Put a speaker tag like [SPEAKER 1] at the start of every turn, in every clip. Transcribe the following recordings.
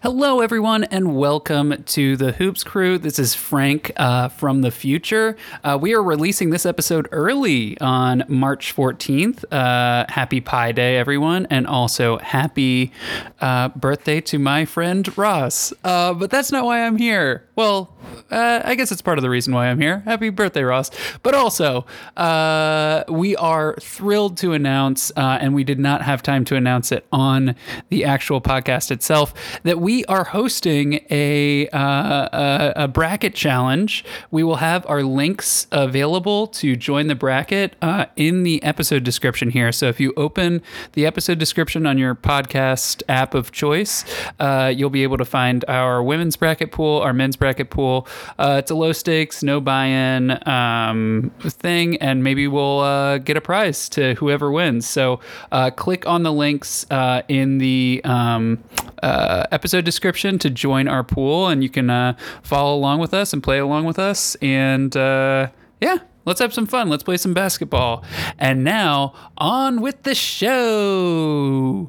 [SPEAKER 1] Hello, everyone, and welcome to the Hoops Crew. This is Frank uh, from the future. Uh, we are releasing this episode early on March 14th. Uh, happy Pi Day, everyone, and also happy uh, birthday to my friend Ross. Uh, but that's not why I'm here. Well, uh, I guess it's part of the reason why I'm here. Happy birthday, Ross. But also, uh, we are thrilled to announce, uh, and we did not have time to announce it on the actual podcast itself, that we are hosting a, uh, a, a bracket challenge. We will have our links available to join the bracket uh, in the episode description here. So if you open the episode description on your podcast app of choice, uh, you'll be able to find our women's bracket pool, our men's bracket pool. Uh, it's a low stakes, no buy in um, thing, and maybe we'll uh, get a prize to whoever wins. So uh, click on the links uh, in the um, uh, episode description to join our pool, and you can uh, follow along with us and play along with us. And uh, yeah. Let's have some fun. Let's play some basketball. And now, on with the show.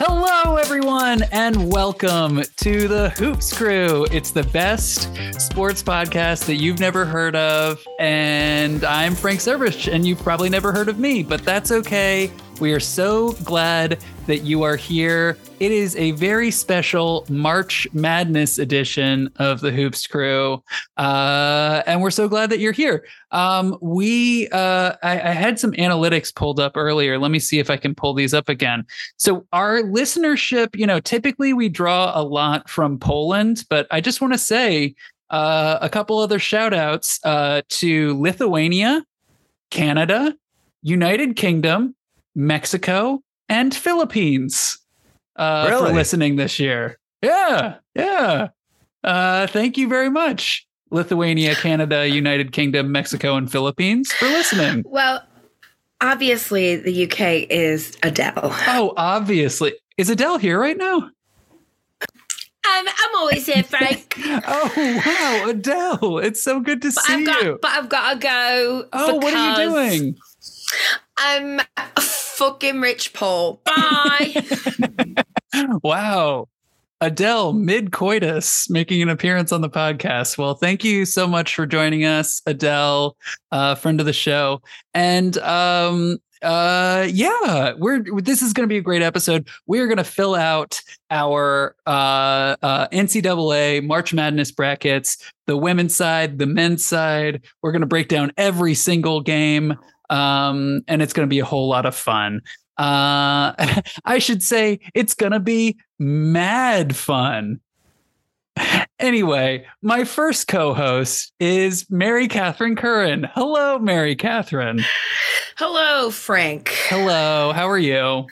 [SPEAKER 1] Hello, everyone, and welcome to the Hoops Crew. It's the best sports podcast that you've never heard of. And I'm Frank Servish, and you've probably never heard of me, but that's okay. We are so glad that you are here. It is a very special March Madness edition of the Hoops Crew. Uh, and we're so glad that you're here. Um, we, uh, I, I had some analytics pulled up earlier. Let me see if I can pull these up again. So our listenership, you know, typically we draw a lot from Poland, but I just want to say uh, a couple other shout outs uh, to Lithuania, Canada, United Kingdom, Mexico, and Philippines uh, for
[SPEAKER 2] Really?
[SPEAKER 1] listening this year. Yeah, yeah. Uh, thank you very much, Lithuania, Canada, United Kingdom, Mexico, and Philippines for listening.
[SPEAKER 3] Well, obviously, the UK is Adele.
[SPEAKER 1] Oh, obviously. Is Adele here right now?
[SPEAKER 3] I'm, I'm always here, Frank.
[SPEAKER 1] Oh, wow, Adele. It's so good to
[SPEAKER 3] But
[SPEAKER 1] see
[SPEAKER 3] I've got,
[SPEAKER 1] you.
[SPEAKER 3] but I've got to go.
[SPEAKER 1] Oh, what are you
[SPEAKER 3] because
[SPEAKER 1] doing?
[SPEAKER 3] I'm a fucking rich Paul. Bye.
[SPEAKER 1] Wow. Adele mid coitus making an appearance on the podcast. Well, thank you so much for joining us, Adele, uh, friend of the show. And um uh yeah, we're this is going to be a great episode. We're going to fill out our uh, uh NCAA March Madness brackets, the women's side, the men's side. We're going to break down every single game um and it's going to be a whole lot of fun. Uh I should say it's gonna be mad fun. Anyway, my first co-host is Mary Catherine Curran. Hello, Mary Catherine.
[SPEAKER 3] Hello, Frank.
[SPEAKER 1] Hello, how are you?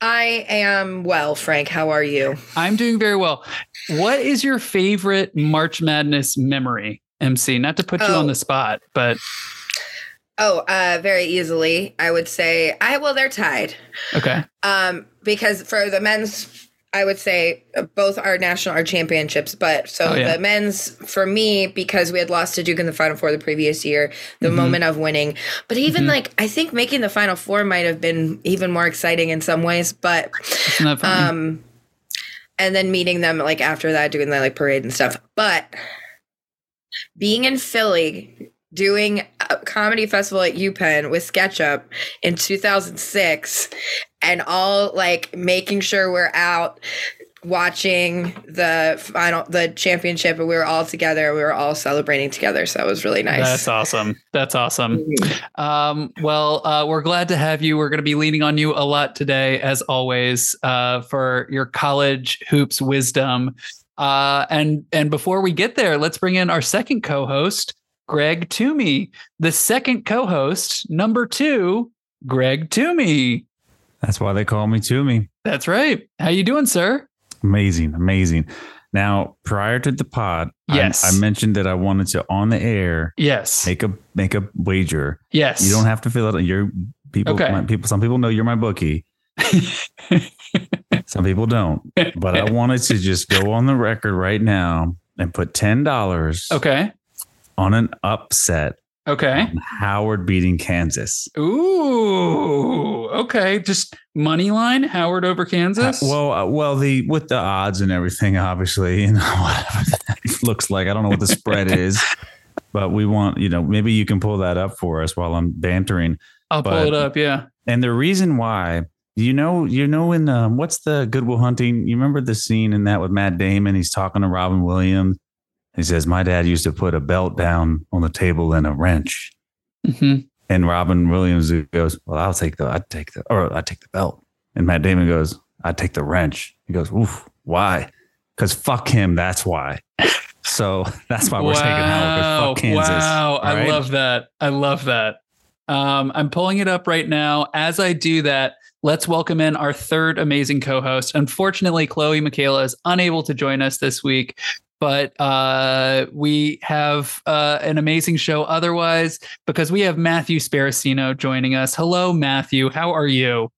[SPEAKER 3] I am well, Frank. How are you?
[SPEAKER 1] I'm doing very well. What is your favorite March Madness memory, MC? Not to put you
[SPEAKER 3] Oh.
[SPEAKER 1] on the spot, but
[SPEAKER 3] Oh, uh, very easily. I would say, I well, they're tied.
[SPEAKER 1] okay.
[SPEAKER 3] Um, because for the men's, I would say uh, both our national art championships, but so
[SPEAKER 1] Oh, yeah.
[SPEAKER 3] the men's for me, because we had lost to Duke in the final four the previous year, the
[SPEAKER 1] Mhm.
[SPEAKER 3] moment of winning. But even
[SPEAKER 1] Mhm.
[SPEAKER 3] like, I think making the final four might have been even more exciting in some ways, but
[SPEAKER 1] Isn't that fun?
[SPEAKER 3] um, and then meeting them like after that, doing the like parade and stuff. But being in Philly, doing a comedy festival at UPenn with SketchUp in 2006, and all like making sure we're out watching the final the championship and we were all together we were all celebrating together so it was really nice
[SPEAKER 1] That's awesome. That's awesome.
[SPEAKER 3] Mhm.
[SPEAKER 1] Um, well, uh, we're glad to have you. We're going to be leaning on you a lot today, as always, uh, for your college hoops wisdom. Uh, and and before we get there, let's bring in our second co-host, Greg Toomey. The second co-host, number two, Greg Toomey.
[SPEAKER 2] That's why they call me Toomey.
[SPEAKER 1] That's right. How you doing, sir?
[SPEAKER 2] Amazing, amazing. Now, prior to the pod, I-
[SPEAKER 1] Yes.
[SPEAKER 2] I, mentioned that I wanted to on the air
[SPEAKER 1] Yes.
[SPEAKER 2] make a make a wager.
[SPEAKER 1] Yes.
[SPEAKER 2] You don't have to fill it. out. You're people.
[SPEAKER 1] Okay.
[SPEAKER 2] My, people. Some people know you're my bookie. some people don't. But I wanted to just go on the record right now and put ten dollars
[SPEAKER 1] Okay.
[SPEAKER 2] on an upset.
[SPEAKER 1] Okay.
[SPEAKER 2] on Howard beating Kansas.
[SPEAKER 1] Ooh. Okay. Just money line Howard over Kansas.
[SPEAKER 2] Uh, well, uh, well, the with the odds and everything, obviously, you know, whatever that looks like. I don't know what the spread is, but we want you know maybe you can pull that up for us while I'm bantering.
[SPEAKER 1] I'll pull
[SPEAKER 2] but-
[SPEAKER 1] it up. Yeah.
[SPEAKER 2] And the reason why, you know, you know, in um, what's the Goodwill Hunting? You remember the scene in that with Matt Damon? He's talking to Robin Williams. He says, "My dad used to put a belt down on the table and a wrench."
[SPEAKER 1] hmm
[SPEAKER 2] And Robin Williams goes, "Well, I'll take the, I take the, or I take the belt." And Matt Damon goes, "I take the wrench." He goes, "Oof, why? Because fuck him. That's why." So that's why we're taking Howard. 'cause Fuck Kansas.
[SPEAKER 1] Wow. I
[SPEAKER 2] right?
[SPEAKER 1] love that. I love that. Um, I'm pulling it up right now. As I do that, let's welcome in our third amazing co host. Unfortunately, Chloe Michaela is unable to join us this week, but uh, we have uh, an amazing show otherwise because we have Matthew Sparacino joining us. Hello, Matthew. How are you?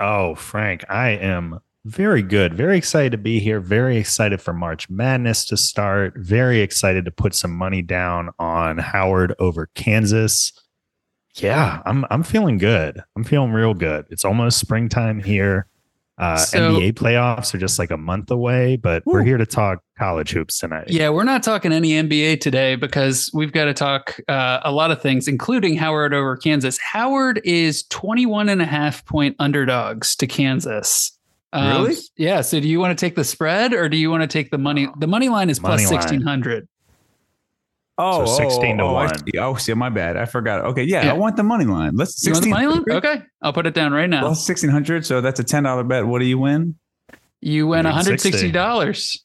[SPEAKER 4] Oh, Frank, I am very good. Very excited to be here. Very excited for March Madness to start. Very excited to put some money down on Howard over Kansas. Yeah, I'm I'm feeling good. I'm feeling real good. It's almost springtime here. Uh,
[SPEAKER 1] So-
[SPEAKER 4] NBA playoffs are just like a month away, but we're
[SPEAKER 2] Ooh.
[SPEAKER 4] here to talk college hoops tonight.
[SPEAKER 1] Yeah, we're not talking any NBA today because we've got to talk uh, a lot of things, including Howard over Kansas. Howard is 21 and a half point underdogs to Kansas. Um,
[SPEAKER 2] Really?
[SPEAKER 1] Yeah. So do you want to take the spread or do you want to take the money? The money line is plus
[SPEAKER 4] Money line.
[SPEAKER 1] 1600.
[SPEAKER 2] Oh,
[SPEAKER 4] So 16 to
[SPEAKER 2] oh, oh, I
[SPEAKER 4] 1.
[SPEAKER 2] see. Oh, see, my bad. I forgot. Okay, yeah,
[SPEAKER 1] Yeah.
[SPEAKER 2] I want the money line. Let's
[SPEAKER 1] You want the
[SPEAKER 2] 16
[SPEAKER 1] money line? Okay. I'll put it down right now.
[SPEAKER 2] Well, sixteen hundred. So that's a ten dollar bet. What do you win?
[SPEAKER 1] you win
[SPEAKER 4] $160.
[SPEAKER 1] $160.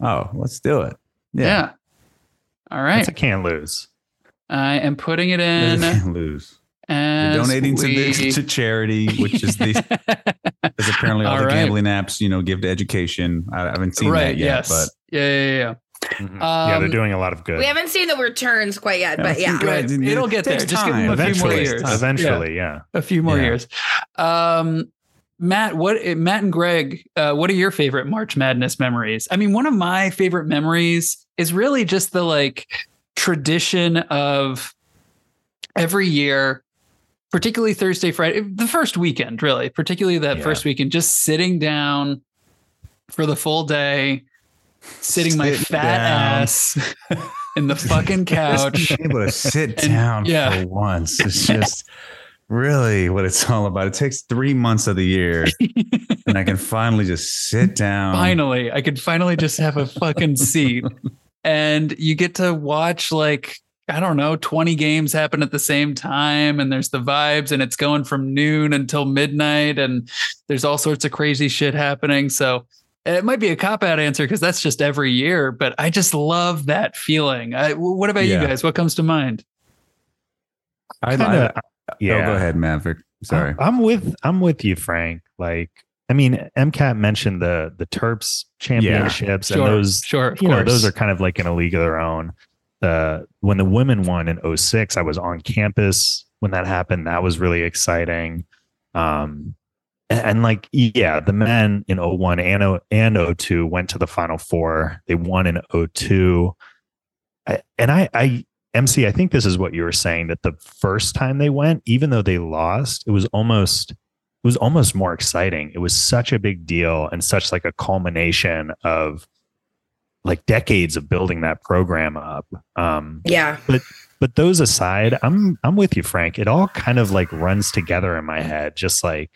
[SPEAKER 2] Oh, let's do it.
[SPEAKER 1] Yeah.
[SPEAKER 2] Yeah,
[SPEAKER 1] All
[SPEAKER 4] That's
[SPEAKER 1] right.
[SPEAKER 4] a can't lose.
[SPEAKER 1] I am putting it in.
[SPEAKER 2] lose. You're
[SPEAKER 1] as
[SPEAKER 2] donating to
[SPEAKER 1] we-
[SPEAKER 2] this to charity, which is the is apparently all,
[SPEAKER 1] All
[SPEAKER 2] the
[SPEAKER 1] right.
[SPEAKER 2] gambling apps you know give to education. I, I haven't seen
[SPEAKER 1] right.
[SPEAKER 2] that
[SPEAKER 1] yes.
[SPEAKER 2] yet, but
[SPEAKER 1] Yeah. Yeah. Yeah.
[SPEAKER 4] Mm-hmm. yeah, they're
[SPEAKER 1] Um,
[SPEAKER 4] doing a lot of good.
[SPEAKER 3] We haven't seen the returns quite yet, but yeah.
[SPEAKER 1] Right. It'll get there.
[SPEAKER 2] takes
[SPEAKER 1] Just give them a few more
[SPEAKER 4] eventually,
[SPEAKER 1] years.
[SPEAKER 4] eventually, yeah.
[SPEAKER 1] a few more
[SPEAKER 2] Yeah.
[SPEAKER 1] years. Um, Matt, what eh, Matt and Greg, uh, what are your favorite March Madness memories? I mean, one of my favorite memories is really just the like tradition of every year, particularly Thursday, Friday, the first weekend, really, particularly that
[SPEAKER 4] Yeah.
[SPEAKER 1] first weekend, just sitting down for the full day, sitting my
[SPEAKER 2] Sit
[SPEAKER 1] fat
[SPEAKER 2] down.
[SPEAKER 1] ass in the fucking couch.
[SPEAKER 2] Just being able to sit
[SPEAKER 1] And-
[SPEAKER 2] down
[SPEAKER 1] yeah.
[SPEAKER 2] for once. It's just really what it's all about. It takes three months of the year, and I can finally just sit down.
[SPEAKER 4] Um,
[SPEAKER 1] finally i could finally just have a fucking seat and you get to watch like i don't know 20 games happen at the same time and there's the vibes and it's going from noon until midnight and there's all sorts of crazy shit happening so it might be a cop out answer because that's just every year but i just love that feeling I, wh- what about
[SPEAKER 2] Yeah.
[SPEAKER 1] you guys what comes to mind
[SPEAKER 2] I, I,
[SPEAKER 4] Kinda-
[SPEAKER 2] yeah.
[SPEAKER 4] yeah.
[SPEAKER 2] oh, go ahead, Maverick. Sorry.
[SPEAKER 4] I- I'm with I'm with you, Frank. Like, I mean, MCAT mentioned the the Terps championships
[SPEAKER 1] sure
[SPEAKER 4] and those
[SPEAKER 1] sure of
[SPEAKER 4] you
[SPEAKER 1] course
[SPEAKER 4] know, those are kind of like in a league of their own. The when the women won in 06, I was on campus when that happened. That was really exciting. Um and, and like yeah, the men in 01 and 0 and 02 went to the final four. They won in 02. I, and I I MC, I think this is what you were saying that the first time they went, even though they lost, it was almost it was almost more exciting. It was such a big deal and such like a culmination of like decades of building that program up. Um,
[SPEAKER 3] Yeah.
[SPEAKER 4] but those aside, I'm I'm with you, Frank. It all kind of like runs together in my head, just like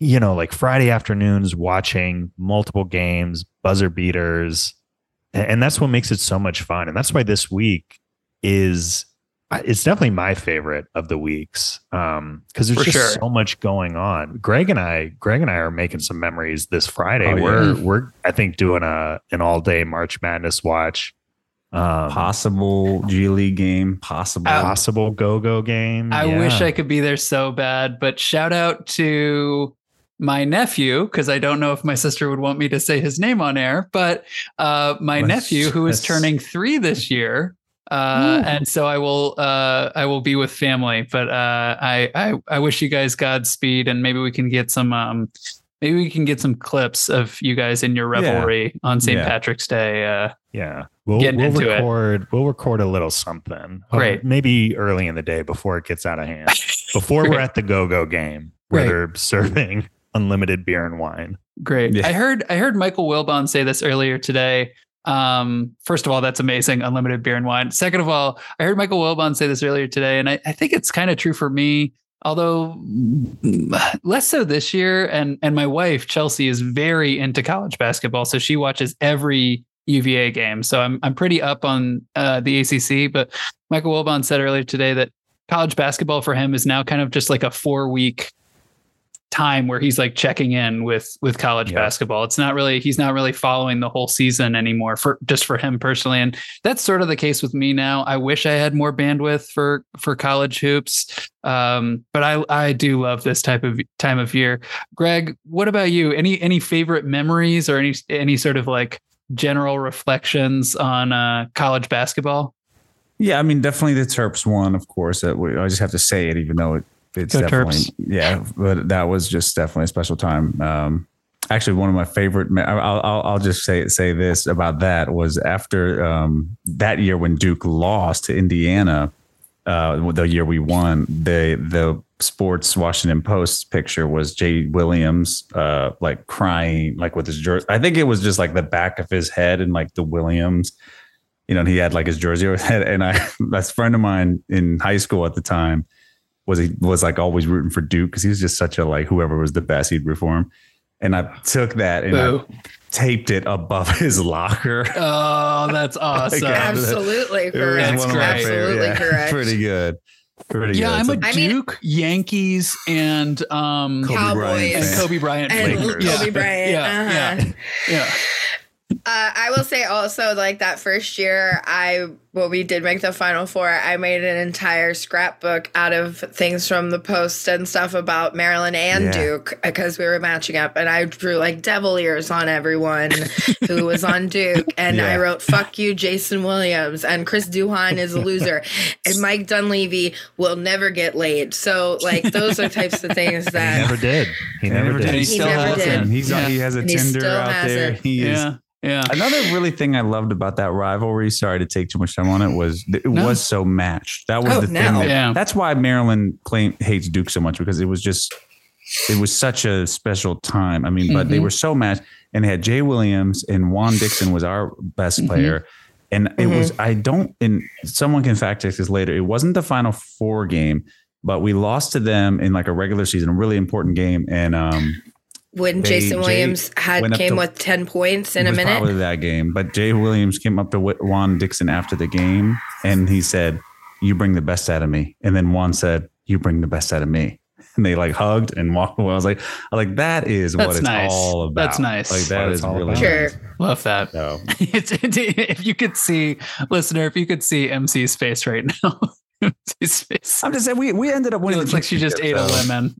[SPEAKER 4] you know, like Friday afternoons watching multiple games, buzzer beaters, a- and, that's what makes it so much fun. And that's why this week is I- it's definitely my favorite of the weeks because there's
[SPEAKER 1] For
[SPEAKER 4] just
[SPEAKER 1] sure.
[SPEAKER 4] so much going on. Greg and I, Greg and I are making some memories this Friday.
[SPEAKER 2] Oh, yeah.
[SPEAKER 4] We're we're I think doing a an all day March Madness watch. Um,
[SPEAKER 2] Uh, possible G League game. Possible.
[SPEAKER 4] possible go-go
[SPEAKER 1] Um,
[SPEAKER 4] game.
[SPEAKER 1] I
[SPEAKER 4] yeah.
[SPEAKER 1] wish I could be there so bad, but shout out to my nephew, because I don't know if my sister would want me to say his name on air, but uh, my
[SPEAKER 2] Let's-
[SPEAKER 1] nephew who is
[SPEAKER 2] let's-
[SPEAKER 1] turning three this year. Uh,
[SPEAKER 2] Mm.
[SPEAKER 4] Ooh.
[SPEAKER 1] and so I will, uh, I will be with family, but, uh, I, I, I wish you guys Godspeed and maybe we can get some, um, maybe we can get some clips of you guys in your
[SPEAKER 2] Yeah.
[SPEAKER 1] revelry on St.
[SPEAKER 2] Yeah.
[SPEAKER 1] Patrick's day. Uh,
[SPEAKER 4] Yeah. We'll,
[SPEAKER 1] Getting
[SPEAKER 4] we'll
[SPEAKER 1] into it.
[SPEAKER 4] record we'll record a little something. Uh,
[SPEAKER 1] Great.
[SPEAKER 4] Maybe early in the day before it gets out of hand. Before we're
[SPEAKER 1] Great.
[SPEAKER 4] at the go-go game where
[SPEAKER 1] Right.
[SPEAKER 4] they're serving unlimited beer and wine.
[SPEAKER 1] Great.
[SPEAKER 2] Yeah.
[SPEAKER 1] I heard I heard Michael Wilbon say this earlier today. Um, first of all, that's amazing, unlimited beer and wine. Second of all, I heard Michael Wilbon say this earlier today, and I, I think it's kind of true for me, although mm, less so this year. And and my wife, Chelsea, is very into college basketball. So she watches every UVA game. So I'm I'm pretty up on uh, the ACC, but Michael Wilbon said earlier today that college basketball for him is now kind of just like a four week time where he's like checking in with with college
[SPEAKER 4] Yeah.
[SPEAKER 1] basketball. It's not really he's not really following the whole season anymore for just for him personally. And that's sort of the case with me now. I wish I had more bandwidth for for college hoops. Um, but I I do love this type of time of year. Greg, what about you? Any any favorite memories or any any sort of like general reflections on uh college basketball?
[SPEAKER 2] Yeah, I mean, definitely the Terps won, of course. That we, I just have to say it, even though it, it's
[SPEAKER 1] Go
[SPEAKER 2] definitely
[SPEAKER 1] Terps.
[SPEAKER 2] yeah. But that was just definitely a special time. Um, actually, one of my favorite. me- I'll, I'll, I'll just say say this about that was after um, that year when Duke lost to Indiana. Uh, the year we won, the the Sports Washington Post picture was Jay Williams, uh, like crying, like with his jersey. I think it was just like the back of his head and like the Williams you know, and he had like his jersey over his head. And I, this friend of mine in high school at the time was he was like always rooting for Duke because he was just such a like whoever was the best he'd root for him. And I took that and I
[SPEAKER 1] Boo.
[SPEAKER 2] taped it above his locker.
[SPEAKER 1] Oh, that's awesome.
[SPEAKER 2] God.
[SPEAKER 3] Absolutely
[SPEAKER 2] It was
[SPEAKER 3] correct.
[SPEAKER 1] one of my
[SPEAKER 3] Absolutely
[SPEAKER 2] favorite- yeah,
[SPEAKER 3] correct.
[SPEAKER 2] Pretty good. Pretty
[SPEAKER 1] yeah, I'm
[SPEAKER 2] good.
[SPEAKER 1] a
[SPEAKER 2] So-
[SPEAKER 3] I mean-
[SPEAKER 1] Duke, Yankees, and um
[SPEAKER 2] Kobe Bryant
[SPEAKER 3] Cowboys.
[SPEAKER 1] and
[SPEAKER 2] fan.
[SPEAKER 1] Kobe Bryant.
[SPEAKER 3] And
[SPEAKER 1] fan.
[SPEAKER 2] Lakers.
[SPEAKER 1] yeah.
[SPEAKER 3] Kobe Bryant.
[SPEAKER 1] Yeah,
[SPEAKER 3] uh-huh.
[SPEAKER 1] yeah.
[SPEAKER 3] Uh, I will say also, like that first year, I when we did make the final four, I made an entire scrapbook out of things from the post and stuff about Maryland and
[SPEAKER 2] Yeah.
[SPEAKER 3] Duke because we were matching up, and I drew like devil ears on everyone who was on Duke, and I
[SPEAKER 2] Yeah.
[SPEAKER 3] wrote "fuck you, Jason Williams," and Chris Duhon is a loser, and Mike Dunleavy will never get laid. So, like those are types of things
[SPEAKER 4] He
[SPEAKER 3] that
[SPEAKER 4] never did. He never,
[SPEAKER 2] never
[SPEAKER 4] did.
[SPEAKER 2] did.
[SPEAKER 1] And he
[SPEAKER 3] He
[SPEAKER 1] still
[SPEAKER 3] never
[SPEAKER 1] has
[SPEAKER 3] did.
[SPEAKER 1] it.
[SPEAKER 2] He's
[SPEAKER 1] yeah.
[SPEAKER 2] on, he has a
[SPEAKER 3] And he
[SPEAKER 2] Tinder
[SPEAKER 3] still
[SPEAKER 2] out
[SPEAKER 3] has
[SPEAKER 2] there.
[SPEAKER 3] it.
[SPEAKER 2] He is
[SPEAKER 1] yeah. Yeah.
[SPEAKER 2] Another really thing I loved about that rivalry, sorry to take too much time on it, was that it
[SPEAKER 1] No.
[SPEAKER 2] was so matched. That was
[SPEAKER 3] Oh,
[SPEAKER 2] the thing.
[SPEAKER 3] no.
[SPEAKER 2] that-
[SPEAKER 1] Yeah.
[SPEAKER 2] That's why Maryland claim, hates Duke so much because it was just, it was such a special time. I mean, but they
[SPEAKER 1] Mhm.
[SPEAKER 2] were so matched and they had Jay Williams and Juan Dixon was our best
[SPEAKER 1] Mhm.
[SPEAKER 2] player. And it was, I don't, and someone can fact check this later. It wasn't the final four game, but we lost to them in like a regular season, a really important game. And, um,
[SPEAKER 3] when
[SPEAKER 2] They-
[SPEAKER 3] Jason
[SPEAKER 2] Jay
[SPEAKER 3] Williams had
[SPEAKER 2] went up
[SPEAKER 3] came
[SPEAKER 2] to-
[SPEAKER 3] with ten points in
[SPEAKER 2] it
[SPEAKER 3] a
[SPEAKER 2] was
[SPEAKER 3] minute.
[SPEAKER 2] Probably that game, but Jay Williams came up to Wi- Juan Dixon after the game, and he said, "You bring the best out of me." And then Juan said, "You bring the best out of me." And they like hugged and walked away. I was like, "I was like that is what
[SPEAKER 1] That's
[SPEAKER 2] it's
[SPEAKER 1] nice.
[SPEAKER 2] all about."
[SPEAKER 1] That's nice.
[SPEAKER 2] Like that
[SPEAKER 4] What
[SPEAKER 2] is
[SPEAKER 4] it's all
[SPEAKER 2] really
[SPEAKER 4] about.
[SPEAKER 3] Sure.
[SPEAKER 2] nice.
[SPEAKER 1] Love that.
[SPEAKER 2] So,
[SPEAKER 1] It's, it, if you could see, listener, if you could see MC's face right now, MC's face.
[SPEAKER 2] I'm just saying we we ended up
[SPEAKER 1] It
[SPEAKER 2] winning.
[SPEAKER 1] looks
[SPEAKER 2] the
[SPEAKER 1] like she just ate
[SPEAKER 2] championship,
[SPEAKER 1] a
[SPEAKER 2] so
[SPEAKER 1] lemon.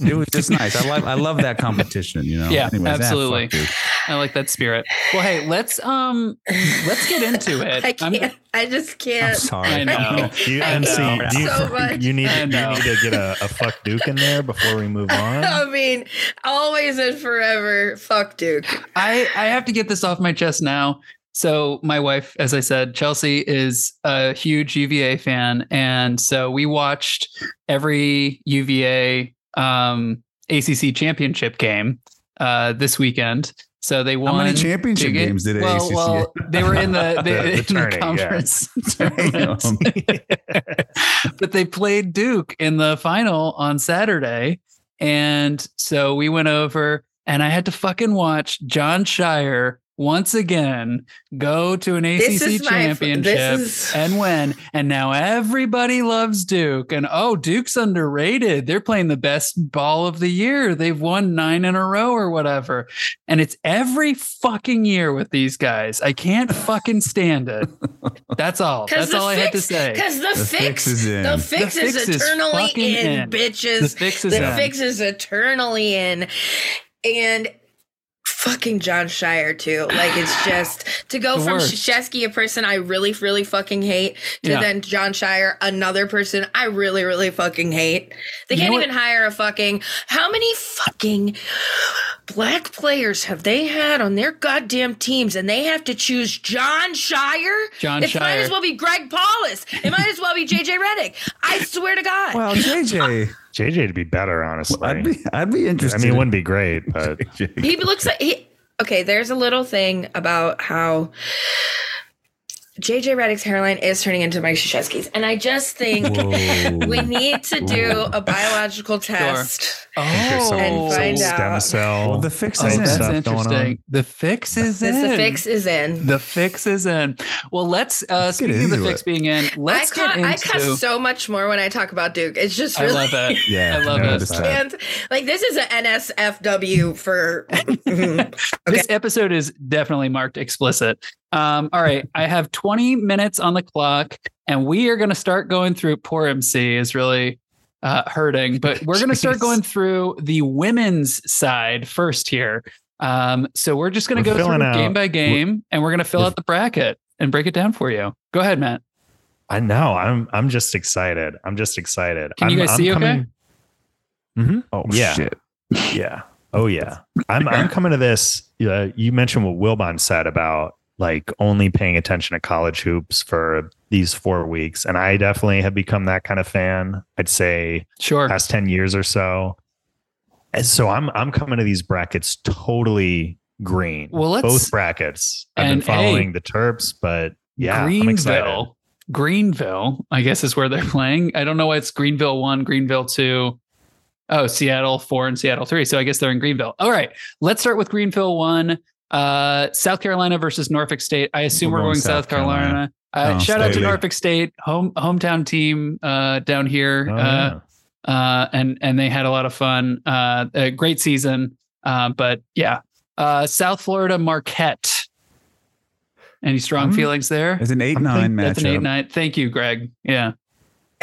[SPEAKER 2] It was just nice. I love I love that competition. You know.
[SPEAKER 1] Yeah,
[SPEAKER 2] Anyways, ah, fuck
[SPEAKER 1] absolutely.
[SPEAKER 2] you.
[SPEAKER 1] I like that spirit. Well, hey, let's um, let's get into it.
[SPEAKER 3] I
[SPEAKER 1] I'm-
[SPEAKER 3] can't. I just
[SPEAKER 2] I'm
[SPEAKER 3] can't.
[SPEAKER 2] sorry.
[SPEAKER 1] I know.
[SPEAKER 4] You,
[SPEAKER 1] I
[SPEAKER 4] MC,
[SPEAKER 1] know.
[SPEAKER 4] do you,
[SPEAKER 3] So much.
[SPEAKER 4] you need
[SPEAKER 1] I
[SPEAKER 4] you need
[SPEAKER 1] know.
[SPEAKER 4] to get a, a fuck Duke in there before we move on.
[SPEAKER 3] I mean, always and forever. Fuck Duke.
[SPEAKER 1] I I have to get this off my chest now. So my wife, as I said, Chelsea is a huge UVA fan, and so we watched every UVA um, ACC championship game uh, this weekend. So they won.
[SPEAKER 2] How many championship
[SPEAKER 1] Dig it.
[SPEAKER 2] games did
[SPEAKER 1] well,
[SPEAKER 2] ACC?
[SPEAKER 1] well, they were in the, they,
[SPEAKER 4] The- the
[SPEAKER 1] in
[SPEAKER 4] tourney,
[SPEAKER 1] the
[SPEAKER 4] yeah.
[SPEAKER 1] conference tournament.
[SPEAKER 2] Damn.
[SPEAKER 1] but they played Duke in the final on Saturday. And so we went over and I had to fucking watch John Shire once again go to an ACC
[SPEAKER 3] This is my-
[SPEAKER 1] championship
[SPEAKER 3] this is-
[SPEAKER 1] and win. And now everybody loves Duke. And oh, Duke's underrated. They're playing the best ball of the year. They've won nine in a row or whatever. And it's every fucking year with these guys. I can't fucking stand it. That's all. That's all I had to say.
[SPEAKER 3] Because the,
[SPEAKER 2] The
[SPEAKER 3] fix,
[SPEAKER 2] fix is in.
[SPEAKER 3] the fix
[SPEAKER 1] The
[SPEAKER 3] is
[SPEAKER 1] fix is
[SPEAKER 3] eternally
[SPEAKER 1] fucking
[SPEAKER 3] in,
[SPEAKER 1] in. The
[SPEAKER 3] bitches.
[SPEAKER 1] fix
[SPEAKER 3] The
[SPEAKER 1] is in.
[SPEAKER 3] fix is eternally in, and fucking John Shire too. Like it's just to go
[SPEAKER 1] The
[SPEAKER 3] from
[SPEAKER 1] worst.
[SPEAKER 3] Shesky, a person I really, really fucking hate, to
[SPEAKER 1] Yeah.
[SPEAKER 3] then John Shire, another person I really, really fucking hate. They
[SPEAKER 1] You
[SPEAKER 3] can't
[SPEAKER 1] know
[SPEAKER 3] even hire a fucking. How many fucking black players have they had on their goddamn teams, and they have to choose John Shire?
[SPEAKER 1] John
[SPEAKER 3] It might
[SPEAKER 1] Shire.
[SPEAKER 3] as well be Greg Paulus. It might as well be JJ Reddick. I swear to God.
[SPEAKER 2] Well, JJ,
[SPEAKER 4] JJ'd be better, honestly.
[SPEAKER 2] I'd be I'd be
[SPEAKER 4] I
[SPEAKER 2] interested.
[SPEAKER 4] mean, it wouldn't be great, but
[SPEAKER 3] he looks like he okay there's a little thing about how jj reddick's hairline is turning into mike sheshewski's and i just think we need to do a biological test
[SPEAKER 4] there's
[SPEAKER 1] Oh,
[SPEAKER 4] some,
[SPEAKER 3] And
[SPEAKER 4] some
[SPEAKER 3] find
[SPEAKER 4] stem
[SPEAKER 3] out.
[SPEAKER 4] cell.
[SPEAKER 2] Well, the fix
[SPEAKER 1] Oh,
[SPEAKER 2] is in.
[SPEAKER 1] that's
[SPEAKER 4] stuff going on.
[SPEAKER 1] interesting. The fix is
[SPEAKER 3] this
[SPEAKER 1] in.
[SPEAKER 3] the fix is in
[SPEAKER 1] The fix is in. Well, let's uh
[SPEAKER 2] get
[SPEAKER 1] speaking of the
[SPEAKER 2] into
[SPEAKER 1] fix
[SPEAKER 2] it.
[SPEAKER 1] being in, let's
[SPEAKER 3] I, ca-
[SPEAKER 1] get into
[SPEAKER 3] I cuss so much more when i talk about duke it's just
[SPEAKER 1] I
[SPEAKER 3] really
[SPEAKER 1] love it.
[SPEAKER 2] Yeah,
[SPEAKER 1] I love
[SPEAKER 2] no,
[SPEAKER 1] it.
[SPEAKER 2] that's fine.
[SPEAKER 3] and like this is an nsfw for
[SPEAKER 1] This episode is definitely marked explicit. Um, all right, I have 20 minutes on the clock, and we are going to start going through. Poor MC is really uh, hurting, but we're going to start
[SPEAKER 4] Jeez.
[SPEAKER 1] going through the women's side first here. Um, so we're just going to
[SPEAKER 4] We're
[SPEAKER 1] go through
[SPEAKER 4] filling out-
[SPEAKER 1] game by game, and we're going to fill
[SPEAKER 4] we're-
[SPEAKER 1] out the bracket and break it down for you. Go ahead, Matt.
[SPEAKER 4] I know. I'm I'm just excited. I'm just excited.
[SPEAKER 1] Can
[SPEAKER 4] I'm,
[SPEAKER 1] you guys
[SPEAKER 4] I'm
[SPEAKER 1] see okay?
[SPEAKER 4] Mhm.
[SPEAKER 2] Oh
[SPEAKER 4] Yeah.
[SPEAKER 2] shit!
[SPEAKER 4] Yeah. Oh yeah. I'm I'm coming to this. Uh, you mentioned what Wilbon said about like only paying attention to college hoops for these four weeks, and I definitely have become that kind of fan. I'd say
[SPEAKER 1] Sure.
[SPEAKER 4] past ten years or so. And so I'm I'm coming to these brackets totally green.
[SPEAKER 1] Well, let's-
[SPEAKER 4] both brackets. I've been
[SPEAKER 1] And, hey,
[SPEAKER 4] following the Terps, but yeah, I'm excited.
[SPEAKER 1] Greenville. uh, Greenville, I guess, is where they're playing. I don't know why it's Greenville one, Greenville two. Oh, Seattle four and Seattle three. So I guess they're in Greenville. All right, let's start with Greenville one. Uh, South Carolina versus Norfolk State. I assume we're,
[SPEAKER 2] We're
[SPEAKER 1] going,
[SPEAKER 2] going
[SPEAKER 1] South,
[SPEAKER 2] South
[SPEAKER 1] Carolina.
[SPEAKER 2] Carolina.
[SPEAKER 1] Uh,
[SPEAKER 2] Oh,
[SPEAKER 1] shout out to
[SPEAKER 2] Staley.
[SPEAKER 1] Norfolk State, home hometown team uh, down here.
[SPEAKER 4] Oh,
[SPEAKER 1] uh,
[SPEAKER 4] yeah.
[SPEAKER 1] uh, and and they had a lot of fun. Uh, a great season, uh, but yeah, uh, South Florida Marquette. Any strong
[SPEAKER 2] Hmm.
[SPEAKER 1] feelings there?
[SPEAKER 2] It's an eight nine matchup.
[SPEAKER 1] That's an eight nine. Thank you, Greg. Yeah,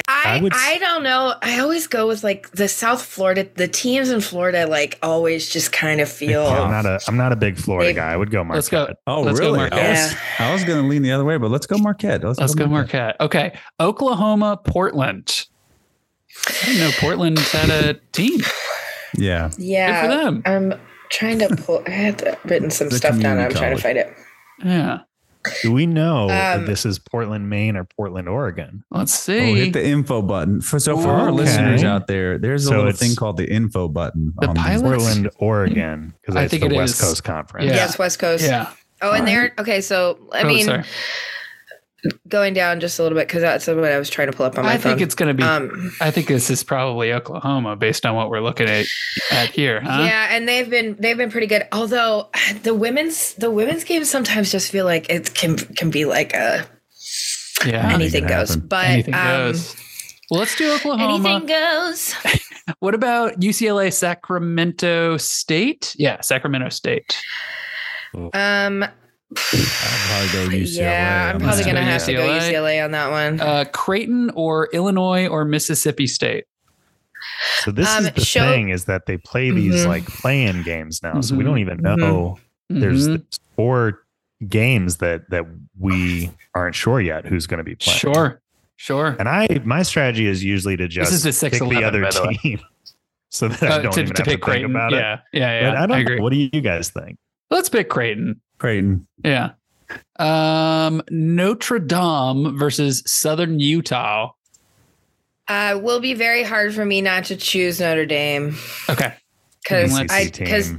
[SPEAKER 3] I,
[SPEAKER 4] I would s-
[SPEAKER 3] I don't know. I always go with like the South Florida, the teams in Florida, like always just kind of
[SPEAKER 4] I'm
[SPEAKER 3] feel.
[SPEAKER 4] not a I'm not a big Florida
[SPEAKER 3] They've-
[SPEAKER 4] guy. I would go Marquette.
[SPEAKER 1] let's go.
[SPEAKER 2] Oh
[SPEAKER 1] Let's go
[SPEAKER 2] really? I
[SPEAKER 1] Marquette.
[SPEAKER 2] was, I was gonna lean the other way, but let's go Marquette. Let's,
[SPEAKER 1] Let's go Marquette. Okay, Oklahoma Portland. I didn't know Portland had a team. Good
[SPEAKER 2] Yeah,
[SPEAKER 1] for
[SPEAKER 3] Yeah.
[SPEAKER 1] them.
[SPEAKER 3] I'm trying to pull, I had written some
[SPEAKER 2] The
[SPEAKER 3] stuff down. I'm
[SPEAKER 2] community
[SPEAKER 3] trying to
[SPEAKER 2] college.
[SPEAKER 3] find it.
[SPEAKER 1] Yeah,
[SPEAKER 4] Do we know
[SPEAKER 3] Um,
[SPEAKER 4] if this is Portland, Maine, or Portland, Oregon?
[SPEAKER 1] let's
[SPEAKER 2] Oh,
[SPEAKER 1] see.
[SPEAKER 2] hit the info button. For, so for our
[SPEAKER 1] Okay.
[SPEAKER 2] listeners out there, there's a
[SPEAKER 4] So
[SPEAKER 2] little
[SPEAKER 4] it's-
[SPEAKER 2] thing called the info button.
[SPEAKER 1] The
[SPEAKER 2] these-
[SPEAKER 1] pilot- Let's-
[SPEAKER 4] Portland, Oregon, because
[SPEAKER 1] I
[SPEAKER 4] it's
[SPEAKER 1] think
[SPEAKER 4] the
[SPEAKER 1] it
[SPEAKER 4] West
[SPEAKER 1] is.
[SPEAKER 4] Coast Conference.
[SPEAKER 1] Yeah.
[SPEAKER 3] Yes, West Coast.
[SPEAKER 1] yeah.
[SPEAKER 3] Oh, and
[SPEAKER 1] All
[SPEAKER 3] they're okay. So, I
[SPEAKER 1] Oh,
[SPEAKER 3] mean,
[SPEAKER 1] sorry.
[SPEAKER 3] going down just a little bit because that's what I was trying to pull up on my
[SPEAKER 1] I
[SPEAKER 3] phone.
[SPEAKER 1] think it's going to be.
[SPEAKER 3] um,
[SPEAKER 1] I think this is probably Oklahoma based on what we're looking at at here. Huh?
[SPEAKER 3] Yeah, and they've been they've been pretty good. Although the women's the women's games sometimes just feel like it can can be like a
[SPEAKER 1] Yeah.
[SPEAKER 2] Anything
[SPEAKER 3] anything
[SPEAKER 2] can
[SPEAKER 3] goes.
[SPEAKER 2] happen.
[SPEAKER 3] But
[SPEAKER 1] anything
[SPEAKER 3] um,
[SPEAKER 1] goes. Well, let's do Oklahoma.
[SPEAKER 3] anything goes.
[SPEAKER 1] What about UCLA Sacramento State? Yeah, Sacramento State.
[SPEAKER 3] Um,
[SPEAKER 2] I'd probably go UCLA.
[SPEAKER 3] yeah, I'm probably
[SPEAKER 1] gonna
[SPEAKER 3] gonna
[SPEAKER 1] go
[SPEAKER 3] have to go
[SPEAKER 1] UCLA.
[SPEAKER 3] UCLA on that one.
[SPEAKER 1] Uh, Creighton or Illinois or Mississippi State?
[SPEAKER 4] So this
[SPEAKER 3] Um,
[SPEAKER 4] is the
[SPEAKER 3] show-
[SPEAKER 4] thing is that they play these
[SPEAKER 3] Mhm.
[SPEAKER 4] like playing games now, so we
[SPEAKER 1] Mhm.
[SPEAKER 4] don't even know
[SPEAKER 3] Mm-hmm.
[SPEAKER 4] there's
[SPEAKER 1] Mhm.
[SPEAKER 4] th- four games that that we aren't sure yet who's going to be playing.
[SPEAKER 1] sure, sure.
[SPEAKER 4] And I my strategy is usually to
[SPEAKER 1] This
[SPEAKER 4] just
[SPEAKER 1] is the
[SPEAKER 4] pick
[SPEAKER 1] six
[SPEAKER 4] the
[SPEAKER 1] eleven.
[SPEAKER 4] other
[SPEAKER 1] By the way.
[SPEAKER 4] team, so that
[SPEAKER 1] Uh,
[SPEAKER 4] I don't
[SPEAKER 1] to, to
[SPEAKER 4] even have to
[SPEAKER 1] pick
[SPEAKER 4] think
[SPEAKER 1] Creighton.
[SPEAKER 4] about it.
[SPEAKER 1] yeah, yeah,
[SPEAKER 4] But
[SPEAKER 1] yeah.
[SPEAKER 4] I don't.
[SPEAKER 1] I
[SPEAKER 4] know.
[SPEAKER 1] agree.
[SPEAKER 4] What do you guys think?
[SPEAKER 1] Let's pick Creighton.
[SPEAKER 2] Creighton.
[SPEAKER 1] Yeah. Um, Notre Dame versus Southern Utah.
[SPEAKER 3] Uh, will be very hard for me not to choose Notre Dame
[SPEAKER 1] Okay.
[SPEAKER 3] because
[SPEAKER 1] Let's-
[SPEAKER 3] I
[SPEAKER 4] SEC team.
[SPEAKER 3] because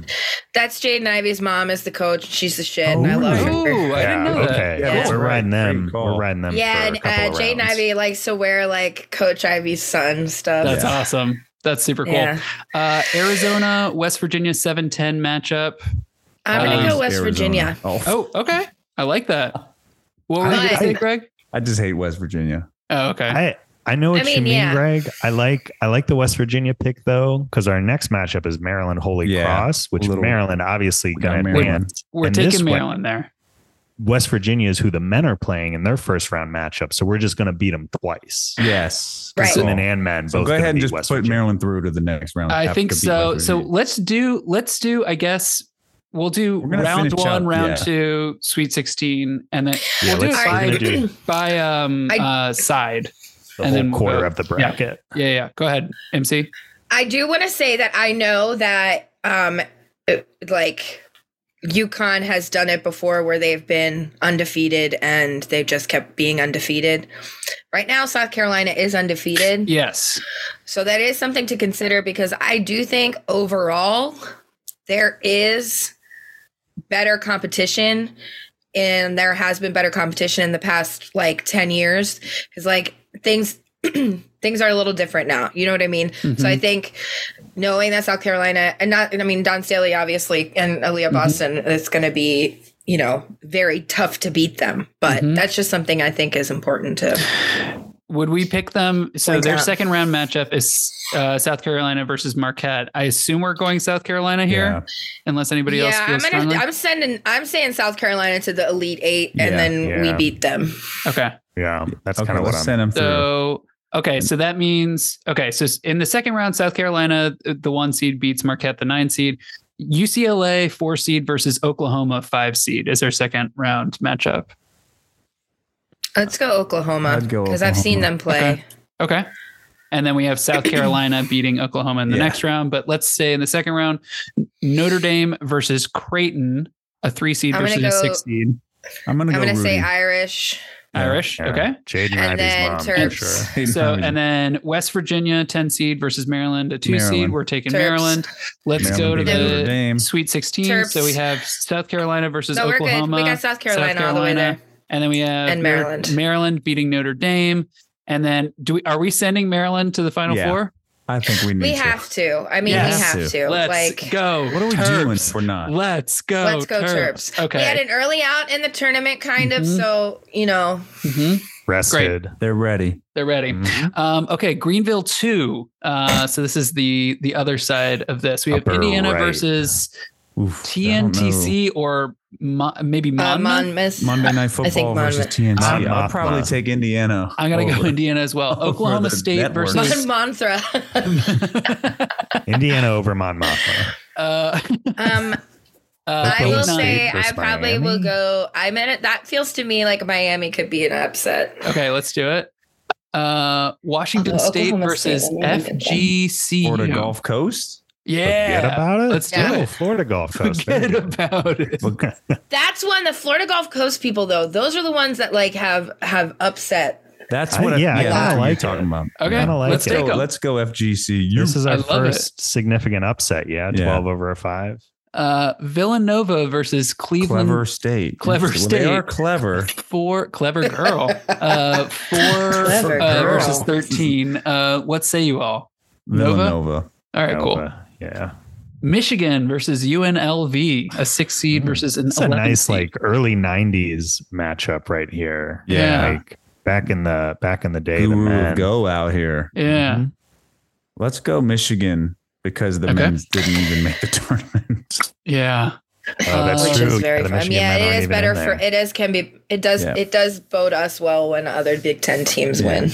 [SPEAKER 3] that's Jaden Ivy's mom is the coach. and She's the shit, and I
[SPEAKER 2] Oh,
[SPEAKER 3] love her.
[SPEAKER 1] Ooh, I didn't
[SPEAKER 4] Yeah,
[SPEAKER 1] know that.
[SPEAKER 4] okay.
[SPEAKER 3] Yeah, that's
[SPEAKER 4] We're
[SPEAKER 2] right.
[SPEAKER 4] riding them.
[SPEAKER 2] Great call.
[SPEAKER 4] We're riding them.
[SPEAKER 3] Yeah,
[SPEAKER 4] for
[SPEAKER 3] and
[SPEAKER 4] a couple
[SPEAKER 3] uh,
[SPEAKER 4] of
[SPEAKER 3] Jaden
[SPEAKER 4] rounds.
[SPEAKER 3] Ivy likes to wear like Coach Ivy's son stuff.
[SPEAKER 1] That's
[SPEAKER 2] Yeah.
[SPEAKER 1] awesome. That's super cool.
[SPEAKER 3] yeah.
[SPEAKER 1] Uh, Arizona, West Virginia 710 matchup.
[SPEAKER 3] I'm gonna
[SPEAKER 1] Um,
[SPEAKER 3] go West
[SPEAKER 2] Arizona.
[SPEAKER 3] Virginia.
[SPEAKER 2] Oh,
[SPEAKER 1] Oh, okay. I like that. What were you going to
[SPEAKER 3] But-
[SPEAKER 1] say, Greg?
[SPEAKER 2] I just hate West Virginia.
[SPEAKER 1] Oh, okay.
[SPEAKER 4] I I know what
[SPEAKER 3] I
[SPEAKER 4] you
[SPEAKER 3] mean,
[SPEAKER 4] mean,
[SPEAKER 3] yeah.
[SPEAKER 4] Greg. I like I like the West Virginia pick though, because our next matchup is Maryland Holy
[SPEAKER 2] Yeah.
[SPEAKER 4] Cross, which
[SPEAKER 2] Little-
[SPEAKER 4] Maryland obviously
[SPEAKER 2] We got
[SPEAKER 4] going to
[SPEAKER 2] Maryland.
[SPEAKER 4] advance.
[SPEAKER 1] We're
[SPEAKER 4] and this
[SPEAKER 1] taking
[SPEAKER 4] way-
[SPEAKER 1] Maryland there.
[SPEAKER 4] West Virginia is who the men are playing in their first round matchup, so we're just going to beat them twice.
[SPEAKER 2] Yes.
[SPEAKER 3] Right.
[SPEAKER 2] So,
[SPEAKER 4] Women and men
[SPEAKER 2] so
[SPEAKER 4] both.
[SPEAKER 2] go
[SPEAKER 4] gonna
[SPEAKER 2] ahead and
[SPEAKER 4] beat
[SPEAKER 2] just
[SPEAKER 4] West
[SPEAKER 2] put
[SPEAKER 4] Virginia.
[SPEAKER 2] Maryland through to the next round.
[SPEAKER 1] I
[SPEAKER 2] Have
[SPEAKER 1] think
[SPEAKER 2] to beat
[SPEAKER 1] so.
[SPEAKER 2] West
[SPEAKER 1] So
[SPEAKER 2] Virginia.
[SPEAKER 1] let's do let's do I guess we'll do
[SPEAKER 2] We're gonna
[SPEAKER 1] round
[SPEAKER 2] finish
[SPEAKER 1] one,
[SPEAKER 2] up,
[SPEAKER 1] round
[SPEAKER 2] yeah.
[SPEAKER 1] two, sweet sixteen, and then
[SPEAKER 4] Yeah,
[SPEAKER 1] we'll do it
[SPEAKER 4] let's- we're
[SPEAKER 3] All
[SPEAKER 1] by,
[SPEAKER 4] gonna
[SPEAKER 3] right.
[SPEAKER 4] do
[SPEAKER 1] by um
[SPEAKER 3] I-
[SPEAKER 1] uh side.
[SPEAKER 4] the
[SPEAKER 1] and
[SPEAKER 4] whole
[SPEAKER 1] then
[SPEAKER 4] quarter
[SPEAKER 1] we'll-
[SPEAKER 4] of the bracket.
[SPEAKER 1] Yeah, yeah. Go ahead, MC.
[SPEAKER 3] I do want to say that I know that um it- like UConn has done it before where they've been undefeated and they've just kept being undefeated. Right now South Carolina is undefeated.
[SPEAKER 1] Yes.
[SPEAKER 3] So that is something to consider because I do think overall there is better competition and there has been better competition in the past like 10 years cuz like things things are a little different now. You know what I mean? So I think knowing that South Carolina and not, and I mean, Don Staley obviously and Aaliyah
[SPEAKER 1] Mhm.
[SPEAKER 3] Boston, it's going to be, you know, very tough to beat them. But
[SPEAKER 1] Mhm.
[SPEAKER 3] that's just something I think is important to.
[SPEAKER 1] Would we pick them? So
[SPEAKER 3] Point
[SPEAKER 1] their
[SPEAKER 3] out.
[SPEAKER 1] second round matchup is uh, South Carolina versus Marquette. I assume we're going South Carolina here, unless anybody else
[SPEAKER 3] yeah, I'm
[SPEAKER 1] feels strongly.
[SPEAKER 3] I'm sending, I'm saying South Carolina to the Elite Eight,
[SPEAKER 2] Yeah,
[SPEAKER 3] and then we
[SPEAKER 4] yeah.
[SPEAKER 3] beat them.
[SPEAKER 1] okay.
[SPEAKER 4] Yeah, that's
[SPEAKER 2] Yeah. Okay.
[SPEAKER 4] kind of what
[SPEAKER 2] Let's
[SPEAKER 4] I'm.
[SPEAKER 2] send them through.
[SPEAKER 1] So okay, so that means okay. So s- in the second round, South Carolina, uh, the one seed beats Marquette, the nine seed. UCLA four seed versus Oklahoma five seed is their second round matchup.
[SPEAKER 3] Let's go Oklahoma
[SPEAKER 2] I'd go
[SPEAKER 3] because I've seen
[SPEAKER 2] Oklahoma.
[SPEAKER 3] them play.
[SPEAKER 1] Okay. Okay. And then we have South Carolina beating Oklahoma in the
[SPEAKER 2] Yeah.
[SPEAKER 1] next round. But let's say in the second round, Notre Dame versus Creighton, a three seed
[SPEAKER 3] I'm gonna
[SPEAKER 1] versus a
[SPEAKER 3] go-
[SPEAKER 1] six seed.
[SPEAKER 2] I'm gonna
[SPEAKER 3] I'm
[SPEAKER 2] go.
[SPEAKER 3] going to say
[SPEAKER 2] Rudy.
[SPEAKER 3] Irish.
[SPEAKER 2] Yeah,
[SPEAKER 1] Irish.
[SPEAKER 4] Yeah.
[SPEAKER 1] Okay.
[SPEAKER 4] Jaden
[SPEAKER 3] And then
[SPEAKER 4] Ivey's mom for
[SPEAKER 3] Terps.
[SPEAKER 4] sure.
[SPEAKER 2] Hayden
[SPEAKER 1] So
[SPEAKER 2] Hurley.
[SPEAKER 1] and then West Virginia, 10 seed versus Maryland, a two seed.
[SPEAKER 2] Maryland.
[SPEAKER 1] We're taking
[SPEAKER 3] Terps.
[SPEAKER 1] Maryland. Let's
[SPEAKER 2] Maryland
[SPEAKER 1] go to
[SPEAKER 2] beat Notre
[SPEAKER 1] the
[SPEAKER 2] Dame.
[SPEAKER 1] Sweet 16. So
[SPEAKER 3] Terps.
[SPEAKER 1] we have South Carolina versus
[SPEAKER 3] No, we're good.
[SPEAKER 1] Oklahoma.
[SPEAKER 3] We got South Carolina, all the way
[SPEAKER 1] Carolina.
[SPEAKER 3] there.
[SPEAKER 1] and then we have
[SPEAKER 3] And
[SPEAKER 1] Notre-
[SPEAKER 3] Maryland.
[SPEAKER 1] Maryland beating Notre Dame. And then do we are we sending Maryland to the final
[SPEAKER 2] Yeah.
[SPEAKER 1] four?
[SPEAKER 2] I think we need.
[SPEAKER 3] We
[SPEAKER 2] to.
[SPEAKER 3] have to. I mean,
[SPEAKER 1] Yes.
[SPEAKER 3] we have to.
[SPEAKER 1] Let's
[SPEAKER 3] like,
[SPEAKER 1] go.
[SPEAKER 2] What are we
[SPEAKER 1] Terps.
[SPEAKER 2] doing? If we're not.
[SPEAKER 1] Let's go.
[SPEAKER 3] Let's go,
[SPEAKER 1] Terps.
[SPEAKER 3] we had
[SPEAKER 1] Okay.
[SPEAKER 3] an early out in the tournament, kind of.
[SPEAKER 1] Mhm.
[SPEAKER 3] So you know,
[SPEAKER 1] Mhm.
[SPEAKER 4] Rested.
[SPEAKER 2] They're ready.
[SPEAKER 1] They're ready.
[SPEAKER 4] Mhm.
[SPEAKER 2] Mm-hmm.
[SPEAKER 1] Um, okay, Greenville two. Uh, so this is the the other side of this. We have
[SPEAKER 4] Upper
[SPEAKER 1] Indiana
[SPEAKER 4] right.
[SPEAKER 1] versus
[SPEAKER 2] Oof, I don't know.
[SPEAKER 1] TNTC or Mo- maybe
[SPEAKER 3] uh,
[SPEAKER 1] Monmouth.
[SPEAKER 3] Monmouth.
[SPEAKER 2] Monday Night Football versus
[SPEAKER 3] Monmouth.
[SPEAKER 2] TNT.
[SPEAKER 4] Monmouth.
[SPEAKER 2] I'll probably
[SPEAKER 4] Monmouth.
[SPEAKER 2] take Indiana.
[SPEAKER 1] I'm gonna go
[SPEAKER 2] over.
[SPEAKER 1] Indiana as well.
[SPEAKER 2] Over
[SPEAKER 1] Oklahoma
[SPEAKER 2] Oh. the
[SPEAKER 1] State
[SPEAKER 2] network.
[SPEAKER 3] Mon
[SPEAKER 1] versus.
[SPEAKER 3] Mantra.
[SPEAKER 4] Indiana over Monmouth.
[SPEAKER 1] uh,
[SPEAKER 3] um,
[SPEAKER 1] uh,
[SPEAKER 3] I will
[SPEAKER 1] eight,
[SPEAKER 4] State
[SPEAKER 3] say, I
[SPEAKER 4] versus
[SPEAKER 3] probably
[SPEAKER 4] Miami.
[SPEAKER 3] will go. I mean, it- that feels to me like Miami could be an upset.
[SPEAKER 1] Okay, let's do it. Uh, Washington
[SPEAKER 3] Although
[SPEAKER 1] State
[SPEAKER 3] Oh, Oklahoma State,
[SPEAKER 1] versus
[SPEAKER 3] I mean,
[SPEAKER 1] FGCU.
[SPEAKER 2] Florida Gulf Coast.
[SPEAKER 1] Yeah.
[SPEAKER 4] Forget about it.
[SPEAKER 1] Let's do
[SPEAKER 3] Yeah.
[SPEAKER 4] Oh,
[SPEAKER 1] it.
[SPEAKER 4] Florida Golf Coast.
[SPEAKER 1] Forget
[SPEAKER 4] There you go.
[SPEAKER 1] about it.
[SPEAKER 3] That's one. The Florida Gulf Coast people, though, those are the ones that like have have upset.
[SPEAKER 2] That's
[SPEAKER 4] I-
[SPEAKER 2] what.
[SPEAKER 4] yeah, I
[SPEAKER 3] kinda
[SPEAKER 2] that's what
[SPEAKER 4] like
[SPEAKER 2] you're
[SPEAKER 4] it.
[SPEAKER 2] talking about.
[SPEAKER 1] Okay,
[SPEAKER 2] Yeah.
[SPEAKER 4] I don't like
[SPEAKER 1] let's
[SPEAKER 4] it.
[SPEAKER 2] Let's
[SPEAKER 1] take
[SPEAKER 2] go.
[SPEAKER 1] 'em.
[SPEAKER 2] Let's go. FGCU.
[SPEAKER 4] This is
[SPEAKER 1] I
[SPEAKER 4] our
[SPEAKER 1] love it.
[SPEAKER 4] first significant upset. Yeah,
[SPEAKER 2] Yeah.
[SPEAKER 4] twelve over a five.
[SPEAKER 1] Uh, Villanova versus Cleveland.
[SPEAKER 2] clever state.
[SPEAKER 1] Clever
[SPEAKER 2] Well,
[SPEAKER 1] state.
[SPEAKER 2] They are clever.
[SPEAKER 1] Four clever girl. Uh, four
[SPEAKER 3] Clever
[SPEAKER 1] uh,
[SPEAKER 3] girl.
[SPEAKER 1] versus thirteen. Uh, what say you all? Nova?
[SPEAKER 2] Villanova.
[SPEAKER 1] All right, cool.
[SPEAKER 4] Nova. Yeah,
[SPEAKER 1] Michigan versus UNLV, a six seed
[SPEAKER 4] Mm.
[SPEAKER 1] versus an
[SPEAKER 4] it's a
[SPEAKER 1] 11
[SPEAKER 4] nice
[SPEAKER 1] seed.
[SPEAKER 4] like early '90s matchup right here.
[SPEAKER 1] Yeah.
[SPEAKER 4] like back in the back in the day, the
[SPEAKER 2] Guru
[SPEAKER 4] men.
[SPEAKER 2] go out here.
[SPEAKER 1] yeah.
[SPEAKER 4] Mhm.
[SPEAKER 2] Let's go Michigan because the
[SPEAKER 1] Okay.
[SPEAKER 2] men's didn't even make the tournament.
[SPEAKER 1] Yeah.
[SPEAKER 4] Oh, that's
[SPEAKER 1] Which is
[SPEAKER 4] true.
[SPEAKER 3] very
[SPEAKER 4] the
[SPEAKER 3] fun.
[SPEAKER 4] Michigan
[SPEAKER 3] Yeah,
[SPEAKER 4] men aren't
[SPEAKER 3] it is
[SPEAKER 4] even
[SPEAKER 3] better
[SPEAKER 4] in
[SPEAKER 3] for
[SPEAKER 4] there.
[SPEAKER 3] it is can be it does
[SPEAKER 2] Yeah.
[SPEAKER 3] it does bode us well when other Big Ten teams
[SPEAKER 2] Yeah.
[SPEAKER 3] win.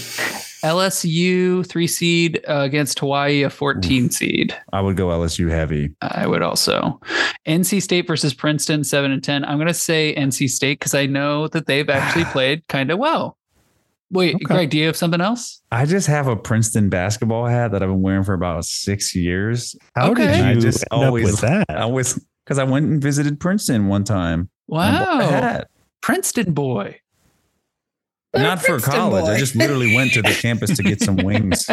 [SPEAKER 1] LSU three seed uh, against Hawaii, a fourteen seed.
[SPEAKER 2] I would go LSU heavy.
[SPEAKER 1] I would also. NC State versus Princeton, seven and ten. I'm gonna say NC State because I know that they've actually played kind of well. Wait,
[SPEAKER 2] Okay.
[SPEAKER 1] Greg, do you have something else?
[SPEAKER 2] I just have a Princeton basketball hat that I've been wearing for about six years.
[SPEAKER 4] How
[SPEAKER 1] Okay.
[SPEAKER 4] did
[SPEAKER 2] I
[SPEAKER 4] you
[SPEAKER 2] just
[SPEAKER 4] end
[SPEAKER 2] always-
[SPEAKER 4] up with that?
[SPEAKER 2] I always because I went and visited Princeton one time. and I bought a
[SPEAKER 1] Wow,
[SPEAKER 2] hat.
[SPEAKER 1] Princeton boy.
[SPEAKER 3] Little
[SPEAKER 2] Not for
[SPEAKER 3] Princeton
[SPEAKER 2] college. I
[SPEAKER 3] boy.
[SPEAKER 2] just literally went to the campus to get some wings.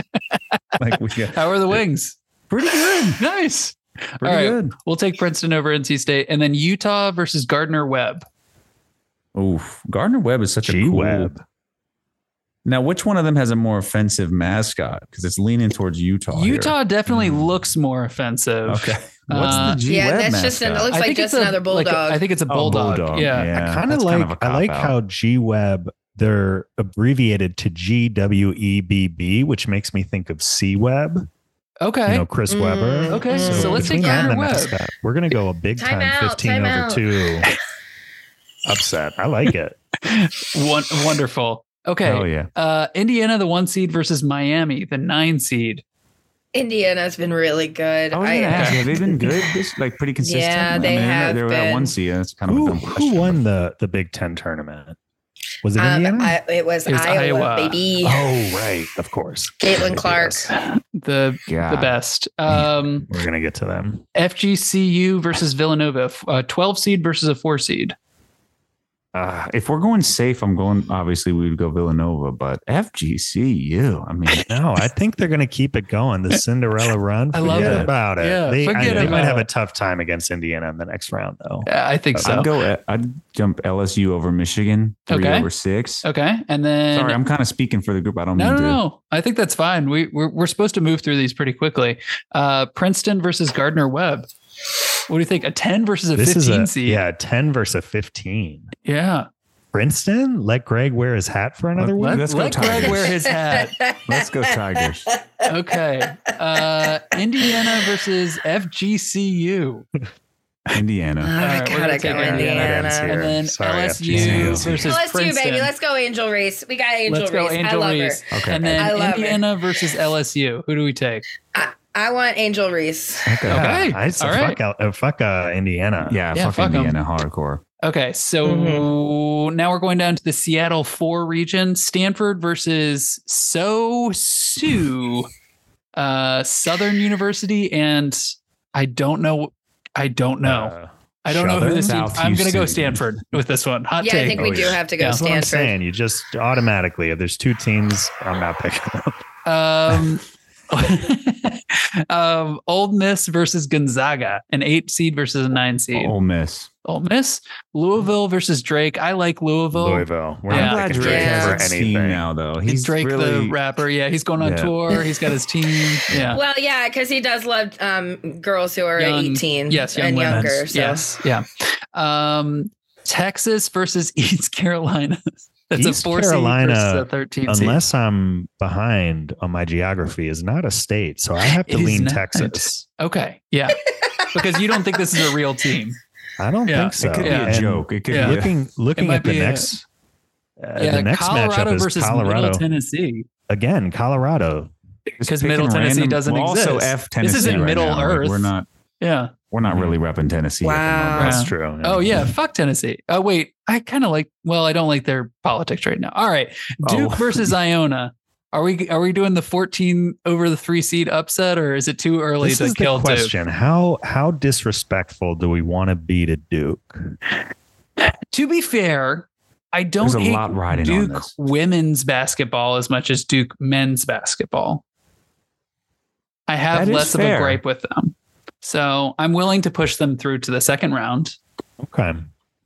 [SPEAKER 2] like we got
[SPEAKER 1] How are the wings?
[SPEAKER 2] pretty good.
[SPEAKER 1] Nice.
[SPEAKER 2] Pretty
[SPEAKER 1] right.
[SPEAKER 2] good.
[SPEAKER 1] We'll take Princeton over NC State, and then Utah versus Gardner Webb.
[SPEAKER 2] Oof. Gardner Webb is such a cool.
[SPEAKER 4] G-Web.
[SPEAKER 2] Now, which one of them has a more Oh, offensive mascot? Because it's leaning towards Utah. here.
[SPEAKER 1] Utah definitely
[SPEAKER 2] Mm.
[SPEAKER 1] looks more offensive.
[SPEAKER 2] Okay. What's
[SPEAKER 1] Uh,
[SPEAKER 2] the G
[SPEAKER 3] yeah,
[SPEAKER 2] Web
[SPEAKER 3] that's just an- it
[SPEAKER 2] mascot?
[SPEAKER 3] looks
[SPEAKER 1] I
[SPEAKER 3] like
[SPEAKER 1] think
[SPEAKER 3] just
[SPEAKER 1] it's a-
[SPEAKER 3] another
[SPEAKER 1] like a-
[SPEAKER 3] bulldog.
[SPEAKER 1] I think it's a
[SPEAKER 2] Oh,
[SPEAKER 1] bulldog. Yeah.
[SPEAKER 4] I kind of
[SPEAKER 2] that's
[SPEAKER 4] like
[SPEAKER 2] a
[SPEAKER 4] I like
[SPEAKER 2] cop-out.
[SPEAKER 4] how G Web they're abbreviated to G W E B B, which makes me think of C Web.
[SPEAKER 1] Okay.
[SPEAKER 4] You know, Chris
[SPEAKER 3] Mm,
[SPEAKER 4] Webber.
[SPEAKER 1] okay. So,
[SPEAKER 3] So
[SPEAKER 1] let's take
[SPEAKER 4] between that
[SPEAKER 1] Aaron
[SPEAKER 4] and the
[SPEAKER 1] Webb.
[SPEAKER 4] mascot, We're gonna go a big
[SPEAKER 3] Time
[SPEAKER 4] time,
[SPEAKER 3] out,
[SPEAKER 4] fifteen
[SPEAKER 3] time
[SPEAKER 4] over
[SPEAKER 3] out.
[SPEAKER 4] two. Upset. I like it.
[SPEAKER 1] Won- wonderful. Okay.
[SPEAKER 2] Oh yeah.
[SPEAKER 1] Uh, Indiana, the one seed versus Miami, the nine seed.
[SPEAKER 3] Indiana's been really good.
[SPEAKER 2] I was
[SPEAKER 3] I-
[SPEAKER 2] gonna ask, have they been good? This like pretty consistent.
[SPEAKER 3] Yeah,
[SPEAKER 2] I
[SPEAKER 3] they
[SPEAKER 2] they're not-
[SPEAKER 3] have
[SPEAKER 2] They were at
[SPEAKER 3] been.
[SPEAKER 2] one seed. That's kind of a
[SPEAKER 4] Who,
[SPEAKER 2] dumb
[SPEAKER 4] who
[SPEAKER 2] question.
[SPEAKER 4] won the the Big Ten tournament? Was it
[SPEAKER 3] um,
[SPEAKER 4] Indiana?
[SPEAKER 3] I, it was
[SPEAKER 1] It was
[SPEAKER 3] Iowa,
[SPEAKER 1] Iowa.
[SPEAKER 3] baby.
[SPEAKER 4] oh right, of course.
[SPEAKER 3] Caitlin Clark.
[SPEAKER 4] Yes.
[SPEAKER 1] The
[SPEAKER 2] Yeah.
[SPEAKER 1] the best. Um,
[SPEAKER 4] We're gonna get to them.
[SPEAKER 1] FGCU versus Villanova, f- a twelve seed versus a four seed.
[SPEAKER 2] Uh, if we're going safe, I'm going. Obviously, we would go Villanova, but FGCU. I mean,
[SPEAKER 4] No, I think they're going to keep it going. The Cinderella run.
[SPEAKER 1] I love
[SPEAKER 4] forget
[SPEAKER 2] it.
[SPEAKER 4] about it.
[SPEAKER 1] Yeah,
[SPEAKER 4] they, I-
[SPEAKER 1] forget
[SPEAKER 4] they might
[SPEAKER 1] about
[SPEAKER 4] have a
[SPEAKER 1] it.
[SPEAKER 4] tough time against Indiana in the next round, though.
[SPEAKER 1] Uh, I think so.
[SPEAKER 2] I'd go. I'd jump LSU over Michigan. Three
[SPEAKER 1] Okay.
[SPEAKER 2] over six.
[SPEAKER 1] Okay, and then
[SPEAKER 2] Sorry, I'm kind of speaking for the group. I don't
[SPEAKER 1] no,
[SPEAKER 2] mean
[SPEAKER 1] no,
[SPEAKER 2] to.
[SPEAKER 1] no. I think that's fine. We we're, we're supposed to move through these pretty quickly. Uh, Princeton versus Gardner Webb. What do you think? A ten versus a
[SPEAKER 4] This is
[SPEAKER 1] fifteen
[SPEAKER 4] a
[SPEAKER 1] seed.
[SPEAKER 4] yeah, ten versus a fifteen.
[SPEAKER 1] yeah.
[SPEAKER 4] Princeton, let Greg wear his hat for another
[SPEAKER 2] Let-
[SPEAKER 4] week.
[SPEAKER 2] Let's go
[SPEAKER 1] Let Greg
[SPEAKER 2] Tigers.
[SPEAKER 1] wear his hat.
[SPEAKER 2] Let's go Tigers.
[SPEAKER 1] Okay. Uh, Indiana versus FGCU.
[SPEAKER 3] Oh,
[SPEAKER 2] Indiana.
[SPEAKER 1] right, we're
[SPEAKER 3] I gotta
[SPEAKER 1] gonna
[SPEAKER 3] go
[SPEAKER 1] take it.
[SPEAKER 3] Indiana.
[SPEAKER 4] Indiana.
[SPEAKER 1] And then
[SPEAKER 4] Sorry,
[SPEAKER 1] LSU
[SPEAKER 2] FGCU.
[SPEAKER 1] versus
[SPEAKER 3] LSU,
[SPEAKER 1] Princeton.
[SPEAKER 3] baby. Let's go, Angel Reese. We got Angel
[SPEAKER 1] Let's go
[SPEAKER 3] Reese. I
[SPEAKER 1] Angel
[SPEAKER 3] love
[SPEAKER 1] Reese.
[SPEAKER 3] her.
[SPEAKER 2] Okay.
[SPEAKER 1] And
[SPEAKER 3] I
[SPEAKER 1] then
[SPEAKER 3] love her.
[SPEAKER 1] Indiana versus LSU. Who do we take?
[SPEAKER 3] I want Angel Reese.
[SPEAKER 2] okay.
[SPEAKER 1] Okay.
[SPEAKER 4] uh, I said,
[SPEAKER 1] All
[SPEAKER 4] fuck, out- uh, fuck uh, Indiana.
[SPEAKER 2] uh, Yeah,
[SPEAKER 1] Yeah,
[SPEAKER 2] fuck,
[SPEAKER 1] fuck 'em.
[SPEAKER 2] Indiana hardcore.
[SPEAKER 1] Okay, so
[SPEAKER 3] Mm-hmm.
[SPEAKER 1] now we're going down to the Seattle 4 region. Stanford versus So Sue, uh, Southern University, and I don't know. I don't know.
[SPEAKER 4] Uh,
[SPEAKER 1] I don't know who this is.
[SPEAKER 2] Southern?
[SPEAKER 1] I'm going to go
[SPEAKER 2] Southeastern.
[SPEAKER 1] Stanford with this one. Hot
[SPEAKER 3] yeah,
[SPEAKER 1] take.
[SPEAKER 3] I think we
[SPEAKER 4] Oh,
[SPEAKER 3] do
[SPEAKER 4] yeah.
[SPEAKER 3] have to go
[SPEAKER 1] Yeah.
[SPEAKER 4] that's what I'm
[SPEAKER 3] Stanford.
[SPEAKER 4] saying. You just automatically, if there's two teams, I'm not picking them.
[SPEAKER 1] Um, um, Old Miss versus Gonzaga, an eight seed versus a nine seed.
[SPEAKER 2] Ole Miss.
[SPEAKER 1] Ole Miss, Louisville versus Drake. I like Louisville.
[SPEAKER 4] Louisville. We're
[SPEAKER 1] Yeah.
[SPEAKER 2] I'm
[SPEAKER 4] not
[SPEAKER 2] glad
[SPEAKER 4] picking
[SPEAKER 2] Drake
[SPEAKER 4] Drake
[SPEAKER 2] has
[SPEAKER 3] Yeah.
[SPEAKER 4] for
[SPEAKER 2] a team
[SPEAKER 4] anything.
[SPEAKER 2] now, though.
[SPEAKER 1] He's
[SPEAKER 2] He's
[SPEAKER 1] Drake
[SPEAKER 2] really,
[SPEAKER 1] the rapper. Yeah, he's going on
[SPEAKER 2] Yeah.
[SPEAKER 1] tour. He's got his team. Yeah.
[SPEAKER 3] Well, yeah, because he does love um, girls who are
[SPEAKER 1] Young-
[SPEAKER 3] 18
[SPEAKER 1] yes, young
[SPEAKER 3] and
[SPEAKER 1] women.
[SPEAKER 3] younger. So.
[SPEAKER 1] Yes. Yeah. Um, Texas versus East Carolina. That's
[SPEAKER 4] East
[SPEAKER 1] a four
[SPEAKER 4] Carolina,
[SPEAKER 1] seed versus a 13 seed.
[SPEAKER 4] Unless I'm behind on my geography, is not a state, so I have to
[SPEAKER 1] It is
[SPEAKER 4] lean
[SPEAKER 1] not.
[SPEAKER 4] Texas.
[SPEAKER 1] Okay. Yeah. because you don't think this is a real team.
[SPEAKER 4] I don't
[SPEAKER 1] Yeah.
[SPEAKER 4] think so.
[SPEAKER 2] it could
[SPEAKER 1] Yeah.
[SPEAKER 2] be
[SPEAKER 4] And
[SPEAKER 2] a joke. It could
[SPEAKER 1] Yeah.
[SPEAKER 2] be a,
[SPEAKER 4] Looking looking
[SPEAKER 1] might
[SPEAKER 4] at the
[SPEAKER 1] be a-
[SPEAKER 4] next, uh,
[SPEAKER 1] yeah.
[SPEAKER 4] the next
[SPEAKER 1] Colorado
[SPEAKER 4] matchup is
[SPEAKER 1] versus
[SPEAKER 4] Colorado
[SPEAKER 1] Middle Tennessee.
[SPEAKER 4] again. Colorado.
[SPEAKER 1] Because
[SPEAKER 2] picking
[SPEAKER 1] Middle Tennessee doesn't
[SPEAKER 2] well, Also,
[SPEAKER 1] exist.
[SPEAKER 2] F
[SPEAKER 1] This
[SPEAKER 2] Tennessee.
[SPEAKER 1] isn't
[SPEAKER 2] right
[SPEAKER 1] Middle
[SPEAKER 2] now. Like,
[SPEAKER 1] Earth. Mm.
[SPEAKER 2] we're not.
[SPEAKER 1] Yeah.
[SPEAKER 2] We're not really repping Tennessee. at the
[SPEAKER 3] Wow.
[SPEAKER 2] moment.
[SPEAKER 1] Yeah.
[SPEAKER 4] That's true.
[SPEAKER 1] Oh yeah. Fuck Tennessee. Oh wait. I kind of like. Well, I don't like their politics right now. All right. Duke
[SPEAKER 2] Oh.
[SPEAKER 1] versus Iona. Are we are we doing the 14 over the three seed upset or is it too early
[SPEAKER 4] This
[SPEAKER 1] to
[SPEAKER 4] is
[SPEAKER 1] kill
[SPEAKER 4] the
[SPEAKER 1] Duke?
[SPEAKER 4] question. How how disrespectful do we want to be to Duke?
[SPEAKER 1] To be fair, I don't
[SPEAKER 2] There's a
[SPEAKER 1] hate
[SPEAKER 2] lot riding on
[SPEAKER 1] Duke
[SPEAKER 2] this.
[SPEAKER 1] women's basketball as much as Duke men's basketball. I have
[SPEAKER 2] That is
[SPEAKER 1] less of a
[SPEAKER 2] fair.
[SPEAKER 1] gripe with them. So I'm willing to push them through to the second round.
[SPEAKER 4] Okay.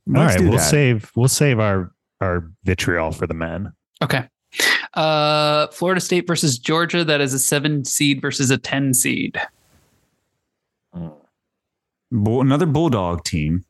[SPEAKER 2] Let's
[SPEAKER 4] All right.
[SPEAKER 2] do
[SPEAKER 4] We'll
[SPEAKER 2] that.
[SPEAKER 4] save we'll save our our vitriol for the men.
[SPEAKER 1] Okay. Uh, Florida State versus Georgia. That is a seven seed versus a 10 seed.
[SPEAKER 2] Bull, another Bulldog team.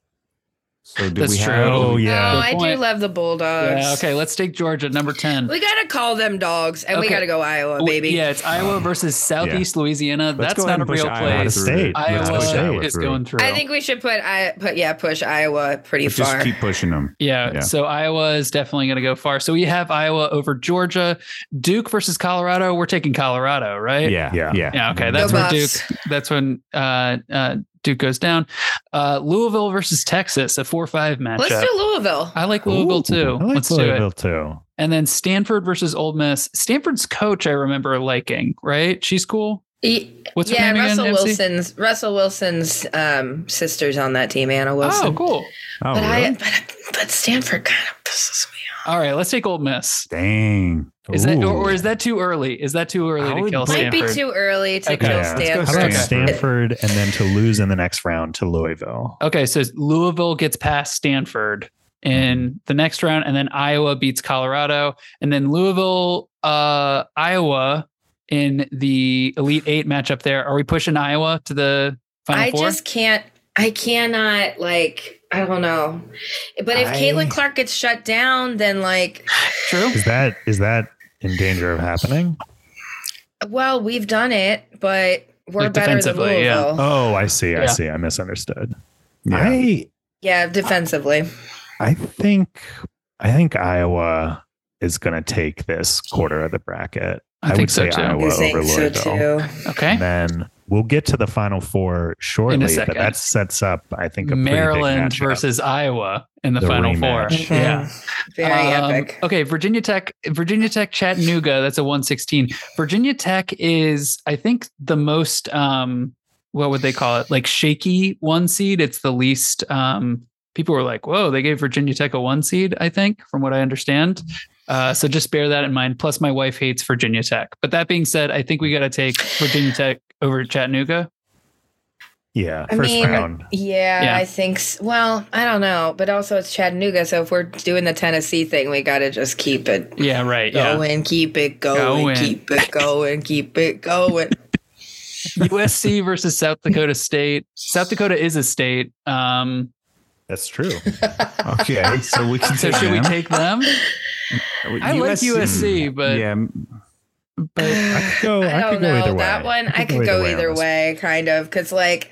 [SPEAKER 2] So do
[SPEAKER 1] That's
[SPEAKER 2] we
[SPEAKER 1] true.
[SPEAKER 2] have?
[SPEAKER 4] Oh
[SPEAKER 3] Oh,
[SPEAKER 4] yeah.
[SPEAKER 1] Good
[SPEAKER 3] I do
[SPEAKER 1] point.
[SPEAKER 3] love the Bulldogs.
[SPEAKER 1] Yeah, okay. Let's take Georgia, number 10.
[SPEAKER 3] We got to call them dogs and we
[SPEAKER 1] Okay.
[SPEAKER 3] got to go Iowa, baby.
[SPEAKER 1] Yeah, it's Iowa versus Southeast Louisiana.
[SPEAKER 2] Let's
[SPEAKER 1] That's
[SPEAKER 2] go ahead
[SPEAKER 1] not a
[SPEAKER 2] and push
[SPEAKER 1] real
[SPEAKER 2] Iowa
[SPEAKER 4] Out of
[SPEAKER 1] place.
[SPEAKER 2] through.
[SPEAKER 4] state.
[SPEAKER 2] Let's
[SPEAKER 1] Iowa
[SPEAKER 2] push Iowa
[SPEAKER 1] is
[SPEAKER 2] through.
[SPEAKER 1] going through.
[SPEAKER 3] I think we should put I put yeah push Iowa pretty
[SPEAKER 2] But
[SPEAKER 3] far.
[SPEAKER 2] Just keep pushing them.
[SPEAKER 1] yeah,
[SPEAKER 2] Yeah.
[SPEAKER 1] so Iowa is definitely going to go far. So we have Iowa over Georgia, Duke versus Colorado. We're taking Colorado, right?
[SPEAKER 2] Yeah,
[SPEAKER 4] Yeah.
[SPEAKER 2] yeah,
[SPEAKER 1] Yeah, okay,
[SPEAKER 3] Go
[SPEAKER 1] that's where
[SPEAKER 3] Buffs.
[SPEAKER 1] That's when uh, uh, Duke goes down. Uh, Louisville versus Texas, a four-five matchup.
[SPEAKER 3] Let's do Louisville.
[SPEAKER 1] I like Louisville
[SPEAKER 2] Ooh,
[SPEAKER 1] too.
[SPEAKER 4] I like
[SPEAKER 1] Let's do
[SPEAKER 4] Louisville
[SPEAKER 1] it.
[SPEAKER 4] too.
[SPEAKER 1] And then Stanford versus Old Miss. Stanford's coach, I remember liking. Right? She's cool.
[SPEAKER 3] Ye-
[SPEAKER 1] What's her
[SPEAKER 3] yeah,
[SPEAKER 1] name again,
[SPEAKER 3] Russell
[SPEAKER 1] MC?
[SPEAKER 3] Wilson's Russell Wilson's um, sisters on that team, Anna Wilson.
[SPEAKER 1] Oh, cool.
[SPEAKER 2] Oh,
[SPEAKER 3] but I
[SPEAKER 2] really?
[SPEAKER 3] but, but Stanford kind of pisses me.
[SPEAKER 1] All right, let's take Old Miss.
[SPEAKER 2] dang.
[SPEAKER 1] Is that or,
[SPEAKER 4] Ooh.
[SPEAKER 1] or is that too early? Is that too early
[SPEAKER 2] I
[SPEAKER 1] to
[SPEAKER 2] would
[SPEAKER 1] kill
[SPEAKER 3] off. Might
[SPEAKER 1] Stanford?
[SPEAKER 3] be too early to
[SPEAKER 1] Okay.
[SPEAKER 3] kill
[SPEAKER 2] go
[SPEAKER 4] Yeah.
[SPEAKER 3] Stanford.
[SPEAKER 4] How about
[SPEAKER 1] Okay.
[SPEAKER 4] Stanford and then to lose in the next round to Louisville?
[SPEAKER 1] okay, so Louisville gets past Stanford
[SPEAKER 4] Mm-hmm.
[SPEAKER 1] in the next round, and then Iowa beats Colorado, and then Louisville, uh, Iowa in the Elite Eight matchup. There, are we pushing Iowa to the Final
[SPEAKER 3] I
[SPEAKER 1] four?
[SPEAKER 3] just can't. I cannot like. I don't know. But if
[SPEAKER 4] I-
[SPEAKER 3] Caitlin Clark gets shut down, then like,
[SPEAKER 1] True.
[SPEAKER 4] Is that is that in danger of happening?
[SPEAKER 3] well, we've done it, but we're
[SPEAKER 1] Like,
[SPEAKER 3] better than Louisville.
[SPEAKER 1] defensively, yeah.
[SPEAKER 3] Yeah,
[SPEAKER 4] Oh, I see. I
[SPEAKER 1] Yeah.
[SPEAKER 4] see. I misunderstood.
[SPEAKER 2] Yeah.
[SPEAKER 4] I
[SPEAKER 3] defensively.
[SPEAKER 4] I think I think Iowa is going to take this quarter of the bracket.
[SPEAKER 1] I think
[SPEAKER 4] would
[SPEAKER 1] so,
[SPEAKER 4] say
[SPEAKER 1] too.
[SPEAKER 4] Iowa
[SPEAKER 3] I
[SPEAKER 4] over
[SPEAKER 3] think so
[SPEAKER 4] Louisville.
[SPEAKER 3] too.
[SPEAKER 1] Okay.
[SPEAKER 4] And then we'll get to the final four shortly, but
[SPEAKER 1] second.
[SPEAKER 4] that sets up, I think, a pretty big
[SPEAKER 1] Maryland
[SPEAKER 4] matchup.
[SPEAKER 1] versus Iowa in the,
[SPEAKER 4] The
[SPEAKER 1] final
[SPEAKER 4] rematch.
[SPEAKER 1] four. Yeah.
[SPEAKER 3] Mm-hmm. Very
[SPEAKER 1] Um,
[SPEAKER 3] epic.
[SPEAKER 1] Okay, Virginia Tech, Virginia Tech Chattanooga, that's a 116. Virginia Tech is I think the most um what would they call it? Like shaky one seed. It's the least um people were like, "Whoa, they gave Virginia Tech a one seed," I think, from what I understand. Uh, so just bear that in mind. Plus, my wife hates Virginia Tech. But that being said, I think we got to take Virginia Tech over Chattanooga.
[SPEAKER 4] Yeah,
[SPEAKER 3] I
[SPEAKER 4] first
[SPEAKER 3] mean,
[SPEAKER 4] round.
[SPEAKER 3] Yeah,
[SPEAKER 1] Yeah.
[SPEAKER 3] I think. s well, I don't know, but also it's Chattanooga, so if we're doing the Tennessee thing, we got to just keep it
[SPEAKER 1] Yeah, right. Yeah,
[SPEAKER 3] going, keep it going,
[SPEAKER 1] Going.
[SPEAKER 3] keep it going, keep it going.
[SPEAKER 1] USC versus South Dakota State. South Dakota is a state. Um,
[SPEAKER 4] That's true.
[SPEAKER 2] Okay, so we can
[SPEAKER 1] so
[SPEAKER 2] take
[SPEAKER 1] should we
[SPEAKER 2] them. Uh,
[SPEAKER 1] take them? I like USC, but-
[SPEAKER 2] Mm. yeah, m-
[SPEAKER 1] But
[SPEAKER 4] I could go. I,
[SPEAKER 3] I don't
[SPEAKER 4] could go either
[SPEAKER 3] know
[SPEAKER 4] way.
[SPEAKER 3] that one. I could go either
[SPEAKER 4] on this.
[SPEAKER 3] way, kind of, because like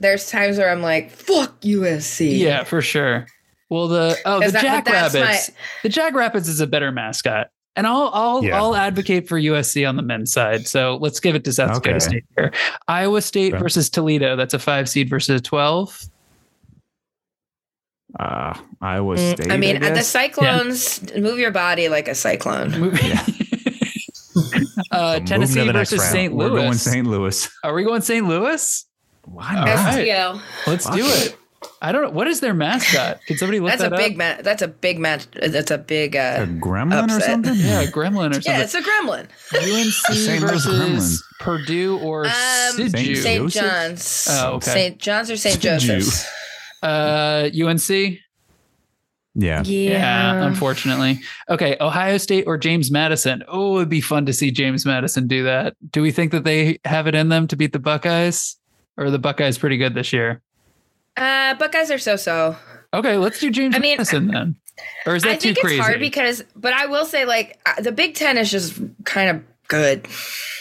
[SPEAKER 3] there's times where I'm like, "Fuck USC."
[SPEAKER 1] yeah, for sure. Well, the oh the
[SPEAKER 3] Is that- but that's
[SPEAKER 1] Jackrabbits. The Jackrabbits is a better mascot, and I'll I'll
[SPEAKER 4] Yeah.
[SPEAKER 1] I'll advocate for USC on the men's side. So let's give it to South
[SPEAKER 2] Okay.
[SPEAKER 1] Dakota State here. Iowa State
[SPEAKER 4] Okay.
[SPEAKER 1] versus Toledo. That's a five seed versus a twelve.
[SPEAKER 2] uh, Iowa
[SPEAKER 3] Mm,
[SPEAKER 2] State.
[SPEAKER 3] I mean,
[SPEAKER 2] I
[SPEAKER 3] at the
[SPEAKER 2] guess?
[SPEAKER 3] Cyclones, move your body like a cyclone.
[SPEAKER 1] Move- uh,
[SPEAKER 4] to
[SPEAKER 1] Tennessee
[SPEAKER 4] the next
[SPEAKER 1] versus
[SPEAKER 4] round.
[SPEAKER 1] St.
[SPEAKER 2] we're going
[SPEAKER 1] Louis.
[SPEAKER 2] St. Louis.
[SPEAKER 1] Are we going St. Louis?
[SPEAKER 2] Why
[SPEAKER 1] All
[SPEAKER 2] not?
[SPEAKER 1] right.
[SPEAKER 3] STO.
[SPEAKER 1] Let's do
[SPEAKER 2] Fuck.
[SPEAKER 1] it. I don't know. What is their mascot? Can somebody look
[SPEAKER 3] That's a
[SPEAKER 1] that
[SPEAKER 3] big
[SPEAKER 1] up?
[SPEAKER 3] match. That's a big match. That's a big.
[SPEAKER 2] A
[SPEAKER 3] uh
[SPEAKER 2] gremlin or
[SPEAKER 3] upset.
[SPEAKER 2] something?
[SPEAKER 1] Yeah, a gremlin or something.
[SPEAKER 3] Yeah, it's a gremlin.
[SPEAKER 1] UNC
[SPEAKER 2] St. Louis
[SPEAKER 1] versus Purdue or
[SPEAKER 3] Um,
[SPEAKER 1] Sidju.
[SPEAKER 2] St.
[SPEAKER 3] St.
[SPEAKER 2] Joseph?
[SPEAKER 3] John's.
[SPEAKER 1] Oh, okay.
[SPEAKER 3] St. John's or St.
[SPEAKER 2] Did you?
[SPEAKER 3] Joseph's.
[SPEAKER 1] Uh, UNC.
[SPEAKER 2] Yeah.
[SPEAKER 1] Yeah, unfortunately. Okay, Ohio State or James Madison. Oh, it'd be fun to see James Madison do that. Do we think that they have it in them to beat the Buckeyes? Or are the Buckeyes pretty good this year?
[SPEAKER 3] Uh, Buckeyes are so-so.
[SPEAKER 1] Okay, let's do James
[SPEAKER 3] I mean,
[SPEAKER 1] Madison then. Or is that
[SPEAKER 3] I think
[SPEAKER 1] too
[SPEAKER 3] it's
[SPEAKER 1] crazy?
[SPEAKER 3] hard because, but I will say, like uh, the Big Ten is just kind of good.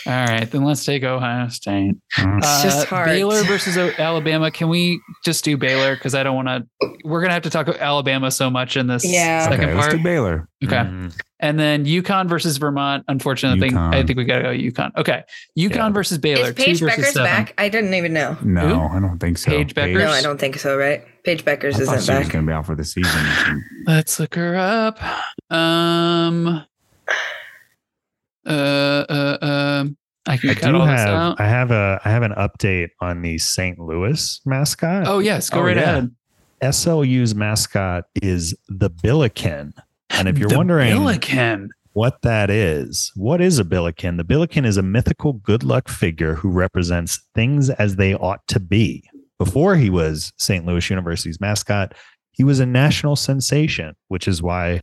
[SPEAKER 1] All right, then let's take Ohio State. Uh,
[SPEAKER 2] Mm.
[SPEAKER 3] It's just hard.
[SPEAKER 1] Baylor versus O- Alabama. Can we just do Baylor? Because I don't want to. We're gonna have to talk Alabama so much in this
[SPEAKER 3] Yeah.
[SPEAKER 1] second
[SPEAKER 2] Okay, let's
[SPEAKER 1] part.
[SPEAKER 2] do Baylor.
[SPEAKER 1] Okay.
[SPEAKER 4] Mhm.
[SPEAKER 1] And then UConn versus Vermont. Unfortunately, I think- I
[SPEAKER 2] UConn.
[SPEAKER 1] think we gotta go UConn. Okay, UConn
[SPEAKER 4] Yeah.
[SPEAKER 1] versus Baylor.
[SPEAKER 3] is Paige
[SPEAKER 1] two versus
[SPEAKER 3] Becker's
[SPEAKER 1] seven.
[SPEAKER 3] back? I didn't even know.
[SPEAKER 2] No, I don't think so.
[SPEAKER 1] Paige Beckers?
[SPEAKER 3] No, I don't think so. Right? Paige Beckers
[SPEAKER 2] I thought she
[SPEAKER 3] isn't
[SPEAKER 2] was
[SPEAKER 3] back.
[SPEAKER 2] going to be out for the season.
[SPEAKER 1] Let's look her up. Um. Uh. Uh. Um. I can
[SPEAKER 4] I
[SPEAKER 1] cut
[SPEAKER 4] do
[SPEAKER 1] all this
[SPEAKER 4] have.
[SPEAKER 1] out.
[SPEAKER 4] I have a. I have an update on the St. Louis mascot.
[SPEAKER 1] Oh yes, go
[SPEAKER 4] Oh,
[SPEAKER 1] right
[SPEAKER 4] yeah.
[SPEAKER 1] ahead.
[SPEAKER 4] SLU's mascot is the Billiken, and if you're wondering
[SPEAKER 1] Billiken.
[SPEAKER 4] what that is, what is a Billiken? The Billiken is a mythical good luck figure who represents things as they ought to be. Before he was St. Louis University's mascot, he was a national sensation, which is why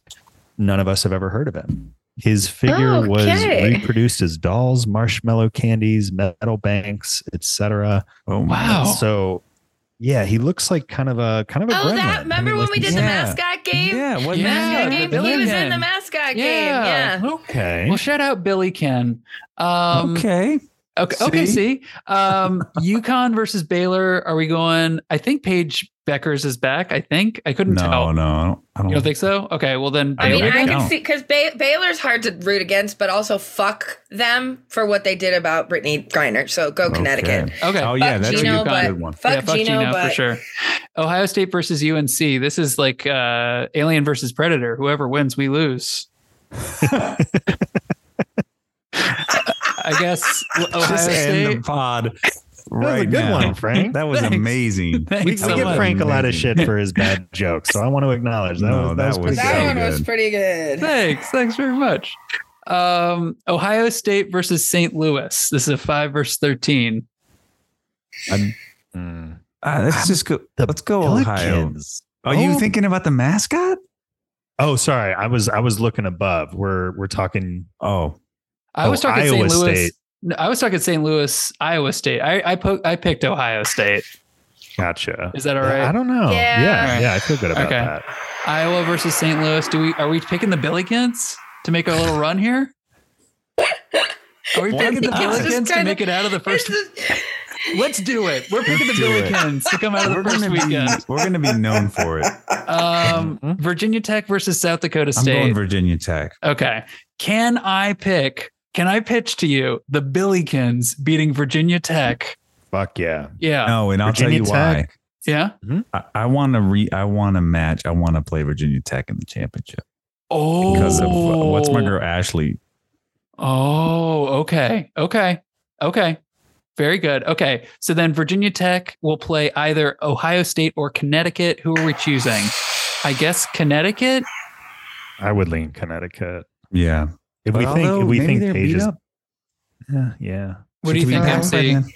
[SPEAKER 4] none of us have ever heard of him. His figure
[SPEAKER 3] Okay.
[SPEAKER 4] was reproduced as dolls, marshmallow candies, metal banks, etc.
[SPEAKER 2] Oh, my.
[SPEAKER 1] Wow.
[SPEAKER 4] So, yeah, he looks like kind of a kind of a.
[SPEAKER 3] Oh,
[SPEAKER 4] gremlin.
[SPEAKER 3] that!
[SPEAKER 4] I
[SPEAKER 3] Remember
[SPEAKER 4] mean,
[SPEAKER 3] when
[SPEAKER 4] like
[SPEAKER 3] we did the
[SPEAKER 2] yeah.
[SPEAKER 3] mascot game?
[SPEAKER 2] Yeah. What
[SPEAKER 1] Yeah,
[SPEAKER 3] Mascot
[SPEAKER 1] the
[SPEAKER 3] game. He was in the
[SPEAKER 1] Billiken.
[SPEAKER 3] mascot game. Yeah.
[SPEAKER 4] Okay.
[SPEAKER 1] Well, shout out Billy Ken. Um, okay.
[SPEAKER 2] okay.
[SPEAKER 1] Okay. See. Um, UConn versus Baylor. Are we going? I think Paige Beckers is back. I think I couldn't
[SPEAKER 2] No,
[SPEAKER 1] tell.
[SPEAKER 2] no, I don't. I
[SPEAKER 1] You
[SPEAKER 2] don't,
[SPEAKER 1] don't think so? Okay. Well then,
[SPEAKER 2] I
[SPEAKER 3] I mean,
[SPEAKER 1] Baylor.
[SPEAKER 3] I
[SPEAKER 2] Don't.
[SPEAKER 3] can see because Bay- Baylor's hard to root against, but also fuck them for what they did about Brittany Griner. So go Connecticut.
[SPEAKER 2] Okay.
[SPEAKER 1] okay.
[SPEAKER 2] Oh, yeah,
[SPEAKER 3] fuck
[SPEAKER 2] that's
[SPEAKER 3] Gino,
[SPEAKER 2] a good,
[SPEAKER 3] but
[SPEAKER 2] good one.
[SPEAKER 3] fuck,
[SPEAKER 1] yeah, fuck
[SPEAKER 3] Gino,
[SPEAKER 1] for
[SPEAKER 3] but
[SPEAKER 1] sure. Ohio State versus UNC. This is like uh, Alien versus Predator. Whoever wins, we lose. I guess Ohio
[SPEAKER 2] Just
[SPEAKER 1] State.
[SPEAKER 2] end the pod
[SPEAKER 4] That was
[SPEAKER 2] right
[SPEAKER 4] a good
[SPEAKER 2] now.
[SPEAKER 4] one, Frank.
[SPEAKER 2] That was
[SPEAKER 1] Thanks.
[SPEAKER 2] amazing.
[SPEAKER 1] Thanks
[SPEAKER 4] we,
[SPEAKER 1] so
[SPEAKER 4] we give
[SPEAKER 1] much.
[SPEAKER 4] Frank a lot of
[SPEAKER 2] Amazing.
[SPEAKER 4] shit for his bad jokes, so I want to acknowledge that.
[SPEAKER 2] No,
[SPEAKER 4] was, that,
[SPEAKER 2] that
[SPEAKER 4] was,
[SPEAKER 2] was
[SPEAKER 4] pretty good.
[SPEAKER 3] That
[SPEAKER 2] so
[SPEAKER 3] one was
[SPEAKER 2] good.
[SPEAKER 3] pretty good.
[SPEAKER 1] Thanks. Thanks very much. Um, Ohio State versus St. Louis. This is a five versus thirteen.
[SPEAKER 4] Mm.
[SPEAKER 2] Uh, let's just go.
[SPEAKER 4] The
[SPEAKER 2] Let's go Ohio.
[SPEAKER 4] Pelicans.
[SPEAKER 2] Are you
[SPEAKER 4] Oh.
[SPEAKER 2] thinking about the mascot?
[SPEAKER 4] Oh, sorry. I was I was looking above. We're we're talking.
[SPEAKER 2] Oh,
[SPEAKER 1] I was
[SPEAKER 4] Oh,
[SPEAKER 1] talking
[SPEAKER 4] Iowa
[SPEAKER 1] St. Louis.
[SPEAKER 4] State.
[SPEAKER 1] No, I was talking St. Louis, Iowa State. I I, po- I picked Ohio State.
[SPEAKER 4] Gotcha.
[SPEAKER 1] Is that all right?
[SPEAKER 4] I don't know.
[SPEAKER 3] Yeah.
[SPEAKER 4] Yeah.
[SPEAKER 1] Alright.
[SPEAKER 4] Yeah. I feel good about
[SPEAKER 1] Okay.
[SPEAKER 4] that.
[SPEAKER 1] Iowa versus St. Louis. Do we are we picking the Billikens to make our little run here? Are we
[SPEAKER 4] Well, I
[SPEAKER 1] picking the
[SPEAKER 4] think it's just
[SPEAKER 1] Billikens to
[SPEAKER 3] kinda-
[SPEAKER 1] make it out of the first?
[SPEAKER 3] This
[SPEAKER 1] Let's do it. We're picking the
[SPEAKER 4] do it.
[SPEAKER 1] Billikens to come out of
[SPEAKER 2] We're
[SPEAKER 1] the first
[SPEAKER 2] gonna be
[SPEAKER 1] weekend.
[SPEAKER 2] we're gonna be known for it.
[SPEAKER 1] Um,
[SPEAKER 4] Mhm.
[SPEAKER 1] Virginia Tech versus South Dakota
[SPEAKER 2] I'm
[SPEAKER 1] State.
[SPEAKER 2] going Virginia Tech.
[SPEAKER 1] okay, can I pick? Can I pitch to you the Billikens beating Virginia Tech?
[SPEAKER 4] Fuck yeah.
[SPEAKER 1] Yeah,
[SPEAKER 2] No, and I'll
[SPEAKER 4] Virginia
[SPEAKER 2] tell you
[SPEAKER 4] Tech.
[SPEAKER 1] yeah.
[SPEAKER 2] why. I, I want to re. I want to match. I want to play Virginia Tech in the championship
[SPEAKER 1] Oh,
[SPEAKER 2] because of uh, what's my girl Ashley.
[SPEAKER 1] Oh, okay. Okay. Okay. Very good. Okay. So then Virginia Tech will play either Ohio State or Connecticut. Who are we choosing? I guess Connecticut.
[SPEAKER 4] I would lean Connecticut.
[SPEAKER 2] Yeah,
[SPEAKER 4] If we
[SPEAKER 2] But
[SPEAKER 4] think
[SPEAKER 2] although
[SPEAKER 4] if we
[SPEAKER 2] maybe
[SPEAKER 4] think
[SPEAKER 2] they're
[SPEAKER 4] Paige
[SPEAKER 2] beat
[SPEAKER 4] is
[SPEAKER 2] up.
[SPEAKER 4] yeah, yeah.
[SPEAKER 1] What do you
[SPEAKER 2] Should we
[SPEAKER 1] think,
[SPEAKER 2] go
[SPEAKER 1] MC?
[SPEAKER 2] back then?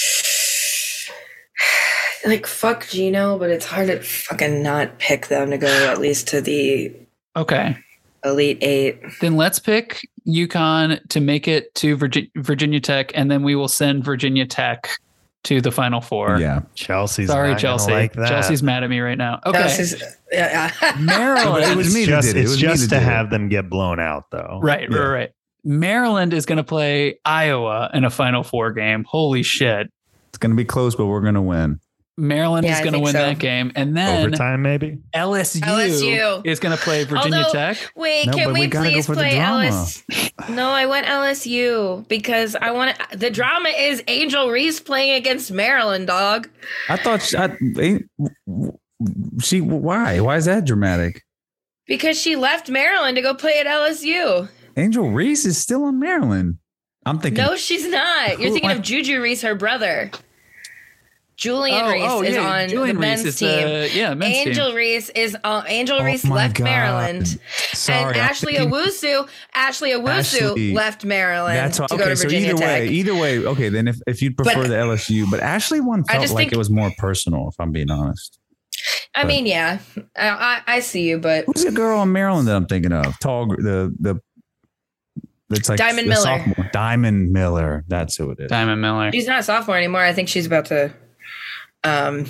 [SPEAKER 3] is- like fuck Gino, but it's hard to fucking not pick them to go at least to the
[SPEAKER 1] Okay.
[SPEAKER 3] elite eight.
[SPEAKER 1] Then let's pick UConn to make it to Virgi- Virginia Tech, and then we will send Virginia Tech to the Final Four.
[SPEAKER 2] Yeah,
[SPEAKER 4] Chelsea's
[SPEAKER 1] Sorry,
[SPEAKER 4] not gonna
[SPEAKER 1] Chelsea.
[SPEAKER 4] like that.
[SPEAKER 1] Chelsea's mad at me right now. Okay.
[SPEAKER 3] Chelsea's- yeah, yeah.
[SPEAKER 1] Maryland.
[SPEAKER 2] It was
[SPEAKER 4] It's
[SPEAKER 2] me that
[SPEAKER 4] just,
[SPEAKER 2] did it. It
[SPEAKER 4] It's
[SPEAKER 2] was me
[SPEAKER 4] just
[SPEAKER 2] that
[SPEAKER 4] to
[SPEAKER 2] did it.
[SPEAKER 4] have them get blown out though.
[SPEAKER 1] Right,
[SPEAKER 2] Yeah.
[SPEAKER 1] right, right. Maryland is going to play Iowa in a Final Four game. Holy shit.
[SPEAKER 2] it's gonna be close, but we're gonna win.
[SPEAKER 1] Maryland
[SPEAKER 3] Yeah,
[SPEAKER 1] is
[SPEAKER 3] I
[SPEAKER 1] going to
[SPEAKER 3] think
[SPEAKER 1] win
[SPEAKER 3] so.
[SPEAKER 1] that game. And then
[SPEAKER 4] Overtime maybe?
[SPEAKER 1] LSU,
[SPEAKER 3] LSU.
[SPEAKER 1] is going to play Virginia
[SPEAKER 3] Although-
[SPEAKER 1] Tech.
[SPEAKER 3] Wait,
[SPEAKER 2] No,
[SPEAKER 3] can
[SPEAKER 2] but
[SPEAKER 3] we,
[SPEAKER 2] we gotta go
[SPEAKER 3] please
[SPEAKER 2] for the
[SPEAKER 3] play
[SPEAKER 2] drama.
[SPEAKER 3] LS? No, I went LSU because I want the drama is Angel Reese playing against Maryland, dog.
[SPEAKER 2] I thought she, I, ain't- she. Why? Why is that dramatic?
[SPEAKER 3] Because she left Maryland to go play at LSU.
[SPEAKER 2] Angel Reese is still on Maryland. I'm thinking.
[SPEAKER 3] No, she's not. You're
[SPEAKER 2] Who-
[SPEAKER 3] thinking
[SPEAKER 2] why-
[SPEAKER 3] of Juju Reese, her brother. Julian
[SPEAKER 1] Oh,
[SPEAKER 3] Reese
[SPEAKER 1] oh,
[SPEAKER 3] is
[SPEAKER 1] yeah,
[SPEAKER 3] on
[SPEAKER 1] Julian
[SPEAKER 3] the
[SPEAKER 1] Reese
[SPEAKER 3] men's
[SPEAKER 1] is
[SPEAKER 3] team.
[SPEAKER 1] the- yeah, men's
[SPEAKER 3] Angel
[SPEAKER 1] team.
[SPEAKER 3] Reese is uh, Angel
[SPEAKER 2] Oh
[SPEAKER 3] Reese
[SPEAKER 2] my
[SPEAKER 3] left
[SPEAKER 2] God.
[SPEAKER 3] Maryland,
[SPEAKER 2] Sorry,
[SPEAKER 3] and
[SPEAKER 2] I'm
[SPEAKER 3] Ashley
[SPEAKER 2] thinking-
[SPEAKER 3] Owusu, Ashley Owusu
[SPEAKER 2] Ashley-
[SPEAKER 3] left Maryland
[SPEAKER 2] That's
[SPEAKER 3] to
[SPEAKER 2] okay.
[SPEAKER 3] go to
[SPEAKER 2] so
[SPEAKER 3] Virginia
[SPEAKER 2] either
[SPEAKER 3] Tech.
[SPEAKER 2] way, either way, okay. Then if, if you'd prefer
[SPEAKER 3] But-
[SPEAKER 2] the LSU, but Ashley one
[SPEAKER 3] I
[SPEAKER 2] felt
[SPEAKER 3] just
[SPEAKER 2] like
[SPEAKER 3] think-
[SPEAKER 2] it was more personal. If I'm being honest,
[SPEAKER 3] I
[SPEAKER 2] but-
[SPEAKER 3] mean, yeah, I, I, I see you, but
[SPEAKER 2] who's the girl in Maryland that I'm thinking of? Tall, gr- the the. That's like
[SPEAKER 3] Diamond
[SPEAKER 2] the
[SPEAKER 3] Miller.
[SPEAKER 2] sophomore. Diamond Miller. That's who it is.
[SPEAKER 1] Diamond Miller.
[SPEAKER 3] she's not a sophomore anymore. I think she's about to um,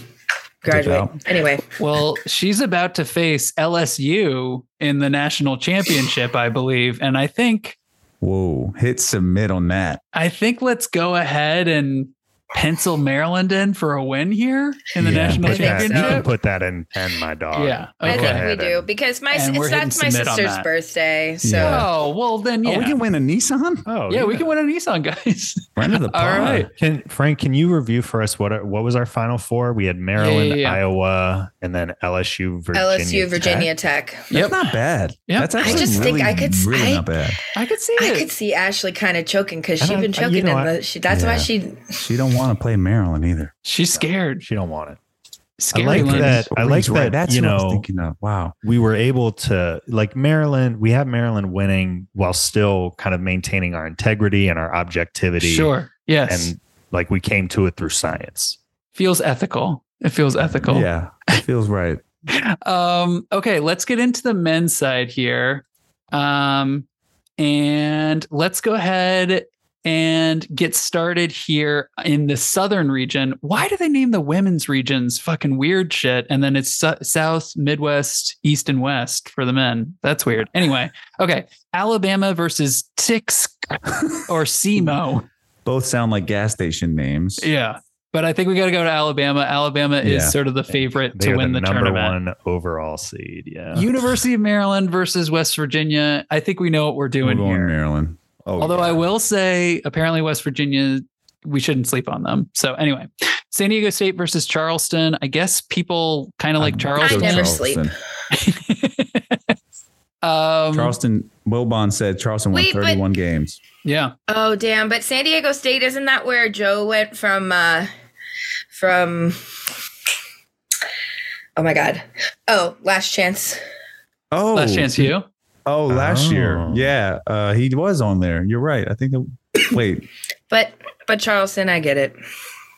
[SPEAKER 3] graduate.
[SPEAKER 2] About.
[SPEAKER 3] Anyway,
[SPEAKER 1] Well, she's about to face LSU in the national championship, I believe. And I think,
[SPEAKER 2] Whoa! Hit submit on that.
[SPEAKER 1] I think let's go ahead and pencil Maryland in for a win here in the
[SPEAKER 2] Yeah,
[SPEAKER 1] national
[SPEAKER 3] I
[SPEAKER 4] Put
[SPEAKER 3] think
[SPEAKER 4] that, you can
[SPEAKER 1] championship.
[SPEAKER 4] put that in pen, my dog.
[SPEAKER 1] Yeah.
[SPEAKER 3] I
[SPEAKER 1] Okay.
[SPEAKER 4] Go
[SPEAKER 3] think
[SPEAKER 4] ahead
[SPEAKER 3] we do
[SPEAKER 4] and-
[SPEAKER 3] because my
[SPEAKER 1] and we're
[SPEAKER 3] sis-
[SPEAKER 1] hitting
[SPEAKER 3] that's my
[SPEAKER 1] submit on
[SPEAKER 3] sister's
[SPEAKER 1] that.
[SPEAKER 3] birthday, so
[SPEAKER 2] Yeah.
[SPEAKER 1] Oh, well, then, yeah.
[SPEAKER 2] Oh, we can win a Nissan.
[SPEAKER 4] Oh
[SPEAKER 1] yeah, we can win a Nissan, guys.
[SPEAKER 2] Friend of the
[SPEAKER 1] All
[SPEAKER 2] pod.
[SPEAKER 1] right.
[SPEAKER 4] Can Frank, can you review for us what are, what was our final four? We had Maryland,
[SPEAKER 1] Yeah, yeah, yeah.
[SPEAKER 4] Iowa, and then LSU, Virginia.
[SPEAKER 3] LSU,
[SPEAKER 4] Tech.
[SPEAKER 3] Virginia Tech.
[SPEAKER 2] That's
[SPEAKER 1] Yep.
[SPEAKER 2] not bad.
[SPEAKER 1] Yep.
[SPEAKER 2] That's
[SPEAKER 1] I
[SPEAKER 2] actually
[SPEAKER 3] just think
[SPEAKER 2] really,
[SPEAKER 3] I could-
[SPEAKER 2] really
[SPEAKER 3] I-
[SPEAKER 2] not bad.
[SPEAKER 1] I could see
[SPEAKER 3] I
[SPEAKER 1] it.
[SPEAKER 3] could see Ashley kind of choking because
[SPEAKER 4] I
[SPEAKER 3] she's
[SPEAKER 4] don't-
[SPEAKER 3] been
[SPEAKER 4] you
[SPEAKER 3] choking
[SPEAKER 4] know,
[SPEAKER 3] in
[SPEAKER 4] I-
[SPEAKER 3] the. She, that's why
[SPEAKER 2] Yeah.
[SPEAKER 3] she.
[SPEAKER 2] She don't want to play Maryland either.
[SPEAKER 1] She's scared.
[SPEAKER 4] She don't want it.
[SPEAKER 1] Scary.
[SPEAKER 4] like
[SPEAKER 1] Lynn.
[SPEAKER 4] that. I like
[SPEAKER 2] She's right.
[SPEAKER 4] that,
[SPEAKER 2] That's
[SPEAKER 4] you
[SPEAKER 2] what I
[SPEAKER 4] know-
[SPEAKER 2] was thinking of. Wow.
[SPEAKER 4] We were able to like Maryland. We have Maryland winning while still kind of maintaining our integrity and our objectivity.
[SPEAKER 1] Sure. Yes.
[SPEAKER 4] and like we came to it through science.
[SPEAKER 1] feels ethical. It feels ethical.
[SPEAKER 2] Yeah, it feels right.
[SPEAKER 1] Um, okay, let's get into the men's side here. Um, and let's go ahead and get started here in the southern region. Why do they name the women's regions fucking weird shit? And then it's su- south, midwest, east, and west for the men. That's weird. Anyway, okay, Alabama versus Tix or SEMO.
[SPEAKER 2] Both sound like gas station names.
[SPEAKER 1] Yeah. But I think we got to go to Alabama. Alabama
[SPEAKER 2] Yeah.
[SPEAKER 1] is sort of the favorite
[SPEAKER 4] They
[SPEAKER 1] to
[SPEAKER 4] are
[SPEAKER 1] win
[SPEAKER 4] the,
[SPEAKER 1] the,
[SPEAKER 4] number
[SPEAKER 1] tournament.
[SPEAKER 4] one overall seed. Yeah.
[SPEAKER 1] University of Maryland versus West Virginia. I think we know what we're
[SPEAKER 2] We're
[SPEAKER 1] doing
[SPEAKER 2] going
[SPEAKER 1] here.
[SPEAKER 2] Maryland. Oh,
[SPEAKER 1] Although
[SPEAKER 2] yeah.
[SPEAKER 1] I will say, apparently, West Virginia, we shouldn't sleep on them. So, anyway, San Diego State versus Charleston. I guess people kind of like
[SPEAKER 2] I'd
[SPEAKER 1] Charleston.
[SPEAKER 2] go
[SPEAKER 3] I never sleep.
[SPEAKER 2] Charleston.
[SPEAKER 1] um,
[SPEAKER 2] Charleston. Wilbon said Charleston won
[SPEAKER 3] Wait, but-
[SPEAKER 2] 31 games.
[SPEAKER 1] Yeah.
[SPEAKER 3] Oh damn! But San Diego State isn't that where Joe went from? uh From. Oh my god! Oh, last chance.
[SPEAKER 2] Oh,
[SPEAKER 1] Last chance, you.
[SPEAKER 2] Oh, last year.
[SPEAKER 4] Oh.
[SPEAKER 2] Yeah, uh, he was on there. You're right. I think. That, wait,
[SPEAKER 3] But but Charleston, I get it.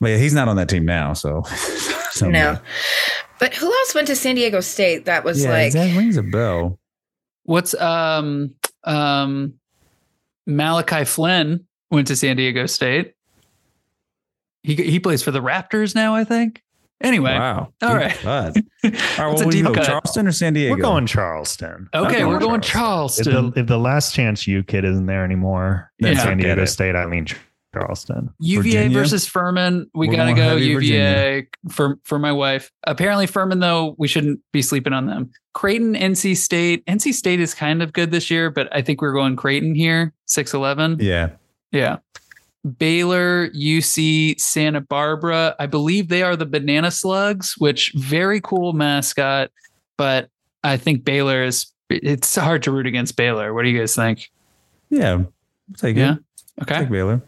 [SPEAKER 2] but yeah, he's not on that team now. So, so
[SPEAKER 3] No. But who else went to San Diego State? That was
[SPEAKER 2] yeah,
[SPEAKER 3] like
[SPEAKER 2] that rings a bell.
[SPEAKER 1] What's um um Malachi Flynn went to San Diego State. He he plays for the Raptors now, I think. Anyway,
[SPEAKER 2] Wow.
[SPEAKER 1] All
[SPEAKER 2] Deep
[SPEAKER 1] right.
[SPEAKER 2] cut. All right.
[SPEAKER 1] That's
[SPEAKER 2] what
[SPEAKER 1] a
[SPEAKER 2] we
[SPEAKER 1] deep
[SPEAKER 2] go,
[SPEAKER 1] cut.
[SPEAKER 2] Charleston or San Diego?
[SPEAKER 4] We're going Charleston.
[SPEAKER 1] okay,
[SPEAKER 2] I'm
[SPEAKER 1] we're going
[SPEAKER 2] going
[SPEAKER 4] If
[SPEAKER 1] Charleston.
[SPEAKER 4] the, if the last chance you kid isn't there anymore, then
[SPEAKER 1] Yeah.
[SPEAKER 4] San
[SPEAKER 2] Forget
[SPEAKER 4] Diego
[SPEAKER 2] it.
[SPEAKER 4] State, I lean Charleston.
[SPEAKER 1] UVA
[SPEAKER 2] Virginia?
[SPEAKER 1] versus Furman. We
[SPEAKER 2] We're
[SPEAKER 1] gotta
[SPEAKER 2] going
[SPEAKER 1] go
[SPEAKER 2] heavy
[SPEAKER 1] UVA for for my wife. Apparently Furman though, we shouldn't be sleeping on them. Creighton, NC State. NC State is kind of good this year, but I think we're going Creighton here. Six eleven.
[SPEAKER 2] Yeah.
[SPEAKER 1] Yeah. Baylor, UC, Santa Barbara. I believe they are the Banana Slugs, which very cool mascot, but I think Baylor is it's hard to root against Baylor. What do you guys think?
[SPEAKER 2] Yeah. I'll Take
[SPEAKER 1] Yeah.
[SPEAKER 2] it.
[SPEAKER 1] Okay.
[SPEAKER 2] Take Baylor.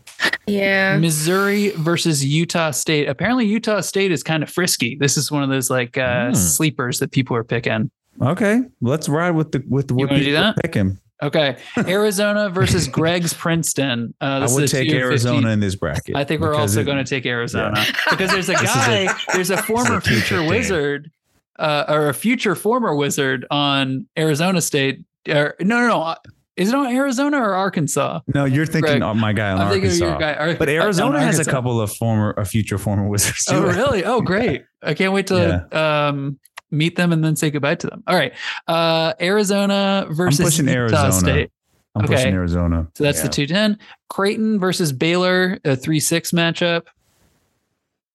[SPEAKER 3] Yeah.
[SPEAKER 1] Missouri versus Utah State. Apparently, Utah State is kind of frisky. This is one of those like uh,
[SPEAKER 4] Hmm.
[SPEAKER 1] sleepers that people are picking.
[SPEAKER 2] Okay. Let's ride with the with what
[SPEAKER 1] wanna do
[SPEAKER 2] people
[SPEAKER 1] that?
[SPEAKER 2] pick him.
[SPEAKER 1] Okay, Arizona versus Greg's Princeton. Uh,
[SPEAKER 2] I
[SPEAKER 1] this
[SPEAKER 2] would
[SPEAKER 1] is a
[SPEAKER 2] take
[SPEAKER 1] 250.
[SPEAKER 2] Arizona in this bracket.
[SPEAKER 1] I think we're
[SPEAKER 2] because
[SPEAKER 1] also
[SPEAKER 2] it-
[SPEAKER 1] going to take Arizona because there's a
[SPEAKER 4] This is a-
[SPEAKER 1] guy, there's a former
[SPEAKER 4] a future
[SPEAKER 1] future
[SPEAKER 4] game.
[SPEAKER 1] wizard, uh, or a future former wizard on Arizona State. Or, no, no, no. uh, Is it on Arizona or Arkansas?
[SPEAKER 2] No, you're thinking
[SPEAKER 1] Greg,
[SPEAKER 2] of my guy on
[SPEAKER 1] I'm thinking of
[SPEAKER 2] Arkansas.
[SPEAKER 1] your guy. Ar-
[SPEAKER 2] But
[SPEAKER 1] uh, on
[SPEAKER 2] Arizona has a
[SPEAKER 1] Arkansas.
[SPEAKER 2] couple of former, or future former Wizards.
[SPEAKER 1] Oh,
[SPEAKER 2] too.
[SPEAKER 1] really? Oh, great. I can't wait to um, meet them and then say goodbye to them. All right. Uh, Arizona versus
[SPEAKER 2] pushing
[SPEAKER 1] Utah
[SPEAKER 2] Arizona.
[SPEAKER 1] State.
[SPEAKER 2] I'm
[SPEAKER 1] Okay.
[SPEAKER 2] pushing Arizona.
[SPEAKER 1] So that's the
[SPEAKER 4] Yeah.
[SPEAKER 1] 210. Creighton versus Baylor, a 3 6 matchup.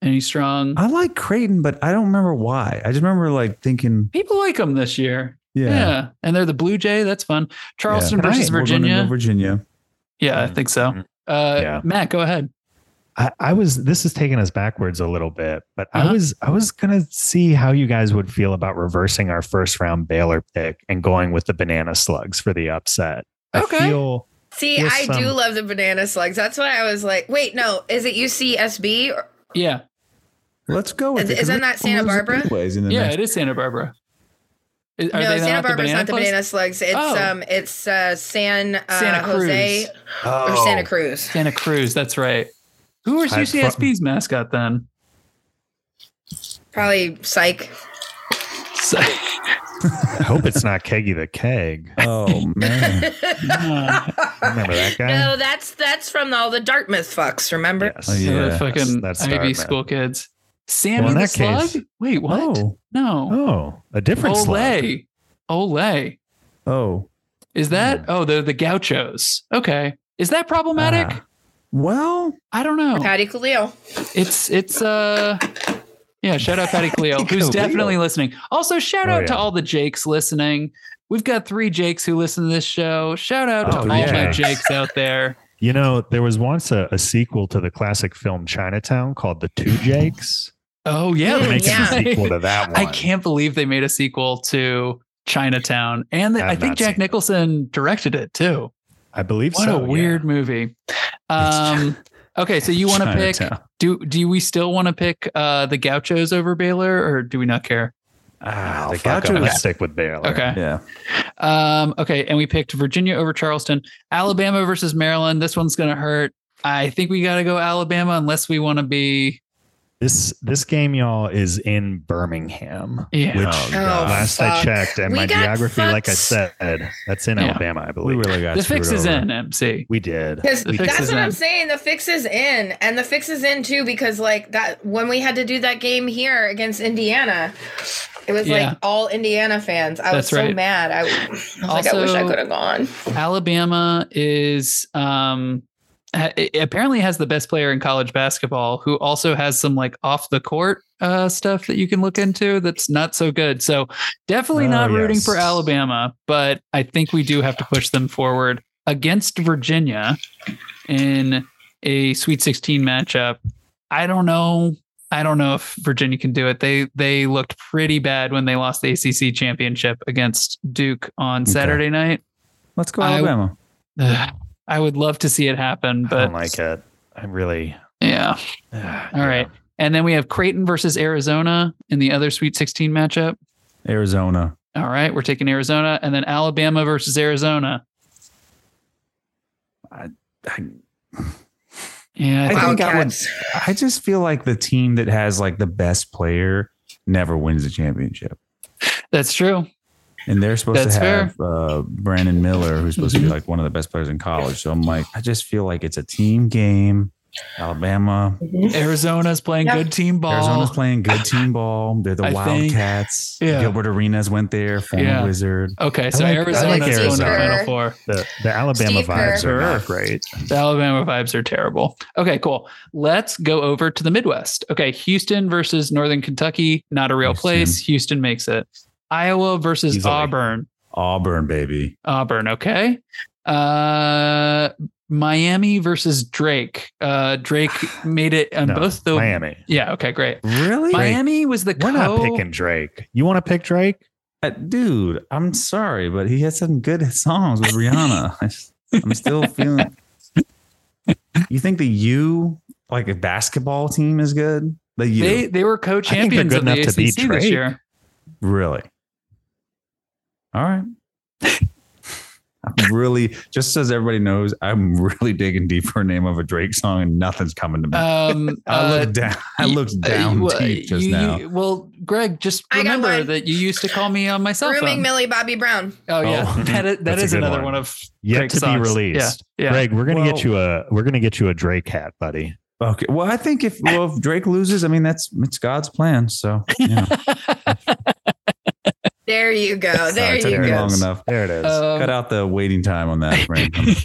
[SPEAKER 1] Any strong?
[SPEAKER 2] I like Creighton, but I don't remember why. I just remember like thinking,
[SPEAKER 1] People like them this year.
[SPEAKER 2] yeah,
[SPEAKER 1] Yeah. And they're the Blue Jay. That's fun. Charleston
[SPEAKER 2] All
[SPEAKER 1] versus
[SPEAKER 2] right, we're gonna
[SPEAKER 1] Virginia.
[SPEAKER 2] go Mm-hmm. Virginia.
[SPEAKER 1] yeah, I think so. Uh,
[SPEAKER 4] Yeah.
[SPEAKER 1] Matt, go ahead.
[SPEAKER 4] I, I was this is taking us backwards a little bit, but
[SPEAKER 1] Uh-huh.
[SPEAKER 4] I was I was gonna see how you guys would feel about reversing our first round Baylor pick and going with the banana slugs for the upset.
[SPEAKER 1] Okay.
[SPEAKER 4] I feel
[SPEAKER 3] See,
[SPEAKER 4] With
[SPEAKER 3] I do
[SPEAKER 4] some-
[SPEAKER 3] love the banana slugs. That's why I was like, wait, no, is it UCSB? Or-
[SPEAKER 1] Yeah.
[SPEAKER 2] Let's go with
[SPEAKER 3] Is-
[SPEAKER 2] it, 'cause
[SPEAKER 3] isn't
[SPEAKER 2] they're
[SPEAKER 3] that Santa
[SPEAKER 2] gonna lose
[SPEAKER 3] Barbara?
[SPEAKER 2] anyways in the
[SPEAKER 1] Yeah,
[SPEAKER 2] next-
[SPEAKER 1] it is Santa Barbara. Is- Are
[SPEAKER 3] no,
[SPEAKER 1] they
[SPEAKER 3] Santa
[SPEAKER 1] not
[SPEAKER 3] Barbara's
[SPEAKER 1] the
[SPEAKER 3] not the
[SPEAKER 1] place?
[SPEAKER 3] banana slugs. It's
[SPEAKER 1] Oh.
[SPEAKER 3] um, it's uh, San uh,
[SPEAKER 1] Santa Cruz.
[SPEAKER 3] Jose or Santa Cruz.
[SPEAKER 1] Santa Cruz. That's right. Who is
[SPEAKER 4] I-
[SPEAKER 1] UCSB's mascot then?
[SPEAKER 3] Probably psych.
[SPEAKER 1] So-
[SPEAKER 4] I hope it's not Keggy the Keg.
[SPEAKER 2] Oh man,
[SPEAKER 4] Remember that guy?
[SPEAKER 3] No, that's that's from all the Dartmouth fucks. Remember?
[SPEAKER 4] Yes.
[SPEAKER 2] Oh, yeah.
[SPEAKER 1] the fucking
[SPEAKER 4] that's
[SPEAKER 1] Ivy
[SPEAKER 4] Dartmouth.
[SPEAKER 1] school kids. Sammy
[SPEAKER 4] Well, in
[SPEAKER 1] the
[SPEAKER 4] that
[SPEAKER 1] Slug?
[SPEAKER 4] case-
[SPEAKER 1] Wait, what?
[SPEAKER 2] oh,
[SPEAKER 1] No.
[SPEAKER 4] Oh, a different slug.
[SPEAKER 1] Olay. Olay.
[SPEAKER 2] oh,
[SPEAKER 1] Is that?
[SPEAKER 4] Hmm.
[SPEAKER 1] Oh, they're the gauchos. Okay. Is that problematic?
[SPEAKER 4] Uh-huh.
[SPEAKER 2] Ah. well,
[SPEAKER 1] I don't know.
[SPEAKER 3] Patty Khalil.
[SPEAKER 1] It's it's uh yeah, shout out Patty Cleo, who's
[SPEAKER 2] Khalil.
[SPEAKER 1] definitely listening. Also, shout
[SPEAKER 4] Oh,
[SPEAKER 1] out to
[SPEAKER 4] yeah.
[SPEAKER 1] all the Jakes listening. We've got three Jakes who listen to this show. Shout out to
[SPEAKER 4] Oh,
[SPEAKER 1] all
[SPEAKER 4] yeah.
[SPEAKER 1] my Jakes out there.
[SPEAKER 4] You know, there was once a, a sequel to the classic film Chinatown called The Two Jakes.
[SPEAKER 1] Oh yeah,
[SPEAKER 3] Mm,
[SPEAKER 4] They're
[SPEAKER 1] that's
[SPEAKER 4] making
[SPEAKER 3] yeah.
[SPEAKER 4] a
[SPEAKER 1] right.
[SPEAKER 4] sequel to that one.
[SPEAKER 1] I can't believe they made a sequel to Chinatown, and the,
[SPEAKER 4] I have
[SPEAKER 1] I think
[SPEAKER 4] not
[SPEAKER 1] Jack
[SPEAKER 4] seen it.
[SPEAKER 1] Nicholson directed it too.
[SPEAKER 4] I believe
[SPEAKER 1] What
[SPEAKER 4] so.
[SPEAKER 1] a
[SPEAKER 4] yeah.
[SPEAKER 1] weird movie. Um, okay, so you want to pick?
[SPEAKER 2] Chinatown.
[SPEAKER 1] Do do we still want to pick uh, the Gauchos over Baylor, or do we not care?
[SPEAKER 2] Ah,
[SPEAKER 4] Ah, the
[SPEAKER 2] fuck
[SPEAKER 4] Gauchos
[SPEAKER 2] it.
[SPEAKER 4] stick with Baylor.
[SPEAKER 1] Okay.
[SPEAKER 2] Yeah,
[SPEAKER 1] Um, okay, and we picked Virginia over Charleston, Alabama versus Maryland. This one's gonna hurt. I think we got to go Alabama unless we want to be.
[SPEAKER 4] This this game, y'all, is in Birmingham.
[SPEAKER 1] Yeah.
[SPEAKER 4] Which
[SPEAKER 2] Oh,
[SPEAKER 3] God.
[SPEAKER 4] last
[SPEAKER 3] fuck.
[SPEAKER 4] I checked, and
[SPEAKER 3] We
[SPEAKER 4] my
[SPEAKER 3] got
[SPEAKER 4] geography, like I
[SPEAKER 3] fucked.
[SPEAKER 4] said, that's in
[SPEAKER 1] Yeah.
[SPEAKER 4] Alabama, I
[SPEAKER 3] Oh.
[SPEAKER 2] we
[SPEAKER 4] believe.
[SPEAKER 2] really got
[SPEAKER 1] the fix
[SPEAKER 2] screwed
[SPEAKER 1] is
[SPEAKER 2] over.
[SPEAKER 1] in MC.
[SPEAKER 4] we did.
[SPEAKER 3] Because
[SPEAKER 1] The fix
[SPEAKER 3] that's
[SPEAKER 1] is
[SPEAKER 3] what
[SPEAKER 1] in.
[SPEAKER 3] I'm saying. The fix is in, and the fix is in too. Because like that, when we had to do that game here against Indiana, it was
[SPEAKER 1] Yeah.
[SPEAKER 3] like all Indiana fans. I
[SPEAKER 1] That's
[SPEAKER 3] was so
[SPEAKER 1] right.
[SPEAKER 3] mad. I, I was like, I wish I
[SPEAKER 1] Also-
[SPEAKER 3] could have gone.
[SPEAKER 1] Alabama is um ha- it apparently has the best player in college basketball who also has some like off the court uh stuff that you can look into that's not so good. So definitely
[SPEAKER 4] Oh,
[SPEAKER 1] not rooting for
[SPEAKER 4] yes.
[SPEAKER 1] Alabama, but I think we do have to push them forward against Virginia in a Sweet 16 matchup. I don't know. I don't know if Virginia can do it. They they looked pretty bad when they lost the ACC championship against Duke on
[SPEAKER 2] Okay.
[SPEAKER 1] Saturday night.
[SPEAKER 2] Let's go
[SPEAKER 1] I-
[SPEAKER 2] Alabama.
[SPEAKER 1] Ugh, I would love to see it happen,
[SPEAKER 4] I
[SPEAKER 1] but
[SPEAKER 4] don't like it. I really. ah,
[SPEAKER 1] yeah.
[SPEAKER 4] All right.
[SPEAKER 1] All right. And then we have Creighton versus Arizona in the other Sweet 16 matchup.
[SPEAKER 2] Arizona.
[SPEAKER 1] All right, we're taking Arizona, and then Alabama versus Arizona.
[SPEAKER 2] I,
[SPEAKER 1] Yeah, I
[SPEAKER 2] I
[SPEAKER 1] think-
[SPEAKER 2] think I would-
[SPEAKER 3] Wildcats.
[SPEAKER 2] I just feel like the team that has like the best player never wins the championship.
[SPEAKER 1] that's true.
[SPEAKER 2] And they're supposed
[SPEAKER 1] That's Mm-hmm.
[SPEAKER 2] to have uh, Brandon Miller, who's supposed to be like one of the best players in college. So I'm like, I just feel like it's a team game. Alabama,
[SPEAKER 1] Arizona's playing
[SPEAKER 3] Yeah.
[SPEAKER 1] good team ball.
[SPEAKER 2] Arizona's playing good team ball. They're the
[SPEAKER 1] I think-
[SPEAKER 2] Wildcats.
[SPEAKER 1] yeah.
[SPEAKER 2] Gilbert Arenas went there, former
[SPEAKER 1] Yeah.
[SPEAKER 2] Wizard.
[SPEAKER 1] Okay, so
[SPEAKER 4] I like- I
[SPEAKER 1] Arizona's
[SPEAKER 4] like
[SPEAKER 1] going to the
[SPEAKER 4] Arizona.
[SPEAKER 1] Final Four.
[SPEAKER 4] The, the Alabama
[SPEAKER 3] Steve
[SPEAKER 4] vibes
[SPEAKER 2] Kerr.
[SPEAKER 4] are not great.
[SPEAKER 1] The Alabama vibes are terrible. Okay, cool. Let's go over to the Midwest. Okay, Houston versus Northern Kentucky. Not a real
[SPEAKER 2] Houston.
[SPEAKER 1] place. Houston makes it. Iowa versus
[SPEAKER 4] Easily.
[SPEAKER 1] Auburn.
[SPEAKER 2] Auburn, baby.
[SPEAKER 1] Auburn, okay. Uh Miami versus Drake. Uh Drake made it on
[SPEAKER 4] No,
[SPEAKER 1] both the
[SPEAKER 4] Miami.
[SPEAKER 1] Yeah, okay, great.
[SPEAKER 2] Really?
[SPEAKER 1] Miami was the
[SPEAKER 4] We're not
[SPEAKER 1] co-
[SPEAKER 4] picking Drake. You want to pick Drake?
[SPEAKER 2] Uh, Dude, I'm sorry, but he had some good songs with Rihanna. I just- I'm still feeling. You think the U, like a basketball team, is good? The U,
[SPEAKER 1] They they were
[SPEAKER 4] they're
[SPEAKER 1] co-champions
[SPEAKER 4] good
[SPEAKER 1] of the
[SPEAKER 4] enough to beat
[SPEAKER 1] ACC this
[SPEAKER 4] Drake.
[SPEAKER 1] year.
[SPEAKER 2] really? All right. I'm really, just as everybody knows, I'm really digging deep for a name of a Drake song, and nothing's coming to me.
[SPEAKER 1] Um
[SPEAKER 2] I
[SPEAKER 1] uh,
[SPEAKER 2] looked down. I
[SPEAKER 1] y-
[SPEAKER 2] looked
[SPEAKER 1] uh,
[SPEAKER 2] down
[SPEAKER 1] well,
[SPEAKER 2] deep just
[SPEAKER 1] you-
[SPEAKER 2] now.
[SPEAKER 1] you- well, Greg, just
[SPEAKER 3] I got
[SPEAKER 1] remember
[SPEAKER 3] one.
[SPEAKER 1] that you used to call me on my cell
[SPEAKER 3] Grooming
[SPEAKER 1] phone.
[SPEAKER 3] Millie Bobby Brown.
[SPEAKER 1] Oh yeah,
[SPEAKER 2] Oh,
[SPEAKER 1] that is, that
[SPEAKER 4] that's a
[SPEAKER 1] is
[SPEAKER 4] good
[SPEAKER 1] another one,
[SPEAKER 4] one.
[SPEAKER 1] of
[SPEAKER 4] Yet
[SPEAKER 1] Drake's
[SPEAKER 4] to be
[SPEAKER 1] songs.
[SPEAKER 4] released.
[SPEAKER 1] Yeah, yeah.
[SPEAKER 4] Greg, we're gonna
[SPEAKER 2] Well-
[SPEAKER 4] get you a we're gonna get you a Drake hat, buddy.
[SPEAKER 2] Okay. Well, I think if well if Drake loses, I mean that's it's God's plan. So you know,
[SPEAKER 3] There you go. There
[SPEAKER 2] sorry, it took
[SPEAKER 3] you
[SPEAKER 2] me
[SPEAKER 4] Yes.
[SPEAKER 3] go.
[SPEAKER 2] long enough.
[SPEAKER 4] There it is.
[SPEAKER 1] Um,
[SPEAKER 2] Cut out the waiting time on that. Brandon.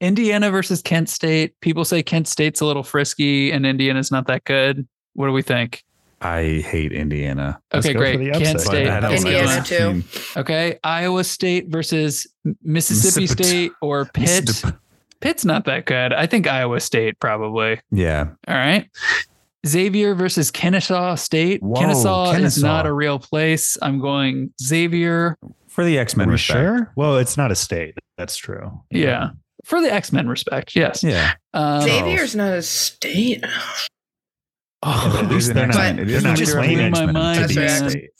[SPEAKER 1] Indiana versus Kent State. People say Kent State's a little frisky and Indiana's not that good. What do we think?
[SPEAKER 2] I hate Indiana.
[SPEAKER 4] Let's
[SPEAKER 1] okay,
[SPEAKER 4] go for
[SPEAKER 1] great.
[SPEAKER 4] the
[SPEAKER 1] Kent
[SPEAKER 4] upset.
[SPEAKER 1] State.
[SPEAKER 2] But I don't
[SPEAKER 1] that's
[SPEAKER 2] like
[SPEAKER 3] Indiana
[SPEAKER 1] going.
[SPEAKER 2] this
[SPEAKER 3] too.
[SPEAKER 2] team.
[SPEAKER 1] Okay, Iowa State versus Mississippi
[SPEAKER 2] Mississippi.
[SPEAKER 1] State or Pitt. Pitt's not that good. I think Iowa State probably.
[SPEAKER 2] Yeah.
[SPEAKER 1] All right. Xavier versus Kennesaw State.
[SPEAKER 2] Whoa,
[SPEAKER 1] Kennesaw, is
[SPEAKER 2] Kennesaw.
[SPEAKER 1] not a real place. I'm going Xavier.
[SPEAKER 2] For the X Men
[SPEAKER 4] We're
[SPEAKER 2] respect.
[SPEAKER 4] sure. Well, it's not a state. That's true.
[SPEAKER 1] Yeah. For the X Men respect. Yes.
[SPEAKER 2] Yeah.
[SPEAKER 1] Um,
[SPEAKER 2] Oh.
[SPEAKER 3] Xavier's not a state.
[SPEAKER 1] Um,
[SPEAKER 2] Yeah,
[SPEAKER 4] At
[SPEAKER 2] but it is
[SPEAKER 4] least
[SPEAKER 2] an
[SPEAKER 4] they're not,
[SPEAKER 2] accent. It
[SPEAKER 4] they're
[SPEAKER 2] is
[SPEAKER 4] not
[SPEAKER 1] an accent.
[SPEAKER 4] claiming
[SPEAKER 1] Blew my
[SPEAKER 4] them to
[SPEAKER 1] mind.
[SPEAKER 4] be
[SPEAKER 3] That's
[SPEAKER 4] a
[SPEAKER 3] right.
[SPEAKER 4] state.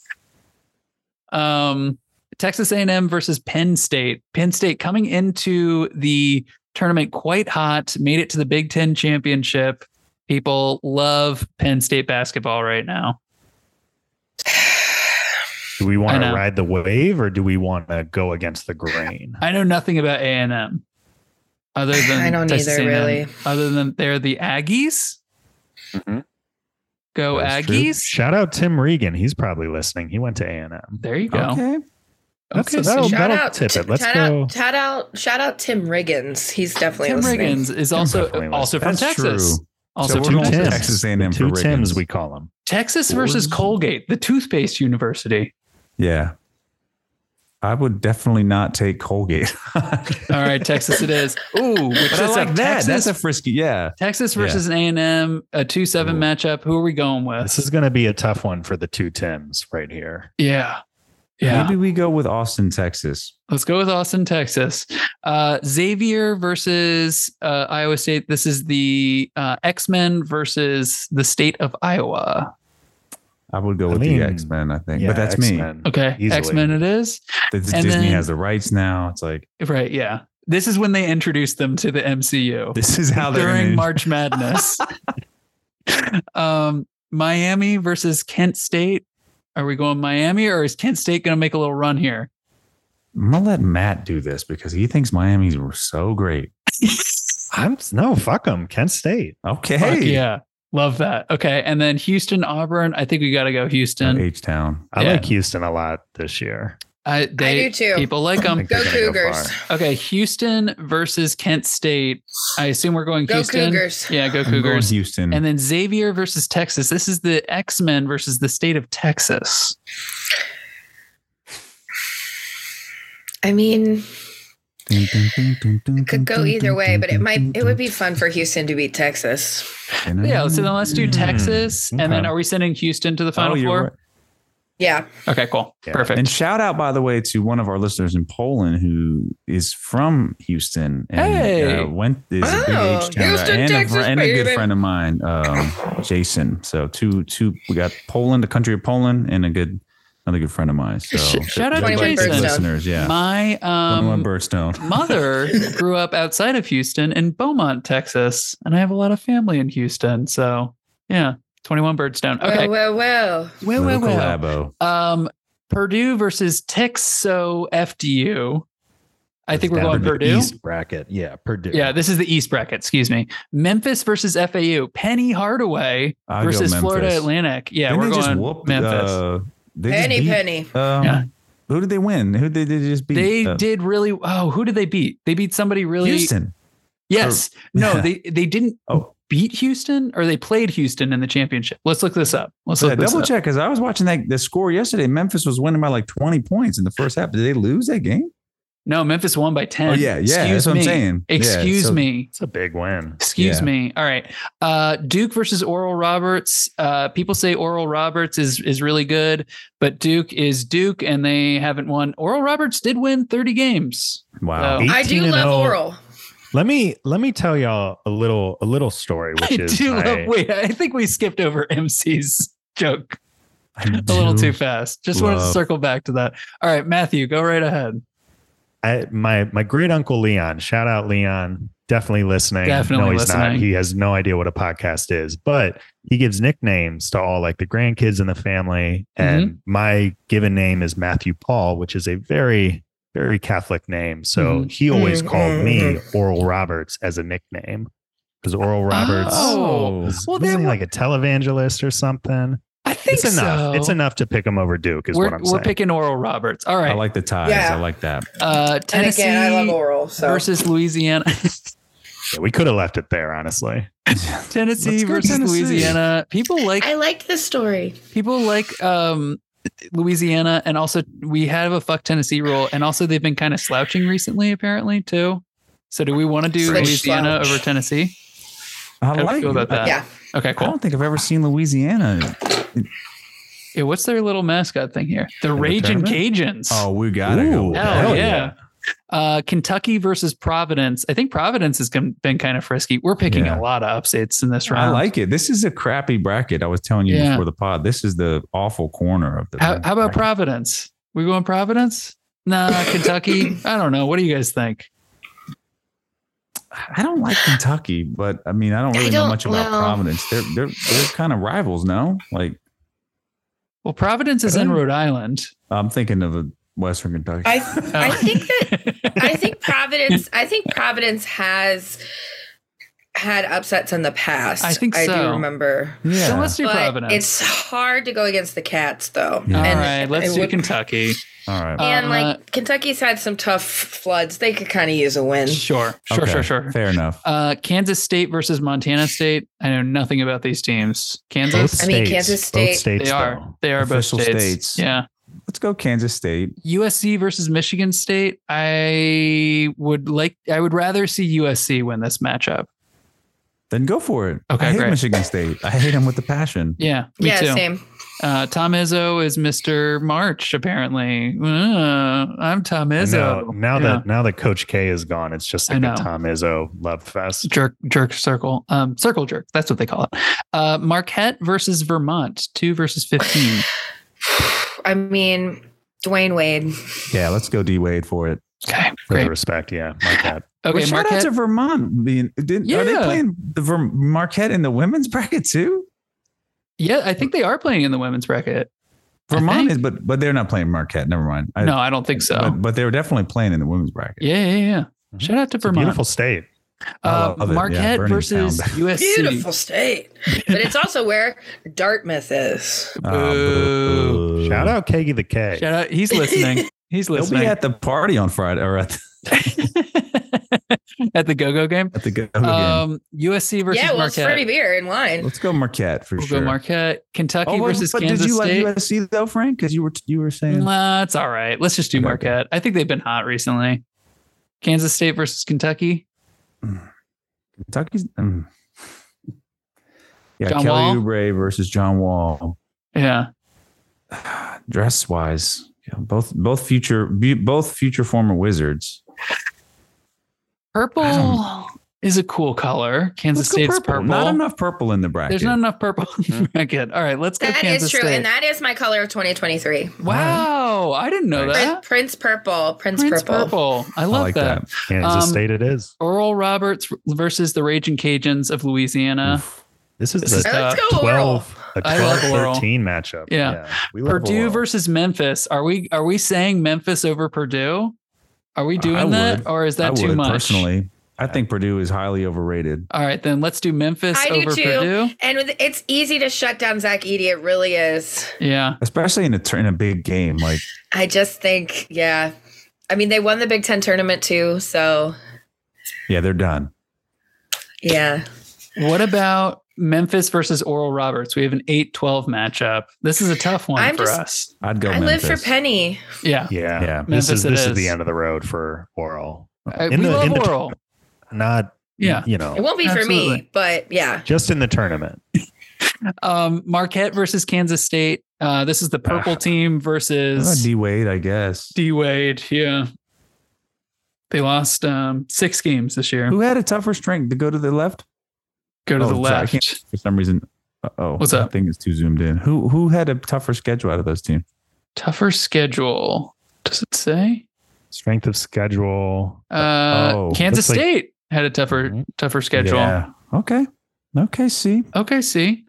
[SPEAKER 1] um, Texas A&M versus Penn State. Penn State coming into the tournament quite hot, made it to the Big Ten championship. People love Penn State basketball right now.
[SPEAKER 4] Do we
[SPEAKER 1] I
[SPEAKER 4] want to
[SPEAKER 1] know.
[SPEAKER 4] ride the wave or do we want to go against the grain?
[SPEAKER 1] I know nothing about A&M other than
[SPEAKER 3] I don't
[SPEAKER 1] Texas
[SPEAKER 3] either,
[SPEAKER 1] A&M.
[SPEAKER 3] really.
[SPEAKER 1] Other than they're the Aggies.
[SPEAKER 2] Mhm.
[SPEAKER 1] Go
[SPEAKER 2] That is true.
[SPEAKER 1] Aggies.
[SPEAKER 4] Shout out Tim Regan. He's probably listening. He went to A and M.
[SPEAKER 1] There you go.
[SPEAKER 2] Okay.
[SPEAKER 4] That's-
[SPEAKER 1] Okay, so
[SPEAKER 4] that'll- that'll
[SPEAKER 3] out,
[SPEAKER 4] tip it. Let's
[SPEAKER 3] shout
[SPEAKER 4] go.
[SPEAKER 3] Out, shout out, shout out Tim Riggins. He's definitely
[SPEAKER 1] Tim
[SPEAKER 3] listening.
[SPEAKER 1] Riggins is also
[SPEAKER 4] definitely
[SPEAKER 1] also from
[SPEAKER 2] That's
[SPEAKER 1] Texas.
[SPEAKER 2] true.
[SPEAKER 1] Also
[SPEAKER 2] So we're
[SPEAKER 1] from
[SPEAKER 2] going
[SPEAKER 1] Texas.
[SPEAKER 2] to Texas A&M for
[SPEAKER 4] Two Tims
[SPEAKER 2] Riggins.
[SPEAKER 4] we call him.
[SPEAKER 1] Texas versus
[SPEAKER 2] Or-
[SPEAKER 1] Colgate, the toothpaste university.
[SPEAKER 2] Yeah. I would definitely not take Colgate.
[SPEAKER 1] All right, Texas it is. Ooh, which
[SPEAKER 2] But I
[SPEAKER 1] is
[SPEAKER 2] like
[SPEAKER 1] a
[SPEAKER 2] Uh, that.
[SPEAKER 1] Texas,
[SPEAKER 2] That's a frisky. Yeah.
[SPEAKER 1] Texas versus A&M, a 2-7
[SPEAKER 2] Ooh.
[SPEAKER 1] matchup. Who are we going with?
[SPEAKER 4] This is going to be a tough one for the two Tims right here.
[SPEAKER 1] Yeah. Yeah.
[SPEAKER 2] Maybe we go with Austin, Texas.
[SPEAKER 1] Let's go with Austin, Texas. Uh, Xavier versus uh, Iowa State. This is the uh, X-Men versus the state of Iowa.
[SPEAKER 2] I would go
[SPEAKER 4] I
[SPEAKER 2] with
[SPEAKER 4] mean,
[SPEAKER 2] the X Men, I think.
[SPEAKER 4] Yeah,
[SPEAKER 2] but that's me.
[SPEAKER 4] X-Men.
[SPEAKER 1] Okay.
[SPEAKER 4] Easily.
[SPEAKER 1] X-Men it is.
[SPEAKER 2] The- the
[SPEAKER 1] And
[SPEAKER 2] Disney
[SPEAKER 1] then-
[SPEAKER 2] has the rights now. It's like,
[SPEAKER 1] Right. Yeah. This is when they introduced them to the MCU.
[SPEAKER 2] this is how they're
[SPEAKER 1] during
[SPEAKER 2] gonna-
[SPEAKER 1] March Madness. um, Miami versus Kent State. Are we going Miami or is Kent State going to make a little run here?
[SPEAKER 2] I'm gonna let Matt do this because he thinks Miami's were so great.
[SPEAKER 4] I'm no fuck them. Kent State.
[SPEAKER 2] Okay.
[SPEAKER 1] Fuck yeah. Love that. Okay. And then Houston, Auburn. I think we got to go Houston.
[SPEAKER 2] H Town.
[SPEAKER 4] I
[SPEAKER 1] Yeah.
[SPEAKER 4] like Houston a lot this year.
[SPEAKER 1] I, they,
[SPEAKER 3] I do too.
[SPEAKER 1] People like
[SPEAKER 4] I
[SPEAKER 1] them.
[SPEAKER 4] think they're
[SPEAKER 3] Go
[SPEAKER 4] gonna
[SPEAKER 3] Cougars.
[SPEAKER 4] far.
[SPEAKER 1] Okay. Houston versus Kent State. I assume we're going
[SPEAKER 3] Go
[SPEAKER 1] Houston.
[SPEAKER 3] Cougars.
[SPEAKER 1] Yeah. Go Cougars.
[SPEAKER 2] Houston.
[SPEAKER 1] And then Xavier versus Texas. This is the X Men versus the state of Texas.
[SPEAKER 3] I mean, it could go either way, but it might it would be fun for Houston to beat Texas.
[SPEAKER 1] Yeah, so then let's do
[SPEAKER 4] Mm,
[SPEAKER 1] Texas, and then
[SPEAKER 4] okay.
[SPEAKER 1] are we sending Houston to the final
[SPEAKER 2] Oh, you're
[SPEAKER 1] four?
[SPEAKER 2] right.
[SPEAKER 3] Yeah.
[SPEAKER 1] Okay, cool,
[SPEAKER 4] Yeah.
[SPEAKER 1] perfect.
[SPEAKER 2] And shout out, by the way, to one of our listeners in Poland who is from Houston and
[SPEAKER 1] Hey.
[SPEAKER 2] uh, went is a
[SPEAKER 3] Oh,
[SPEAKER 2] big H town uh,
[SPEAKER 3] Houston,
[SPEAKER 2] and, a,
[SPEAKER 3] Texas,
[SPEAKER 2] fr- and a good
[SPEAKER 3] baby.
[SPEAKER 2] friend of mine, um, Jason. So two two we got Poland, the country of Poland, and a good another good friend of mine. So
[SPEAKER 1] Sh- shout out
[SPEAKER 3] to
[SPEAKER 2] good
[SPEAKER 3] Jason.
[SPEAKER 2] listeners, yeah.
[SPEAKER 1] My
[SPEAKER 2] One
[SPEAKER 1] um,
[SPEAKER 2] Birdstone.
[SPEAKER 1] mother grew up outside of Houston in Beaumont, Texas, and I have a lot of family in Houston. So yeah, twenty one Birdstone. Okay,
[SPEAKER 3] Well, well, well.
[SPEAKER 1] well, well,
[SPEAKER 2] Little
[SPEAKER 1] well.
[SPEAKER 2] collabo.
[SPEAKER 1] Um, Purdue versus Texo FDU. I think we're
[SPEAKER 4] Down
[SPEAKER 1] going
[SPEAKER 4] in the
[SPEAKER 1] Purdue.
[SPEAKER 4] East bracket. Yeah, Purdue.
[SPEAKER 1] Yeah, this is the East bracket. Excuse me. Memphis versus FAU. Penny Hardaway
[SPEAKER 2] I'd go
[SPEAKER 1] versus
[SPEAKER 2] Memphis.
[SPEAKER 1] Florida Atlantic. Yeah,
[SPEAKER 2] Didn't
[SPEAKER 1] we're
[SPEAKER 2] they
[SPEAKER 1] going
[SPEAKER 2] just whoop
[SPEAKER 1] Memphis.
[SPEAKER 2] Uh, they just
[SPEAKER 3] Penny
[SPEAKER 2] beat,
[SPEAKER 3] penny.
[SPEAKER 2] Um,
[SPEAKER 1] Yeah.
[SPEAKER 2] Who did they win? Who did they just beat?
[SPEAKER 1] they
[SPEAKER 2] Uh,
[SPEAKER 1] did really. Oh, who did they beat? They beat somebody really.
[SPEAKER 2] Houston.
[SPEAKER 1] Yes. no, they they didn't
[SPEAKER 2] Oh.
[SPEAKER 1] beat Houston or they played Houston in the championship. Let's look this up. Let's
[SPEAKER 2] So uh,
[SPEAKER 1] look this
[SPEAKER 2] double
[SPEAKER 1] up.
[SPEAKER 2] check because I was watching that the score yesterday. Memphis was winning by like 20 points in the first half. Did they lose that game?
[SPEAKER 1] No, Memphis won by 10.
[SPEAKER 2] oh, yeah. Yeah. that's what
[SPEAKER 1] me.
[SPEAKER 2] I'm saying. Yeah,
[SPEAKER 1] Excuse
[SPEAKER 2] so-
[SPEAKER 1] me.
[SPEAKER 4] It's a big win.
[SPEAKER 1] Excuse
[SPEAKER 2] Yeah.
[SPEAKER 1] me. All right. Uh, Duke versus Oral Roberts. Uh, people say Oral Roberts is is really good, but Duke is Duke, and they haven't won. Oral Roberts did win thirty games. Oh.
[SPEAKER 2] Wow.
[SPEAKER 3] I do
[SPEAKER 4] 18 and
[SPEAKER 3] love
[SPEAKER 4] 0.
[SPEAKER 3] oral.
[SPEAKER 4] Let me let me tell y'all a little a little story, which
[SPEAKER 1] I
[SPEAKER 4] is
[SPEAKER 1] do
[SPEAKER 4] my-
[SPEAKER 1] love. Wait, I think we skipped over MC's joke
[SPEAKER 2] I
[SPEAKER 1] a little
[SPEAKER 2] do
[SPEAKER 1] too fast. Just wanted to
[SPEAKER 2] love-
[SPEAKER 1] circle back to that. All right, Matthew, go right ahead.
[SPEAKER 4] I, my my great uncle Leon, shout out Leon, definitely listening.
[SPEAKER 1] Definitely
[SPEAKER 4] no, he's not.
[SPEAKER 1] listening.
[SPEAKER 4] He has no idea what a podcast is, but he gives nicknames to all like the grandkids in the family.
[SPEAKER 1] Mm-hmm.
[SPEAKER 4] And my given name is Matthew Paul, which is a very very Catholic name. So
[SPEAKER 1] Mhm.
[SPEAKER 4] he always
[SPEAKER 3] Mhm,
[SPEAKER 4] called me
[SPEAKER 3] mhm,
[SPEAKER 4] Oral Roberts as a nickname because Oral Roberts
[SPEAKER 1] Oh,
[SPEAKER 4] was
[SPEAKER 1] well,
[SPEAKER 4] wasn't
[SPEAKER 1] then
[SPEAKER 4] he like a televangelist or something.
[SPEAKER 1] I think
[SPEAKER 4] It's enough.
[SPEAKER 1] so.
[SPEAKER 4] It's enough to pick him over Duke, is
[SPEAKER 1] We're,
[SPEAKER 4] what I'm
[SPEAKER 1] we're
[SPEAKER 4] saying.
[SPEAKER 1] picking Oral Roberts. All
[SPEAKER 2] I
[SPEAKER 1] right.
[SPEAKER 2] like the ties.
[SPEAKER 3] Yeah.
[SPEAKER 2] I like that.
[SPEAKER 1] uh, Tennessee
[SPEAKER 3] and again, I love oral. So
[SPEAKER 1] versus Louisiana.
[SPEAKER 4] Yeah, we could have left it there, honestly.
[SPEAKER 1] Tennessee
[SPEAKER 2] Let's go
[SPEAKER 1] versus
[SPEAKER 2] Tennessee.
[SPEAKER 1] Louisiana. People like
[SPEAKER 3] I liked this story.
[SPEAKER 1] people like um Louisiana and also we have a fuck Tennessee rule and also they've been kind of slouching recently apparently too. So do we want to do
[SPEAKER 3] Slouch.
[SPEAKER 1] Louisiana
[SPEAKER 3] Slouch.
[SPEAKER 1] over Tennessee?
[SPEAKER 2] I
[SPEAKER 1] Kinda
[SPEAKER 2] like
[SPEAKER 1] feel about that.
[SPEAKER 2] that.
[SPEAKER 3] yeah.
[SPEAKER 1] Okay,
[SPEAKER 2] I
[SPEAKER 1] cool.
[SPEAKER 2] don't think I've ever seen Louisiana.
[SPEAKER 1] Yeah, what's their little mascot thing here? The
[SPEAKER 2] the
[SPEAKER 1] Raging
[SPEAKER 2] tournament?
[SPEAKER 1] Cajuns.
[SPEAKER 2] Oh, we gotta
[SPEAKER 4] Ooh,
[SPEAKER 2] go. with
[SPEAKER 1] Hell,
[SPEAKER 2] that.
[SPEAKER 1] yeah. Uh, Kentucky versus Providence. I think Providence has com- been kind of frisky. We're picking
[SPEAKER 2] Yeah.
[SPEAKER 1] a lot of upsets in this
[SPEAKER 2] I
[SPEAKER 1] round.
[SPEAKER 2] like it. This is a crappy bracket. I was telling you
[SPEAKER 1] Yeah.
[SPEAKER 2] before the pod. This is the awful corner of the.
[SPEAKER 1] How, how about Providence? We going Providence? Nah, Kentucky. I don't know. What do you guys think?
[SPEAKER 2] I don't like Kentucky, but I mean, I don't
[SPEAKER 3] I
[SPEAKER 2] really know
[SPEAKER 3] don't
[SPEAKER 2] much about
[SPEAKER 3] know.
[SPEAKER 2] Providence. They're they're they're kind of rivals, no? Like
[SPEAKER 1] Well, Providence is in
[SPEAKER 2] Really?
[SPEAKER 1] Rhode Island.
[SPEAKER 2] I'm thinking of a Western Kentucky.
[SPEAKER 3] I
[SPEAKER 1] oh.
[SPEAKER 3] I think that I think Providence I think Providence has had upsets in the past.
[SPEAKER 1] I think
[SPEAKER 3] I
[SPEAKER 1] so.
[SPEAKER 3] do remember.
[SPEAKER 2] yeah.
[SPEAKER 1] So let's do
[SPEAKER 3] But
[SPEAKER 1] Providence.
[SPEAKER 3] it's hard to go against the cats though.
[SPEAKER 2] Yeah.
[SPEAKER 1] All
[SPEAKER 2] and-
[SPEAKER 1] right, let's
[SPEAKER 3] it
[SPEAKER 1] do
[SPEAKER 3] would-
[SPEAKER 1] Kentucky.
[SPEAKER 2] All right.
[SPEAKER 3] And
[SPEAKER 1] Uh,
[SPEAKER 3] like Kentucky's had some tough floods. They could kind of use a win.
[SPEAKER 1] Uh, Sure, sure,
[SPEAKER 2] Okay.
[SPEAKER 1] sure, sure.
[SPEAKER 2] Fair enough.
[SPEAKER 1] Uh, Kansas State versus Montana State. I know nothing about these teams. Kansas,
[SPEAKER 3] I mean, Kansas State-
[SPEAKER 4] Both states
[SPEAKER 1] they are
[SPEAKER 4] though.
[SPEAKER 1] they are both
[SPEAKER 2] Official
[SPEAKER 1] states.
[SPEAKER 2] states.
[SPEAKER 1] Yeah,
[SPEAKER 2] Let's go Kansas State.
[SPEAKER 1] USC versus Michigan State. I would like. I would rather see USC win this matchup.
[SPEAKER 2] Then go for it.
[SPEAKER 1] Okay,
[SPEAKER 2] I hate
[SPEAKER 1] great.
[SPEAKER 2] Michigan State. I hate them with a passion.
[SPEAKER 1] Yeah, me
[SPEAKER 3] yeah,
[SPEAKER 1] too.
[SPEAKER 3] same.
[SPEAKER 1] Uh, Tom Izzo is Mr. March apparently. Uh, I'm Tom
[SPEAKER 4] And
[SPEAKER 1] Izzo.
[SPEAKER 4] Now, now
[SPEAKER 1] Yeah.
[SPEAKER 4] that now that Coach K is gone, it's just
[SPEAKER 1] I
[SPEAKER 4] like
[SPEAKER 1] know.
[SPEAKER 4] a Tom Izzo love fest.
[SPEAKER 1] jerk jerk circle um circle jerk that's what they call it uh marquette versus vermont 2 versus 15
[SPEAKER 3] I mean, Dwayne Wade.
[SPEAKER 2] Yeah, let's go D Wade for it.
[SPEAKER 1] okay
[SPEAKER 4] For the
[SPEAKER 1] great
[SPEAKER 4] respect, yeah, like that.
[SPEAKER 2] Well,
[SPEAKER 1] okay
[SPEAKER 2] shout out
[SPEAKER 1] marquette
[SPEAKER 2] to Vermont. Being, didn't, Are they
[SPEAKER 1] Yeah.
[SPEAKER 2] playing the Verm- Marquette in the women's bracket too?
[SPEAKER 1] yeah i think they are playing in the women's bracket I
[SPEAKER 2] Vermont
[SPEAKER 1] think.
[SPEAKER 2] is, but but they're not playing Marquette. Never mind. I,
[SPEAKER 1] no i don't think so
[SPEAKER 2] But, but they were definitely playing in the women's bracket. Mm-hmm.
[SPEAKER 1] yeah yeah yeah
[SPEAKER 4] Mhm.
[SPEAKER 1] shout out to
[SPEAKER 4] It's a
[SPEAKER 1] vermont
[SPEAKER 4] beautiful state.
[SPEAKER 2] I
[SPEAKER 1] uh,
[SPEAKER 2] love it. Yeah,
[SPEAKER 1] marquette
[SPEAKER 2] Burning
[SPEAKER 1] versus
[SPEAKER 2] Town.
[SPEAKER 1] usc
[SPEAKER 3] Beautiful state. But it's also where Dartmouth is.
[SPEAKER 2] Ah,
[SPEAKER 1] Boo.
[SPEAKER 2] boo.
[SPEAKER 4] Shout out Kagi the K.
[SPEAKER 1] shout out he's listening he's
[SPEAKER 2] They'll be
[SPEAKER 1] listening
[SPEAKER 2] at the party on Friday or at the,
[SPEAKER 1] at the go-go game
[SPEAKER 2] at the go game.
[SPEAKER 1] um usc versus
[SPEAKER 3] yeah, well, it's
[SPEAKER 1] marquette
[SPEAKER 3] pretty beer and wine.
[SPEAKER 2] Let's go Marquette for
[SPEAKER 1] we'll
[SPEAKER 2] sure.
[SPEAKER 1] go marquette kentucky
[SPEAKER 2] but-
[SPEAKER 1] versus
[SPEAKER 2] Oh, but
[SPEAKER 1] kansas
[SPEAKER 2] did you
[SPEAKER 1] state Mm.
[SPEAKER 2] like USC though, Frank? Because you were you were saying
[SPEAKER 1] Nah, it's all right. Let's just do
[SPEAKER 2] Okay.
[SPEAKER 1] Marquette. I think they've been hot recently. Kansas State versus Kentucky.
[SPEAKER 2] Kentucky's. mm. Yeah,
[SPEAKER 1] John
[SPEAKER 2] Kelly
[SPEAKER 1] Wall?
[SPEAKER 2] Oubre versus John Wall.
[SPEAKER 1] Yeah.
[SPEAKER 2] Dress wise, yeah, both both future be- both future former Wizards. I
[SPEAKER 1] Purple
[SPEAKER 2] don't-
[SPEAKER 1] is a cool color. Kansas
[SPEAKER 2] Let's go
[SPEAKER 1] State's purple.
[SPEAKER 2] Not enough purple in the bracket. Hmm.
[SPEAKER 1] There's not enough purple in the bracket. All right, let's go
[SPEAKER 3] That
[SPEAKER 1] Kansas
[SPEAKER 3] is true.
[SPEAKER 1] State.
[SPEAKER 3] And that is my color of 2023.
[SPEAKER 1] wow, I didn't know
[SPEAKER 3] Prin-
[SPEAKER 1] that.
[SPEAKER 3] Prince Purple. Prince,
[SPEAKER 1] Prince
[SPEAKER 3] Purple.
[SPEAKER 1] Purple. I
[SPEAKER 2] I
[SPEAKER 1] love
[SPEAKER 2] like
[SPEAKER 1] that.
[SPEAKER 2] that.
[SPEAKER 4] Kansas
[SPEAKER 1] Um,
[SPEAKER 4] State, it is.
[SPEAKER 1] Oral Roberts versus the Raging Cajuns of Louisiana.
[SPEAKER 4] This is
[SPEAKER 1] This
[SPEAKER 4] a
[SPEAKER 1] is-
[SPEAKER 3] Let's go Oral.
[SPEAKER 4] twelve, a the
[SPEAKER 1] I love
[SPEAKER 4] 12
[SPEAKER 1] Laurel.
[SPEAKER 4] 13 matchup.
[SPEAKER 1] Yeah.
[SPEAKER 4] We love
[SPEAKER 1] Purdue
[SPEAKER 4] Laurel.
[SPEAKER 1] versus Memphis. Are we are we saying Memphis over Purdue? Are we doing
[SPEAKER 2] I
[SPEAKER 1] that,
[SPEAKER 2] would.
[SPEAKER 1] or is that
[SPEAKER 2] I
[SPEAKER 1] too
[SPEAKER 2] would,
[SPEAKER 1] much?
[SPEAKER 2] Personally, I think Purdue is highly overrated.
[SPEAKER 1] All right, then let's do Memphis
[SPEAKER 3] I do
[SPEAKER 1] over
[SPEAKER 3] too.
[SPEAKER 1] Purdue.
[SPEAKER 3] And with, it's easy to shut down Zach Eady. It really is.
[SPEAKER 1] Yeah,
[SPEAKER 2] especially in a tur- in a big game like
[SPEAKER 3] I just think, yeah. I mean, they won the Big Ten tournament too. So,
[SPEAKER 2] yeah they're done
[SPEAKER 3] yeah.
[SPEAKER 1] What about Memphis versus Oral Roberts? We have an 8 12 matchup. This is a tough one
[SPEAKER 3] I'm
[SPEAKER 1] for
[SPEAKER 3] just-
[SPEAKER 1] us.
[SPEAKER 2] i'd go
[SPEAKER 3] I live
[SPEAKER 2] memphis
[SPEAKER 3] for Penny.
[SPEAKER 1] Yeah.
[SPEAKER 4] Yeah.
[SPEAKER 2] Yeah.
[SPEAKER 4] This
[SPEAKER 1] Memphis
[SPEAKER 4] is
[SPEAKER 1] it
[SPEAKER 4] this is.
[SPEAKER 1] is.
[SPEAKER 4] the end of the road for Oral.
[SPEAKER 1] I-
[SPEAKER 4] In
[SPEAKER 1] Uh, we
[SPEAKER 4] the-
[SPEAKER 1] love
[SPEAKER 4] in the-
[SPEAKER 1] Oral.
[SPEAKER 4] Not
[SPEAKER 1] Yeah.
[SPEAKER 4] you
[SPEAKER 3] It
[SPEAKER 4] know,
[SPEAKER 3] won't be for
[SPEAKER 1] Absolutely.
[SPEAKER 3] me, but yeah.
[SPEAKER 4] just in the tournament.
[SPEAKER 1] Um, Marquette versus Kansas State. Uh, this is the purple team
[SPEAKER 2] Uh,
[SPEAKER 1] versus
[SPEAKER 2] d wade i guess
[SPEAKER 1] D Wade. Yeah. They lost um, six games this year.
[SPEAKER 2] who had a tougher string to go to the left
[SPEAKER 1] Go to
[SPEAKER 2] Oh,
[SPEAKER 1] the
[SPEAKER 2] sorry, I can't-
[SPEAKER 1] left.
[SPEAKER 2] for some reason oh
[SPEAKER 1] What's
[SPEAKER 2] that
[SPEAKER 1] up?
[SPEAKER 2] thing is too zoomed in who who had a tougher schedule out of those teams
[SPEAKER 1] Tougher schedule. Does it say?
[SPEAKER 4] Strength of schedule.
[SPEAKER 1] Uh,
[SPEAKER 2] Oh,
[SPEAKER 1] Kansas
[SPEAKER 4] looks like-
[SPEAKER 1] State had a tougher
[SPEAKER 4] Mhm.
[SPEAKER 1] tougher schedule.
[SPEAKER 2] yeah okay okay see
[SPEAKER 1] Okay, see.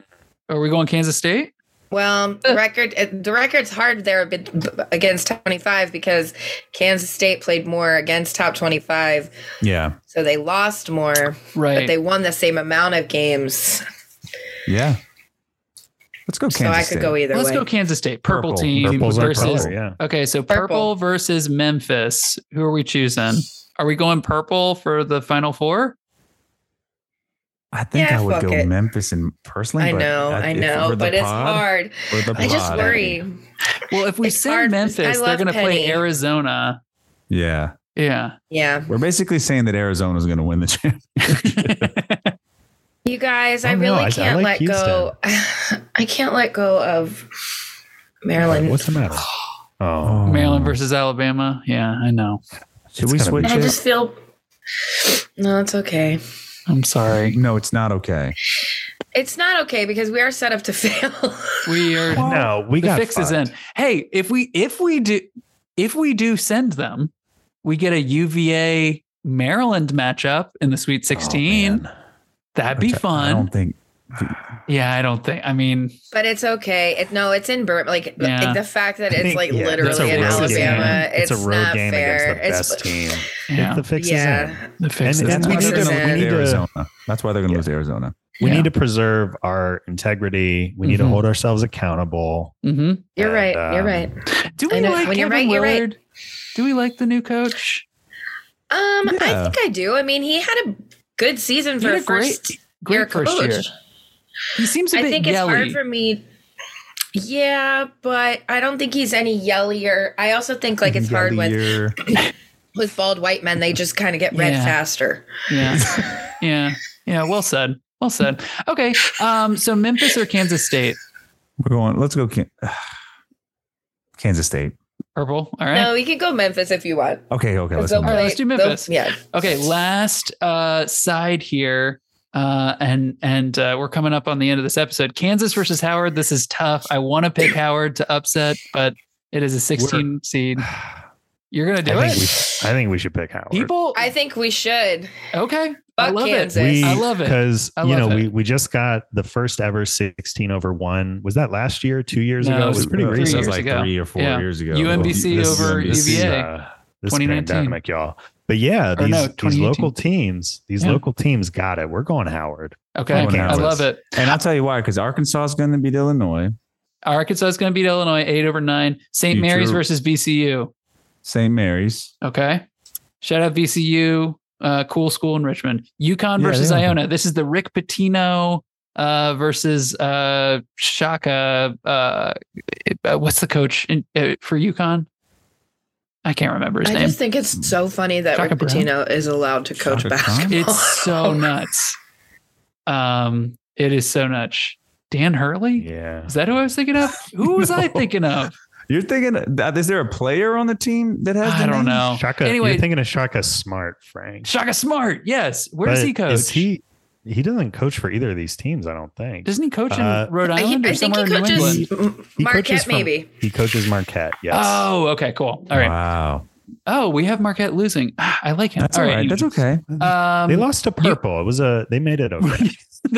[SPEAKER 1] Are we going Kansas State?
[SPEAKER 3] Well, the record it- the record's hard there a bit b- b- against 25 because Kansas State played more against top 25,
[SPEAKER 2] yeah
[SPEAKER 3] so they lost more,
[SPEAKER 1] Right.
[SPEAKER 3] but they won the same amount of games.
[SPEAKER 2] yeah let's go kansas
[SPEAKER 3] so I could
[SPEAKER 2] State.
[SPEAKER 3] go e- either
[SPEAKER 1] Let's
[SPEAKER 3] way.
[SPEAKER 1] go Kansas State. Purple,
[SPEAKER 2] Purple.
[SPEAKER 1] team
[SPEAKER 4] Purple's our
[SPEAKER 1] versus
[SPEAKER 4] color, yeah.
[SPEAKER 1] Okay, so purple.
[SPEAKER 3] Purple.
[SPEAKER 1] versus Memphis. Who are we choosing? Are we going purple for the final four?
[SPEAKER 2] i think
[SPEAKER 3] Yeah,
[SPEAKER 2] i would
[SPEAKER 3] fuck
[SPEAKER 2] go
[SPEAKER 3] it.
[SPEAKER 2] memphis and personally
[SPEAKER 3] I
[SPEAKER 2] but
[SPEAKER 3] know,
[SPEAKER 2] that-
[SPEAKER 3] I
[SPEAKER 2] if
[SPEAKER 3] know,
[SPEAKER 2] for the
[SPEAKER 3] but it's
[SPEAKER 2] pod-
[SPEAKER 3] hard.
[SPEAKER 2] for the
[SPEAKER 3] I just
[SPEAKER 2] pod,
[SPEAKER 3] worry.
[SPEAKER 1] Well, if we
[SPEAKER 3] It's
[SPEAKER 1] say
[SPEAKER 3] hard. I
[SPEAKER 1] Memphis, they're
[SPEAKER 3] love
[SPEAKER 1] going to play
[SPEAKER 3] Penny.
[SPEAKER 1] Arizona.
[SPEAKER 2] yeah
[SPEAKER 1] Yeah.
[SPEAKER 3] Yeah.
[SPEAKER 2] we're basically saying that arizona's going to win the championship
[SPEAKER 3] You guys, I
[SPEAKER 4] I don't know.
[SPEAKER 3] really
[SPEAKER 4] I- I
[SPEAKER 3] can't
[SPEAKER 4] like
[SPEAKER 3] let go. I can't let go of Maryland.
[SPEAKER 4] What's the matter? Oh,
[SPEAKER 1] Maryland versus Alabama. Yeah, I know.
[SPEAKER 2] should
[SPEAKER 4] It's
[SPEAKER 2] we
[SPEAKER 4] gonna be-
[SPEAKER 2] switch
[SPEAKER 3] I
[SPEAKER 2] it?
[SPEAKER 3] just feel No, it's okay.
[SPEAKER 1] I'm sorry.
[SPEAKER 2] no it's not okay
[SPEAKER 3] It's not okay because we are set up to fail.
[SPEAKER 1] We are
[SPEAKER 4] no, we
[SPEAKER 1] the
[SPEAKER 4] got
[SPEAKER 1] fix is
[SPEAKER 4] fucked.
[SPEAKER 1] in. Hey, if we if we do if we do send them, we get a UVA Maryland matchup in the Sweet
[SPEAKER 4] Oh,
[SPEAKER 1] 16.
[SPEAKER 4] man.
[SPEAKER 1] That'd be
[SPEAKER 2] Which I- I
[SPEAKER 1] fun.
[SPEAKER 2] don't think
[SPEAKER 1] yeah, I don't think. I mean,
[SPEAKER 3] But it's okay. It, no, it's in Burma. Like
[SPEAKER 1] Yeah.
[SPEAKER 3] like the fact that
[SPEAKER 4] I
[SPEAKER 3] it's
[SPEAKER 4] think-
[SPEAKER 3] like
[SPEAKER 4] yeah, that's
[SPEAKER 3] literally
[SPEAKER 4] a
[SPEAKER 3] in
[SPEAKER 4] road
[SPEAKER 3] Alabama.
[SPEAKER 1] game.
[SPEAKER 3] It's,
[SPEAKER 4] It's, a road
[SPEAKER 3] not
[SPEAKER 4] game
[SPEAKER 3] fair.
[SPEAKER 4] against the best
[SPEAKER 3] it's,
[SPEAKER 4] team.
[SPEAKER 1] yeah,
[SPEAKER 4] The fix is in.
[SPEAKER 3] Yeah,
[SPEAKER 1] the fix
[SPEAKER 4] and-
[SPEAKER 1] is
[SPEAKER 4] and
[SPEAKER 1] in.
[SPEAKER 2] that's why
[SPEAKER 4] we need
[SPEAKER 2] they're
[SPEAKER 4] to-
[SPEAKER 2] gonna
[SPEAKER 4] we
[SPEAKER 2] lose
[SPEAKER 4] need to-
[SPEAKER 2] Arizona. That's why they're going to
[SPEAKER 4] Yeah.
[SPEAKER 2] lose to Arizona.
[SPEAKER 4] We
[SPEAKER 1] Yeah.
[SPEAKER 4] need to preserve our integrity. We need
[SPEAKER 3] Mm-hmm.
[SPEAKER 1] Mhm.
[SPEAKER 4] to hold ourselves accountable.
[SPEAKER 1] Mhm.
[SPEAKER 3] you're right.
[SPEAKER 4] And,
[SPEAKER 3] you're
[SPEAKER 4] um,
[SPEAKER 3] right.
[SPEAKER 1] Do
[SPEAKER 3] I
[SPEAKER 1] we
[SPEAKER 3] know-
[SPEAKER 1] like
[SPEAKER 3] when
[SPEAKER 1] Kevin
[SPEAKER 3] you're right, you're right.
[SPEAKER 1] Willard? Do we like the new coach?
[SPEAKER 3] Um,
[SPEAKER 2] Yeah.
[SPEAKER 3] I think I do. I mean, he had a good season
[SPEAKER 1] He
[SPEAKER 3] for
[SPEAKER 1] had a great-
[SPEAKER 3] first
[SPEAKER 1] Great
[SPEAKER 3] year
[SPEAKER 1] first
[SPEAKER 3] coach.
[SPEAKER 1] year. He seems a
[SPEAKER 3] I
[SPEAKER 1] bit
[SPEAKER 3] think it's
[SPEAKER 1] yelly.
[SPEAKER 3] hard for me. Yeah, but I don't think he's any yellier. I also think like it's hard with
[SPEAKER 2] Year.
[SPEAKER 3] with bald white men. They just kind of get red
[SPEAKER 1] Yeah.
[SPEAKER 3] faster.
[SPEAKER 1] yeah, yeah, yeah. Well said. Well said. Okay. Um. So Memphis or Kansas State?
[SPEAKER 2] We're going. Let's go. Kan- Kansas State.
[SPEAKER 1] Purple. All right.
[SPEAKER 3] No, you can go Memphis if you want.
[SPEAKER 2] Okay. Okay.
[SPEAKER 3] 'Cause
[SPEAKER 2] Let's
[SPEAKER 3] they'll
[SPEAKER 2] move
[SPEAKER 1] All
[SPEAKER 2] on.
[SPEAKER 1] right, let's do
[SPEAKER 3] play-
[SPEAKER 1] Memphis.
[SPEAKER 3] they'll- Yeah.
[SPEAKER 1] Okay. Last uh side here. Uh, and and uh, we're coming up on the end of this episode. Kansas versus Howard. This is tough. I want to pick Howard to upset, but it is a 16 seed. You're gonna do
[SPEAKER 4] I
[SPEAKER 1] it.
[SPEAKER 4] think, we, I think we should pick Howard.
[SPEAKER 1] People.
[SPEAKER 3] I think we should.
[SPEAKER 1] okay. I
[SPEAKER 3] Fuck
[SPEAKER 1] love it.
[SPEAKER 3] Kansas.
[SPEAKER 4] we,
[SPEAKER 1] I love it.
[SPEAKER 4] because
[SPEAKER 1] I
[SPEAKER 4] you
[SPEAKER 1] love
[SPEAKER 4] know
[SPEAKER 1] it.
[SPEAKER 4] we we just got the first ever 16 over one. Was that last year? Two years
[SPEAKER 1] No,
[SPEAKER 4] ago?
[SPEAKER 1] it
[SPEAKER 4] It
[SPEAKER 1] was
[SPEAKER 4] was pretty
[SPEAKER 1] three
[SPEAKER 4] recent.
[SPEAKER 1] years
[SPEAKER 2] That was like
[SPEAKER 1] ago.
[SPEAKER 2] three or four
[SPEAKER 1] Yeah.
[SPEAKER 2] years ago.
[SPEAKER 1] UMBC
[SPEAKER 2] This is
[SPEAKER 1] over E
[SPEAKER 2] UMBC.
[SPEAKER 1] UVA.
[SPEAKER 4] uh, this
[SPEAKER 1] 2019.
[SPEAKER 4] pandemic, y'all. But yeah,
[SPEAKER 1] Or
[SPEAKER 4] these,
[SPEAKER 1] no,
[SPEAKER 4] these
[SPEAKER 1] 2018.
[SPEAKER 4] local teams, these
[SPEAKER 1] Yeah.
[SPEAKER 4] local teams got it. We're going Howard.
[SPEAKER 1] Okay,
[SPEAKER 2] Going
[SPEAKER 1] I
[SPEAKER 2] Howard.
[SPEAKER 1] love it.
[SPEAKER 2] And I'll tell you why. Because Arkansas is going to beat Illinois.
[SPEAKER 1] Arkansas is going to beat Illinois eight over nine. St.
[SPEAKER 2] You
[SPEAKER 1] Mary's
[SPEAKER 2] too.
[SPEAKER 1] versus VCU.
[SPEAKER 2] St. Mary's.
[SPEAKER 1] Okay, shout out VCU, uh, cool school in Richmond. UConn
[SPEAKER 2] Yeah,
[SPEAKER 1] versus
[SPEAKER 2] yeah.
[SPEAKER 1] Iona. This is the Rick Pitino uh, versus uh, Shaka. Uh, uh, what's the coach in, uh, for UConn? I can't remember his
[SPEAKER 3] I
[SPEAKER 1] name.
[SPEAKER 3] just think it's so funny that
[SPEAKER 1] Shaka
[SPEAKER 3] Rick
[SPEAKER 1] Brown?
[SPEAKER 3] Pitino is allowed to coach
[SPEAKER 2] Shaka
[SPEAKER 3] basketball.
[SPEAKER 1] It's so nuts. Um, it is so nuts. Dan Hurley.
[SPEAKER 4] Yeah.
[SPEAKER 1] Is that who I was thinking of? Who was I
[SPEAKER 2] No.
[SPEAKER 1] thinking of?
[SPEAKER 2] You're thinking, that- is there a player on the team that has? the
[SPEAKER 1] I don't
[SPEAKER 2] name?
[SPEAKER 1] know.
[SPEAKER 4] Shaka,
[SPEAKER 1] Anyway-
[SPEAKER 4] you're thinking of Shaka Smart, Frank.
[SPEAKER 1] Shaka Smart. Yes. Where does
[SPEAKER 4] But
[SPEAKER 1] he coach?
[SPEAKER 4] Is he he doesn't coach for either of these teams, I don't think.
[SPEAKER 1] Doesn't he coach in
[SPEAKER 4] Uh,
[SPEAKER 1] Rhode
[SPEAKER 3] I,
[SPEAKER 1] Island
[SPEAKER 3] I
[SPEAKER 1] or
[SPEAKER 3] think
[SPEAKER 1] somewhere
[SPEAKER 3] he
[SPEAKER 1] in New England?
[SPEAKER 3] coaches M-
[SPEAKER 4] He
[SPEAKER 3] Marquette,
[SPEAKER 4] coaches from-
[SPEAKER 3] maybe.
[SPEAKER 4] he coaches Marquette, yes.
[SPEAKER 1] Oh, okay, cool. All right.
[SPEAKER 2] Wow.
[SPEAKER 1] Oh, we have Marquette losing. Ah, I like him.
[SPEAKER 2] That's all right. That's okay.
[SPEAKER 1] Um,
[SPEAKER 4] they lost to purple. It was a they made it okay.
[SPEAKER 1] they
[SPEAKER 4] Yeah.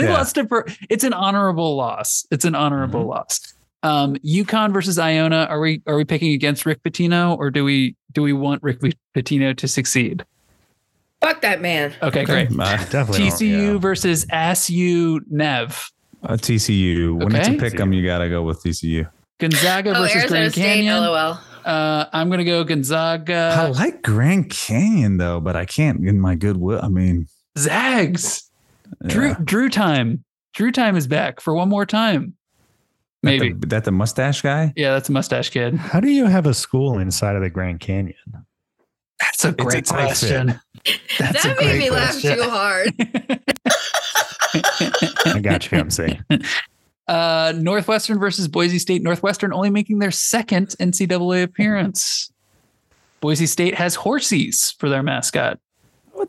[SPEAKER 4] Mm-hmm.
[SPEAKER 1] lost to per- it's an honorable loss. It's an honorable loss. Um Yukon versus Iona, are we are we picking against Rick Pitino or do we do we want Rick Pitino to succeed?
[SPEAKER 3] Fuck that man.
[SPEAKER 1] Okay, great.
[SPEAKER 2] Uh,
[SPEAKER 4] Definitely. don't-
[SPEAKER 1] TCU
[SPEAKER 4] yeah.
[SPEAKER 1] versus SU Nev.
[SPEAKER 2] uh, TCU. When it's a
[SPEAKER 1] Okay.
[SPEAKER 2] pick 'em, you gotta go with TCU.
[SPEAKER 1] Gonzaga
[SPEAKER 3] Oh,
[SPEAKER 1] versus
[SPEAKER 3] Arizona
[SPEAKER 1] Grand
[SPEAKER 3] State,
[SPEAKER 1] Canyon.
[SPEAKER 3] LOL.
[SPEAKER 1] Uh, I'm gonna go
[SPEAKER 2] I
[SPEAKER 1] Gonzaga.
[SPEAKER 2] like Grand Canyon though, but I can't in my goodwill. I mean, uh,
[SPEAKER 1] Zags.
[SPEAKER 2] yeah.
[SPEAKER 1] Drew Drew time. Drew time is back for one more time. Maybe.
[SPEAKER 2] that the, that the mustache guy.
[SPEAKER 1] yeah, that's a mustache kid.
[SPEAKER 4] How do you have a school inside of the Grand Canyon?
[SPEAKER 1] That's a
[SPEAKER 2] a
[SPEAKER 1] great
[SPEAKER 2] tight
[SPEAKER 1] question. That's
[SPEAKER 3] that
[SPEAKER 1] a great
[SPEAKER 3] made me
[SPEAKER 1] question.
[SPEAKER 3] laugh too hard.
[SPEAKER 4] I got you, MC.
[SPEAKER 1] Uh, Northwestern versus Boise State. Northwestern only making their second NCAA appearance. Boise State has horsies for their mascot.
[SPEAKER 4] Well,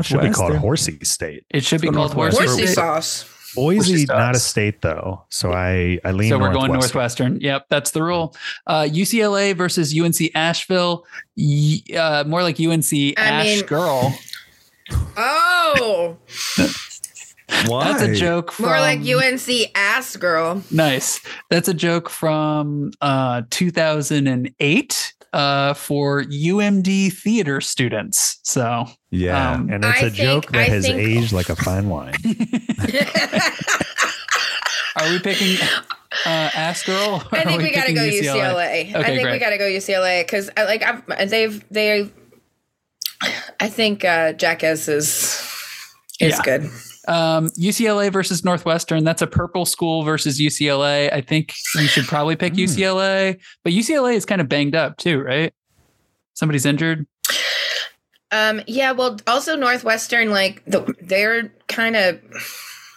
[SPEAKER 4] it should be called
[SPEAKER 2] Northwestern.
[SPEAKER 4] Horsey State.
[SPEAKER 1] It should be
[SPEAKER 2] So
[SPEAKER 1] called
[SPEAKER 2] Northwestern.
[SPEAKER 3] Horsey
[SPEAKER 1] horsies.
[SPEAKER 3] sauce.
[SPEAKER 4] Boise,
[SPEAKER 1] Horsey
[SPEAKER 4] not a
[SPEAKER 1] Stars.
[SPEAKER 4] state though. So I, I lean.
[SPEAKER 1] So we're going
[SPEAKER 4] northwest.
[SPEAKER 1] Northwestern. Yep, that's the rule. Uh, UCLA versus UNC Asheville. Y- uh, more like UNC Ash
[SPEAKER 3] mean-
[SPEAKER 1] Girl.
[SPEAKER 3] Oh,
[SPEAKER 2] Why?
[SPEAKER 1] That's a joke. From,
[SPEAKER 3] more like UNC ass girl.
[SPEAKER 1] Nice. That's a joke from uh, 2008 uh, for UMD theater students. So
[SPEAKER 2] Yeah.
[SPEAKER 1] Um,
[SPEAKER 4] And it's
[SPEAKER 3] I
[SPEAKER 4] a
[SPEAKER 3] think-
[SPEAKER 4] joke that
[SPEAKER 3] I
[SPEAKER 4] has
[SPEAKER 3] think-
[SPEAKER 4] aged like a fine wine.
[SPEAKER 1] are we picking uh, Ask Girl? or
[SPEAKER 3] I
[SPEAKER 1] are
[SPEAKER 3] think we gotta
[SPEAKER 1] picking
[SPEAKER 3] go UCLA. I
[SPEAKER 1] Okay,
[SPEAKER 3] think we
[SPEAKER 1] great.
[SPEAKER 3] gotta go UCLA because I like I've, they've they. I think uh, Jackass is is
[SPEAKER 1] Yeah.
[SPEAKER 3] good.
[SPEAKER 1] Um, UCLA versus Northwestern. That's a purple school versus UCLA. I think we should probably pick
[SPEAKER 2] Hmm.
[SPEAKER 1] UCLA, but UCLA is kind of banged up too, right? Somebody's injured.
[SPEAKER 3] Um, yeah, well, also Northwestern, like the, they're kind of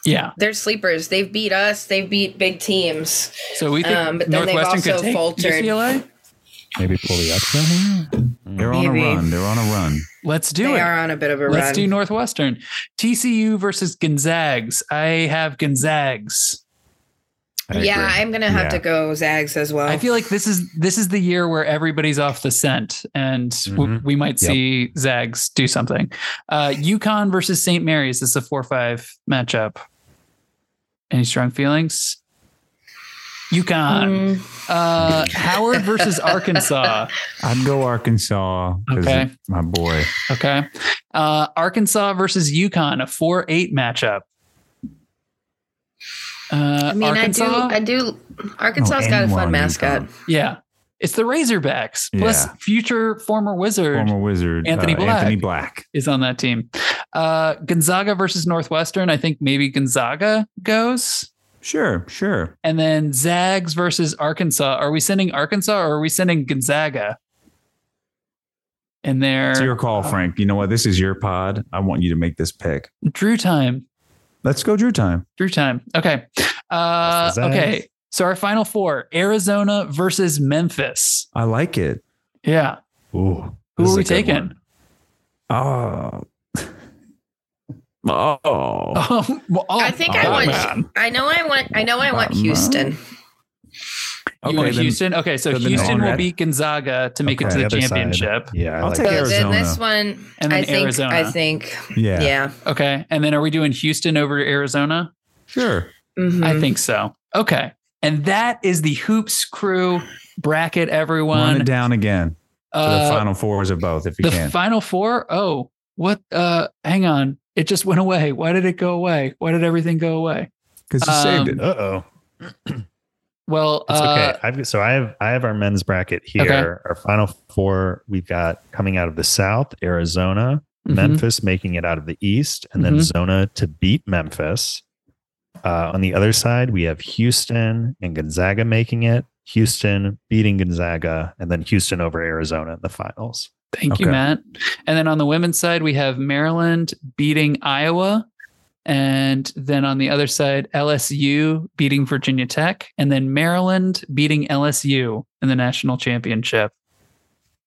[SPEAKER 1] Yeah.
[SPEAKER 3] they're sleepers. They've beat us. They've beat big teams.
[SPEAKER 1] So we think
[SPEAKER 3] Um, but then they've
[SPEAKER 1] Northwestern could
[SPEAKER 3] also
[SPEAKER 1] take
[SPEAKER 3] faltered.
[SPEAKER 1] UCLA.
[SPEAKER 4] Maybe pull the upset here.
[SPEAKER 2] They're on
[SPEAKER 3] Maybe.
[SPEAKER 2] a run. They're on a run.
[SPEAKER 1] Let's do
[SPEAKER 3] they
[SPEAKER 1] it.
[SPEAKER 3] are on a bit of a
[SPEAKER 1] Let's
[SPEAKER 3] run.
[SPEAKER 1] do Northwestern. TCU versus Gonzags. I have Gonzags.
[SPEAKER 4] I
[SPEAKER 3] yeah,
[SPEAKER 4] agree.
[SPEAKER 3] I'm gonna have
[SPEAKER 4] Yeah.
[SPEAKER 3] to go Zags as well.
[SPEAKER 1] I feel like this is this is the year where everybody's off the scent, and we,
[SPEAKER 4] Mhm.
[SPEAKER 1] we might
[SPEAKER 4] Yep.
[SPEAKER 1] see Zags do something. Uh, UConn versus St. Mary's. This is a four-five matchup. Any strong feelings? UConn.
[SPEAKER 3] Mm,
[SPEAKER 1] Uh, Howard versus Arkansas.
[SPEAKER 2] I'd go Arkansas. 'cause
[SPEAKER 1] Okay.
[SPEAKER 2] My boy.
[SPEAKER 1] Okay. Uh, Arkansas versus UConn, a four-eight matchup. Uh,
[SPEAKER 3] I mean,
[SPEAKER 1] Arkansas? Oh,
[SPEAKER 3] I do. I do. Arkansas's
[SPEAKER 2] No,
[SPEAKER 3] got a
[SPEAKER 2] anyone
[SPEAKER 3] fun
[SPEAKER 2] on
[SPEAKER 3] mascot.
[SPEAKER 2] UConn.
[SPEAKER 1] Yeah. It's the Razorbacks. Plus,
[SPEAKER 2] Yeah.
[SPEAKER 1] future former Wizard
[SPEAKER 2] Former wizard. uh,
[SPEAKER 1] Anthony Black.
[SPEAKER 2] Anthony Black.
[SPEAKER 1] is on that team. Uh, Gonzaga versus Northwestern. I think maybe Gonzaga goes.
[SPEAKER 2] Sure. Sure.
[SPEAKER 1] And then Zags versus Arkansas. Are we sending Arkansas or are we sending Gonzaga? And
[SPEAKER 2] It's your
[SPEAKER 1] there,
[SPEAKER 2] call, Frank. You know what? This is your pod. I want you to make this pick.
[SPEAKER 1] Drew time.
[SPEAKER 2] Let's go, Drew time.
[SPEAKER 1] Drew time. Okay. Uh,
[SPEAKER 4] That's the Zags.
[SPEAKER 1] okay. So our final four: Arizona versus Memphis.
[SPEAKER 2] I like it.
[SPEAKER 1] Yeah.
[SPEAKER 4] Ooh,
[SPEAKER 1] Who
[SPEAKER 4] this
[SPEAKER 1] are
[SPEAKER 4] is
[SPEAKER 1] we
[SPEAKER 4] a good
[SPEAKER 1] taking?
[SPEAKER 4] one.
[SPEAKER 2] Oh. oh.
[SPEAKER 1] Oh, well, oh,
[SPEAKER 3] I think I
[SPEAKER 2] oh,
[SPEAKER 3] want.
[SPEAKER 1] man.
[SPEAKER 3] I know I want. I know I want
[SPEAKER 2] Oh, man.
[SPEAKER 3] Houston.
[SPEAKER 1] You want
[SPEAKER 2] then
[SPEAKER 1] Houston? Okay, so,
[SPEAKER 2] so then
[SPEAKER 1] Houston
[SPEAKER 2] on
[SPEAKER 1] will
[SPEAKER 2] that-
[SPEAKER 1] beat Gonzaga to make
[SPEAKER 2] Okay,
[SPEAKER 1] it to
[SPEAKER 4] the
[SPEAKER 1] the
[SPEAKER 4] other side.
[SPEAKER 1] championship.
[SPEAKER 4] Yeah, I
[SPEAKER 2] I'll
[SPEAKER 4] like
[SPEAKER 2] take
[SPEAKER 4] that.
[SPEAKER 3] So then
[SPEAKER 2] Arizona.
[SPEAKER 3] this one,
[SPEAKER 1] And then
[SPEAKER 3] I think.
[SPEAKER 1] Arizona.
[SPEAKER 3] I think.
[SPEAKER 2] Yeah.
[SPEAKER 3] Yeah.
[SPEAKER 1] Okay. And then are we doing Houston over Arizona?
[SPEAKER 2] Sure.
[SPEAKER 3] Mhm.
[SPEAKER 1] I think so. Okay. And that is the Hoops Crew bracket,
[SPEAKER 2] Run it
[SPEAKER 1] everyone.
[SPEAKER 2] down again. To
[SPEAKER 1] Uh,
[SPEAKER 2] the final fours of both, if you
[SPEAKER 1] the
[SPEAKER 2] can.
[SPEAKER 1] final four? Oh, what? Uh, hang on. It just went away. Why did it go away? Why did everything go away?
[SPEAKER 2] Because you
[SPEAKER 1] um,
[SPEAKER 2] saved it.
[SPEAKER 4] Uh oh,
[SPEAKER 1] Well,
[SPEAKER 4] it's
[SPEAKER 1] uh,
[SPEAKER 4] okay. I've, so I have I have our men's bracket here. Our final four we've got coming out of the South, Arizona,
[SPEAKER 1] mhm.
[SPEAKER 4] Memphis making it out of the East, and then
[SPEAKER 1] Mhm.
[SPEAKER 4] Zona to beat Memphis. Uh, on the other side, we have Houston and Gonzaga making it. Houston beating Gonzaga, and then Houston over Arizona in the finals.
[SPEAKER 1] Thank you,
[SPEAKER 2] Okay.
[SPEAKER 1] Matt. And then on the women's side, we have Maryland beating Iowa. And then on the other side, LSU beating Virginia Tech. And then Maryland beating LSU in the national championship.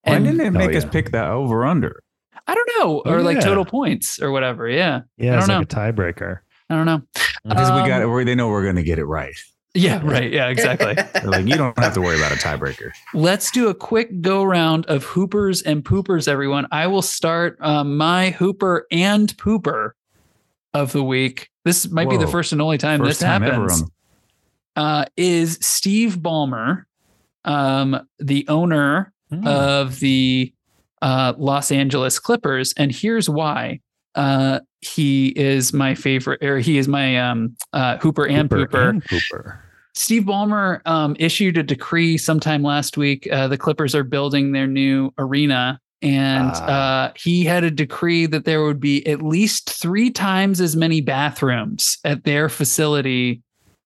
[SPEAKER 2] Why
[SPEAKER 1] And
[SPEAKER 2] didn't they make us
[SPEAKER 4] yeah.
[SPEAKER 2] pick that over under?
[SPEAKER 1] I don't know, or like
[SPEAKER 4] Yeah.
[SPEAKER 1] total points or whatever. Yeah. I
[SPEAKER 4] Yeah, it's
[SPEAKER 1] don't
[SPEAKER 4] like a tiebreaker.
[SPEAKER 1] I don't know.
[SPEAKER 2] Because
[SPEAKER 1] Um,
[SPEAKER 2] we got it. we- They know we're going to get it right.
[SPEAKER 1] Yeah, right. Yeah, exactly.
[SPEAKER 2] They're like, you don't have to worry about a tiebreaker.
[SPEAKER 1] Let's do a quick go round of hoopers and poopers, everyone. I will start um, my hooper and pooper of the week This might be the
[SPEAKER 2] Whoa.
[SPEAKER 1] first and only time
[SPEAKER 2] First
[SPEAKER 1] this
[SPEAKER 2] time ever
[SPEAKER 1] happens.
[SPEAKER 2] on-
[SPEAKER 1] Uh, is Steve Ballmer, um, the owner
[SPEAKER 2] Hmm.
[SPEAKER 1] of the uh, Los Angeles Clippers, and here's why. Uh, he is my favorite, or he is my um, uh, Hooper and Pooper.
[SPEAKER 4] and Pooper.
[SPEAKER 1] Steve Ballmer um, issued a decree sometime last week. Uh, the Clippers are building their new arena, and
[SPEAKER 4] Ah.
[SPEAKER 1] uh, he had a decree that there would be at least three times as many bathrooms at their facility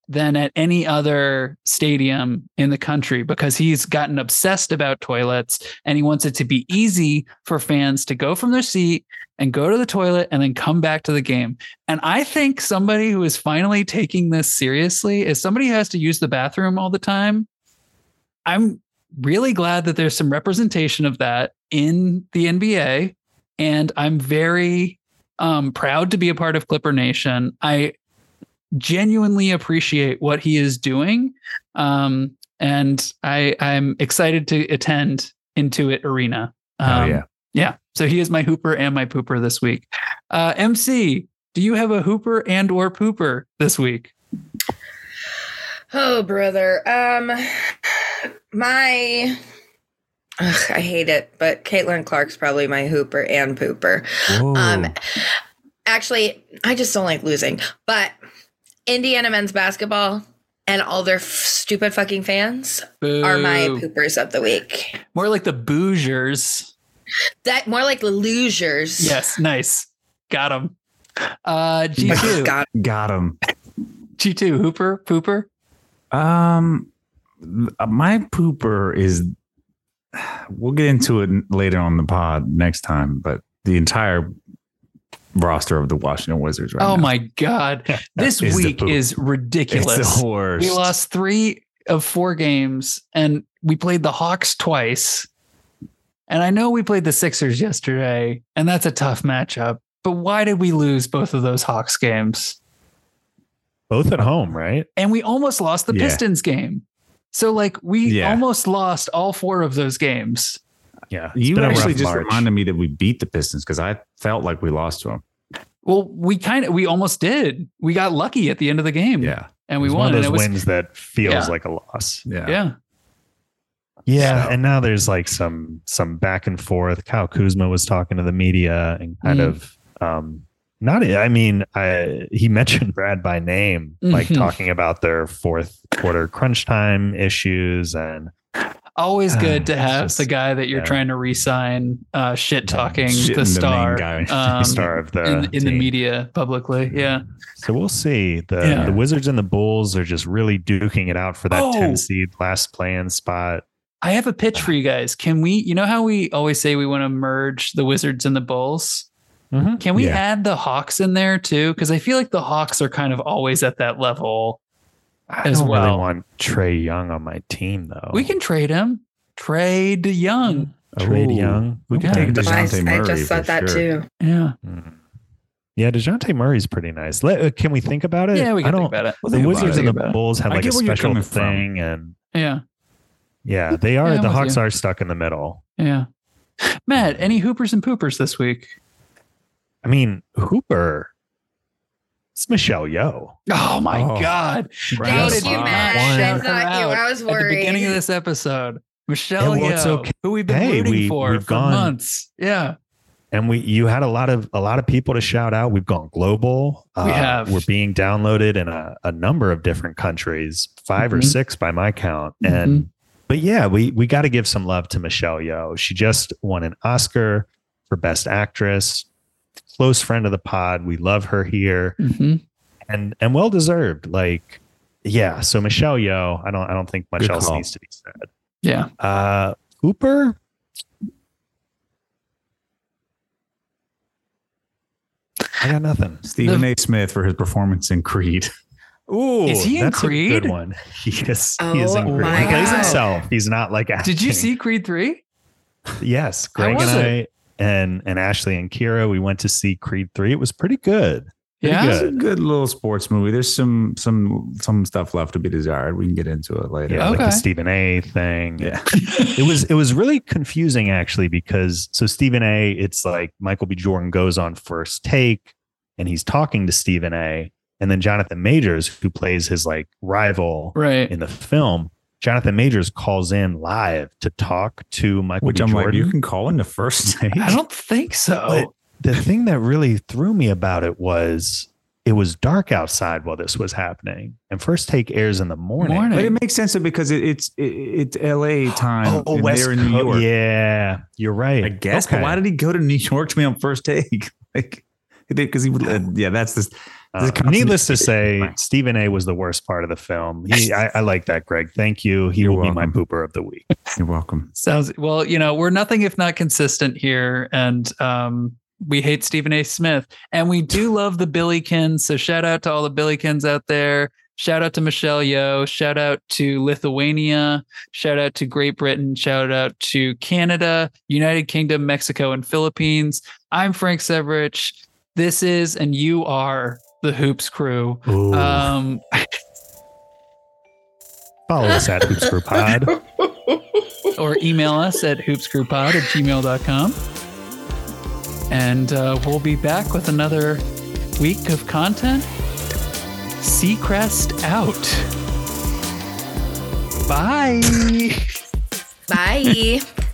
[SPEAKER 1] than at any other stadium in the country because he's gotten obsessed about toilets and he wants it to be easy for fans to go from their seat and go to the toilet and then come back to the game. And I think somebody who is finally taking this seriously is somebody who has to use the bathroom all the time. I'm really glad that there's some representation of that in the NBA. And I'm very um, proud to be a part of Clipper Nation. I genuinely appreciate what he is doing. Um, and I, I'm excited to attend Intuit Arena. Um,
[SPEAKER 4] Oh, yeah.
[SPEAKER 1] Yeah. So he is my hooper and my pooper this week. Uh, MC, do you have a hooper and or pooper this week?
[SPEAKER 3] Oh, brother. Um, my. Ugh, I hate it, but Caitlin Clark's probably my hooper and pooper.
[SPEAKER 2] Whoa.
[SPEAKER 3] Um, Actually, I just don't like losing, but Indiana men's basketball and all their f- stupid fucking fans
[SPEAKER 1] Boo.
[SPEAKER 3] are my poopers of the week.
[SPEAKER 1] More like the boogers.
[SPEAKER 3] That more like the losers.
[SPEAKER 1] Yes. Nice. Got him. Uh, G2.
[SPEAKER 3] God.
[SPEAKER 2] Got him.
[SPEAKER 1] G2, hooper, pooper.
[SPEAKER 2] Um, th- my pooper is. We'll get into it later on the pod next time, but the entire roster of the Washington Wizards right
[SPEAKER 1] oh
[SPEAKER 2] now
[SPEAKER 1] my God. This
[SPEAKER 2] Is the
[SPEAKER 1] week
[SPEAKER 2] poop.
[SPEAKER 1] is
[SPEAKER 2] is
[SPEAKER 1] ridiculous.
[SPEAKER 2] the worst.
[SPEAKER 1] We lost three of four games, and we played the Hawks twice. And I know we played the Sixers yesterday, and that's a tough matchup. But why did we lose both of those Hawks games?
[SPEAKER 4] Both at home, right?
[SPEAKER 1] And we almost lost the
[SPEAKER 2] Yeah.
[SPEAKER 1] Pistons game. So, like, we
[SPEAKER 2] Yeah.
[SPEAKER 1] almost lost all four of those games.
[SPEAKER 4] Yeah. it's
[SPEAKER 2] You
[SPEAKER 4] been a rough
[SPEAKER 2] actually just
[SPEAKER 4] March.
[SPEAKER 2] reminded me that we beat the Pistons because I felt like we lost to them.
[SPEAKER 1] Well, we kind of, we almost did. We got lucky at the end of the game.
[SPEAKER 2] Yeah,
[SPEAKER 1] And we
[SPEAKER 4] It's
[SPEAKER 1] won.
[SPEAKER 4] One of
[SPEAKER 1] And it
[SPEAKER 4] those
[SPEAKER 1] was,
[SPEAKER 4] wins that feels
[SPEAKER 1] Yeah.
[SPEAKER 4] like a loss.
[SPEAKER 2] yeah,
[SPEAKER 1] yeah.
[SPEAKER 4] Yeah,
[SPEAKER 2] So-
[SPEAKER 4] and now there's like some some back and forth. Kyle Kuzma was talking to the media and kind
[SPEAKER 1] Mm.
[SPEAKER 4] of um not I mean, I he mentioned Brad by name, like
[SPEAKER 1] Mhm.
[SPEAKER 4] talking about their fourth quarter crunch time issues and
[SPEAKER 1] Always
[SPEAKER 4] Ah,
[SPEAKER 1] good to
[SPEAKER 4] it's
[SPEAKER 1] have
[SPEAKER 4] just-
[SPEAKER 1] the guy that you're
[SPEAKER 4] yeah.
[SPEAKER 1] trying to re-sign, uh, shit talking
[SPEAKER 2] Shitting
[SPEAKER 1] the
[SPEAKER 2] main
[SPEAKER 1] star
[SPEAKER 2] guy.
[SPEAKER 1] um,
[SPEAKER 4] star of the
[SPEAKER 1] in, in the
[SPEAKER 4] uh, team. Mm-hmm.
[SPEAKER 1] media publicly. Yeah,
[SPEAKER 4] So we'll see. The
[SPEAKER 1] Yeah.
[SPEAKER 4] the Wizards and the Bulls are just really duking it out for that
[SPEAKER 1] Oh.
[SPEAKER 4] 10 seed last play-in spot.
[SPEAKER 1] I have a pitch for you guys. Can we? You know how we always say we want to merge the Wizards and the Bulls.
[SPEAKER 4] Mhm.
[SPEAKER 1] Can we
[SPEAKER 2] Yeah.
[SPEAKER 1] add the Hawks in there too? Because I feel like the Hawks are kind of always at that level.
[SPEAKER 4] I
[SPEAKER 1] As
[SPEAKER 4] don't
[SPEAKER 1] well.
[SPEAKER 4] really want Trey Young on my team though.
[SPEAKER 1] We can trade him. Trade Young.
[SPEAKER 4] trade
[SPEAKER 2] Ooh.
[SPEAKER 4] Young.
[SPEAKER 2] We can
[SPEAKER 4] Okay.
[SPEAKER 2] take
[SPEAKER 3] I,
[SPEAKER 2] Dejounte
[SPEAKER 3] I
[SPEAKER 2] Murray.
[SPEAKER 3] just
[SPEAKER 2] for
[SPEAKER 3] thought that
[SPEAKER 2] sure.
[SPEAKER 3] too.
[SPEAKER 1] Yeah.
[SPEAKER 4] Mm. Yeah, Dejounte Murray's pretty nice. Let, uh, can we think about it?
[SPEAKER 1] Yeah, we
[SPEAKER 4] I
[SPEAKER 1] can
[SPEAKER 4] don't.
[SPEAKER 1] think about it.
[SPEAKER 2] Well,
[SPEAKER 4] the
[SPEAKER 2] think about
[SPEAKER 4] Wizards
[SPEAKER 2] it.
[SPEAKER 4] and the
[SPEAKER 1] Think about it.
[SPEAKER 4] Bulls have
[SPEAKER 2] I
[SPEAKER 4] like a
[SPEAKER 2] get where you're
[SPEAKER 4] special
[SPEAKER 2] coming from.
[SPEAKER 4] thing, and
[SPEAKER 1] Yeah.
[SPEAKER 4] yeah, they are.
[SPEAKER 1] Yeah, I'm
[SPEAKER 4] the
[SPEAKER 1] with
[SPEAKER 4] Hawks
[SPEAKER 1] you.
[SPEAKER 4] are stuck in the middle.
[SPEAKER 1] Yeah. Matt, any hoopers and poopers this week?
[SPEAKER 4] I mean, Hooper. It's Michelle Yeoh.
[SPEAKER 1] Oh my
[SPEAKER 2] Oh.
[SPEAKER 1] God. How
[SPEAKER 2] Round
[SPEAKER 1] did
[SPEAKER 3] Thank you,
[SPEAKER 1] you
[SPEAKER 2] five.
[SPEAKER 3] Matt.
[SPEAKER 1] not
[SPEAKER 3] I
[SPEAKER 1] shout her
[SPEAKER 3] thought you.
[SPEAKER 1] out
[SPEAKER 3] I was
[SPEAKER 1] at the
[SPEAKER 3] worried.
[SPEAKER 1] beginning of this episode. Michelle
[SPEAKER 4] Yeah, well, it's
[SPEAKER 1] Yeoh,
[SPEAKER 4] okay.
[SPEAKER 1] who we've been
[SPEAKER 4] Hey,
[SPEAKER 1] rooting
[SPEAKER 4] we-
[SPEAKER 1] for
[SPEAKER 4] we've
[SPEAKER 1] for
[SPEAKER 4] gone-
[SPEAKER 1] months. Yeah.
[SPEAKER 4] and we you had a lot of a lot of people to shout out we've gone global Uh,
[SPEAKER 1] We have.
[SPEAKER 4] we're being downloaded in a, a number of different countries 5 or
[SPEAKER 1] Mhm.
[SPEAKER 4] six by my count
[SPEAKER 1] Mm-hmm.
[SPEAKER 4] and but yeah we we got to give some love to michelle yo she just won an oscar for best actress close friend of the pod we love her here
[SPEAKER 1] Mhm.
[SPEAKER 4] and and well deserved like yeah so michelle yo i don't i don't think much
[SPEAKER 2] Good
[SPEAKER 4] else
[SPEAKER 2] call.
[SPEAKER 4] needs to be said
[SPEAKER 1] Yeah.
[SPEAKER 4] uh Hooper. I got nothing.
[SPEAKER 2] Stephen A. Smith for his performance in Creed.
[SPEAKER 4] Ooh,
[SPEAKER 1] Is he in
[SPEAKER 4] that's a
[SPEAKER 1] Creed?
[SPEAKER 4] good one. He is. he is
[SPEAKER 3] Oh
[SPEAKER 4] in Creed.
[SPEAKER 1] my
[SPEAKER 4] he plays
[SPEAKER 1] God.
[SPEAKER 4] himself. He's not like acting.
[SPEAKER 1] Did you see Creed 3?
[SPEAKER 4] Yes, Greg
[SPEAKER 1] was
[SPEAKER 4] and I and and Ashley and Kira. We went to see Creed three. It was pretty good. Pretty
[SPEAKER 1] Yeah.
[SPEAKER 2] It's a
[SPEAKER 4] good.
[SPEAKER 2] good little sports movie. There's some some some stuff left to be desired. We can get into it later.
[SPEAKER 4] Yeah, like
[SPEAKER 1] Okay.
[SPEAKER 4] the Stephen A. thing.
[SPEAKER 2] Yeah.
[SPEAKER 4] it was it was really confusing actually because so Stephen A. It's like Michael B. Jordan goes on first take and he's talking to Stephen A. And then Jonathan Majors, who plays his like rival
[SPEAKER 1] Right.
[SPEAKER 4] in the film, Jonathan Majors calls in live to talk to Michael
[SPEAKER 2] Which
[SPEAKER 4] B.
[SPEAKER 2] I'm
[SPEAKER 4] Jordan.
[SPEAKER 2] like, you can call in the first date.
[SPEAKER 1] I don't think so.
[SPEAKER 4] But the thing that really threw me about it was it was dark outside while this was happening. And first take airs in the morning.
[SPEAKER 1] Morning.
[SPEAKER 2] But it makes sense because it, it's it, it's L.A. time.
[SPEAKER 4] Oh,
[SPEAKER 2] and
[SPEAKER 4] West
[SPEAKER 2] they're in New
[SPEAKER 4] Co-
[SPEAKER 2] York.
[SPEAKER 4] Yeah, you're right.
[SPEAKER 2] I guess.
[SPEAKER 4] Okay. Uh,
[SPEAKER 2] But why did he go to New York to be on first take? Like, because he would. uh, yeah, that's this.
[SPEAKER 4] Uh,
[SPEAKER 2] The
[SPEAKER 4] needless to say,
[SPEAKER 2] Fine.
[SPEAKER 4] Stephen A. was the worst part of the film. He, I, I like that, Greg. Thank you. He
[SPEAKER 2] You're
[SPEAKER 4] will be my
[SPEAKER 2] welcome.
[SPEAKER 4] pooper of the week.
[SPEAKER 2] You're welcome.
[SPEAKER 1] Sounds well, you know, we're nothing if not consistent here. And um, we hate Stephen A. Smith. And we do love the Billykins. So shout out to all the Billykins out there. Shout out to Michelle Yeoh. Shout out to Lithuania. Shout out to Great Britain. Shout out to Canada, United Kingdom, Mexico, and Philippines. I'm Frank Severich. This is, and you are the Hoops Crew. Um,
[SPEAKER 4] Follow us at Hoops for Pod.
[SPEAKER 1] or email us at hoopscrewpod at gmail.com. And uh, we'll be back with another week of content. Seacrest out. Bye.
[SPEAKER 3] Bye.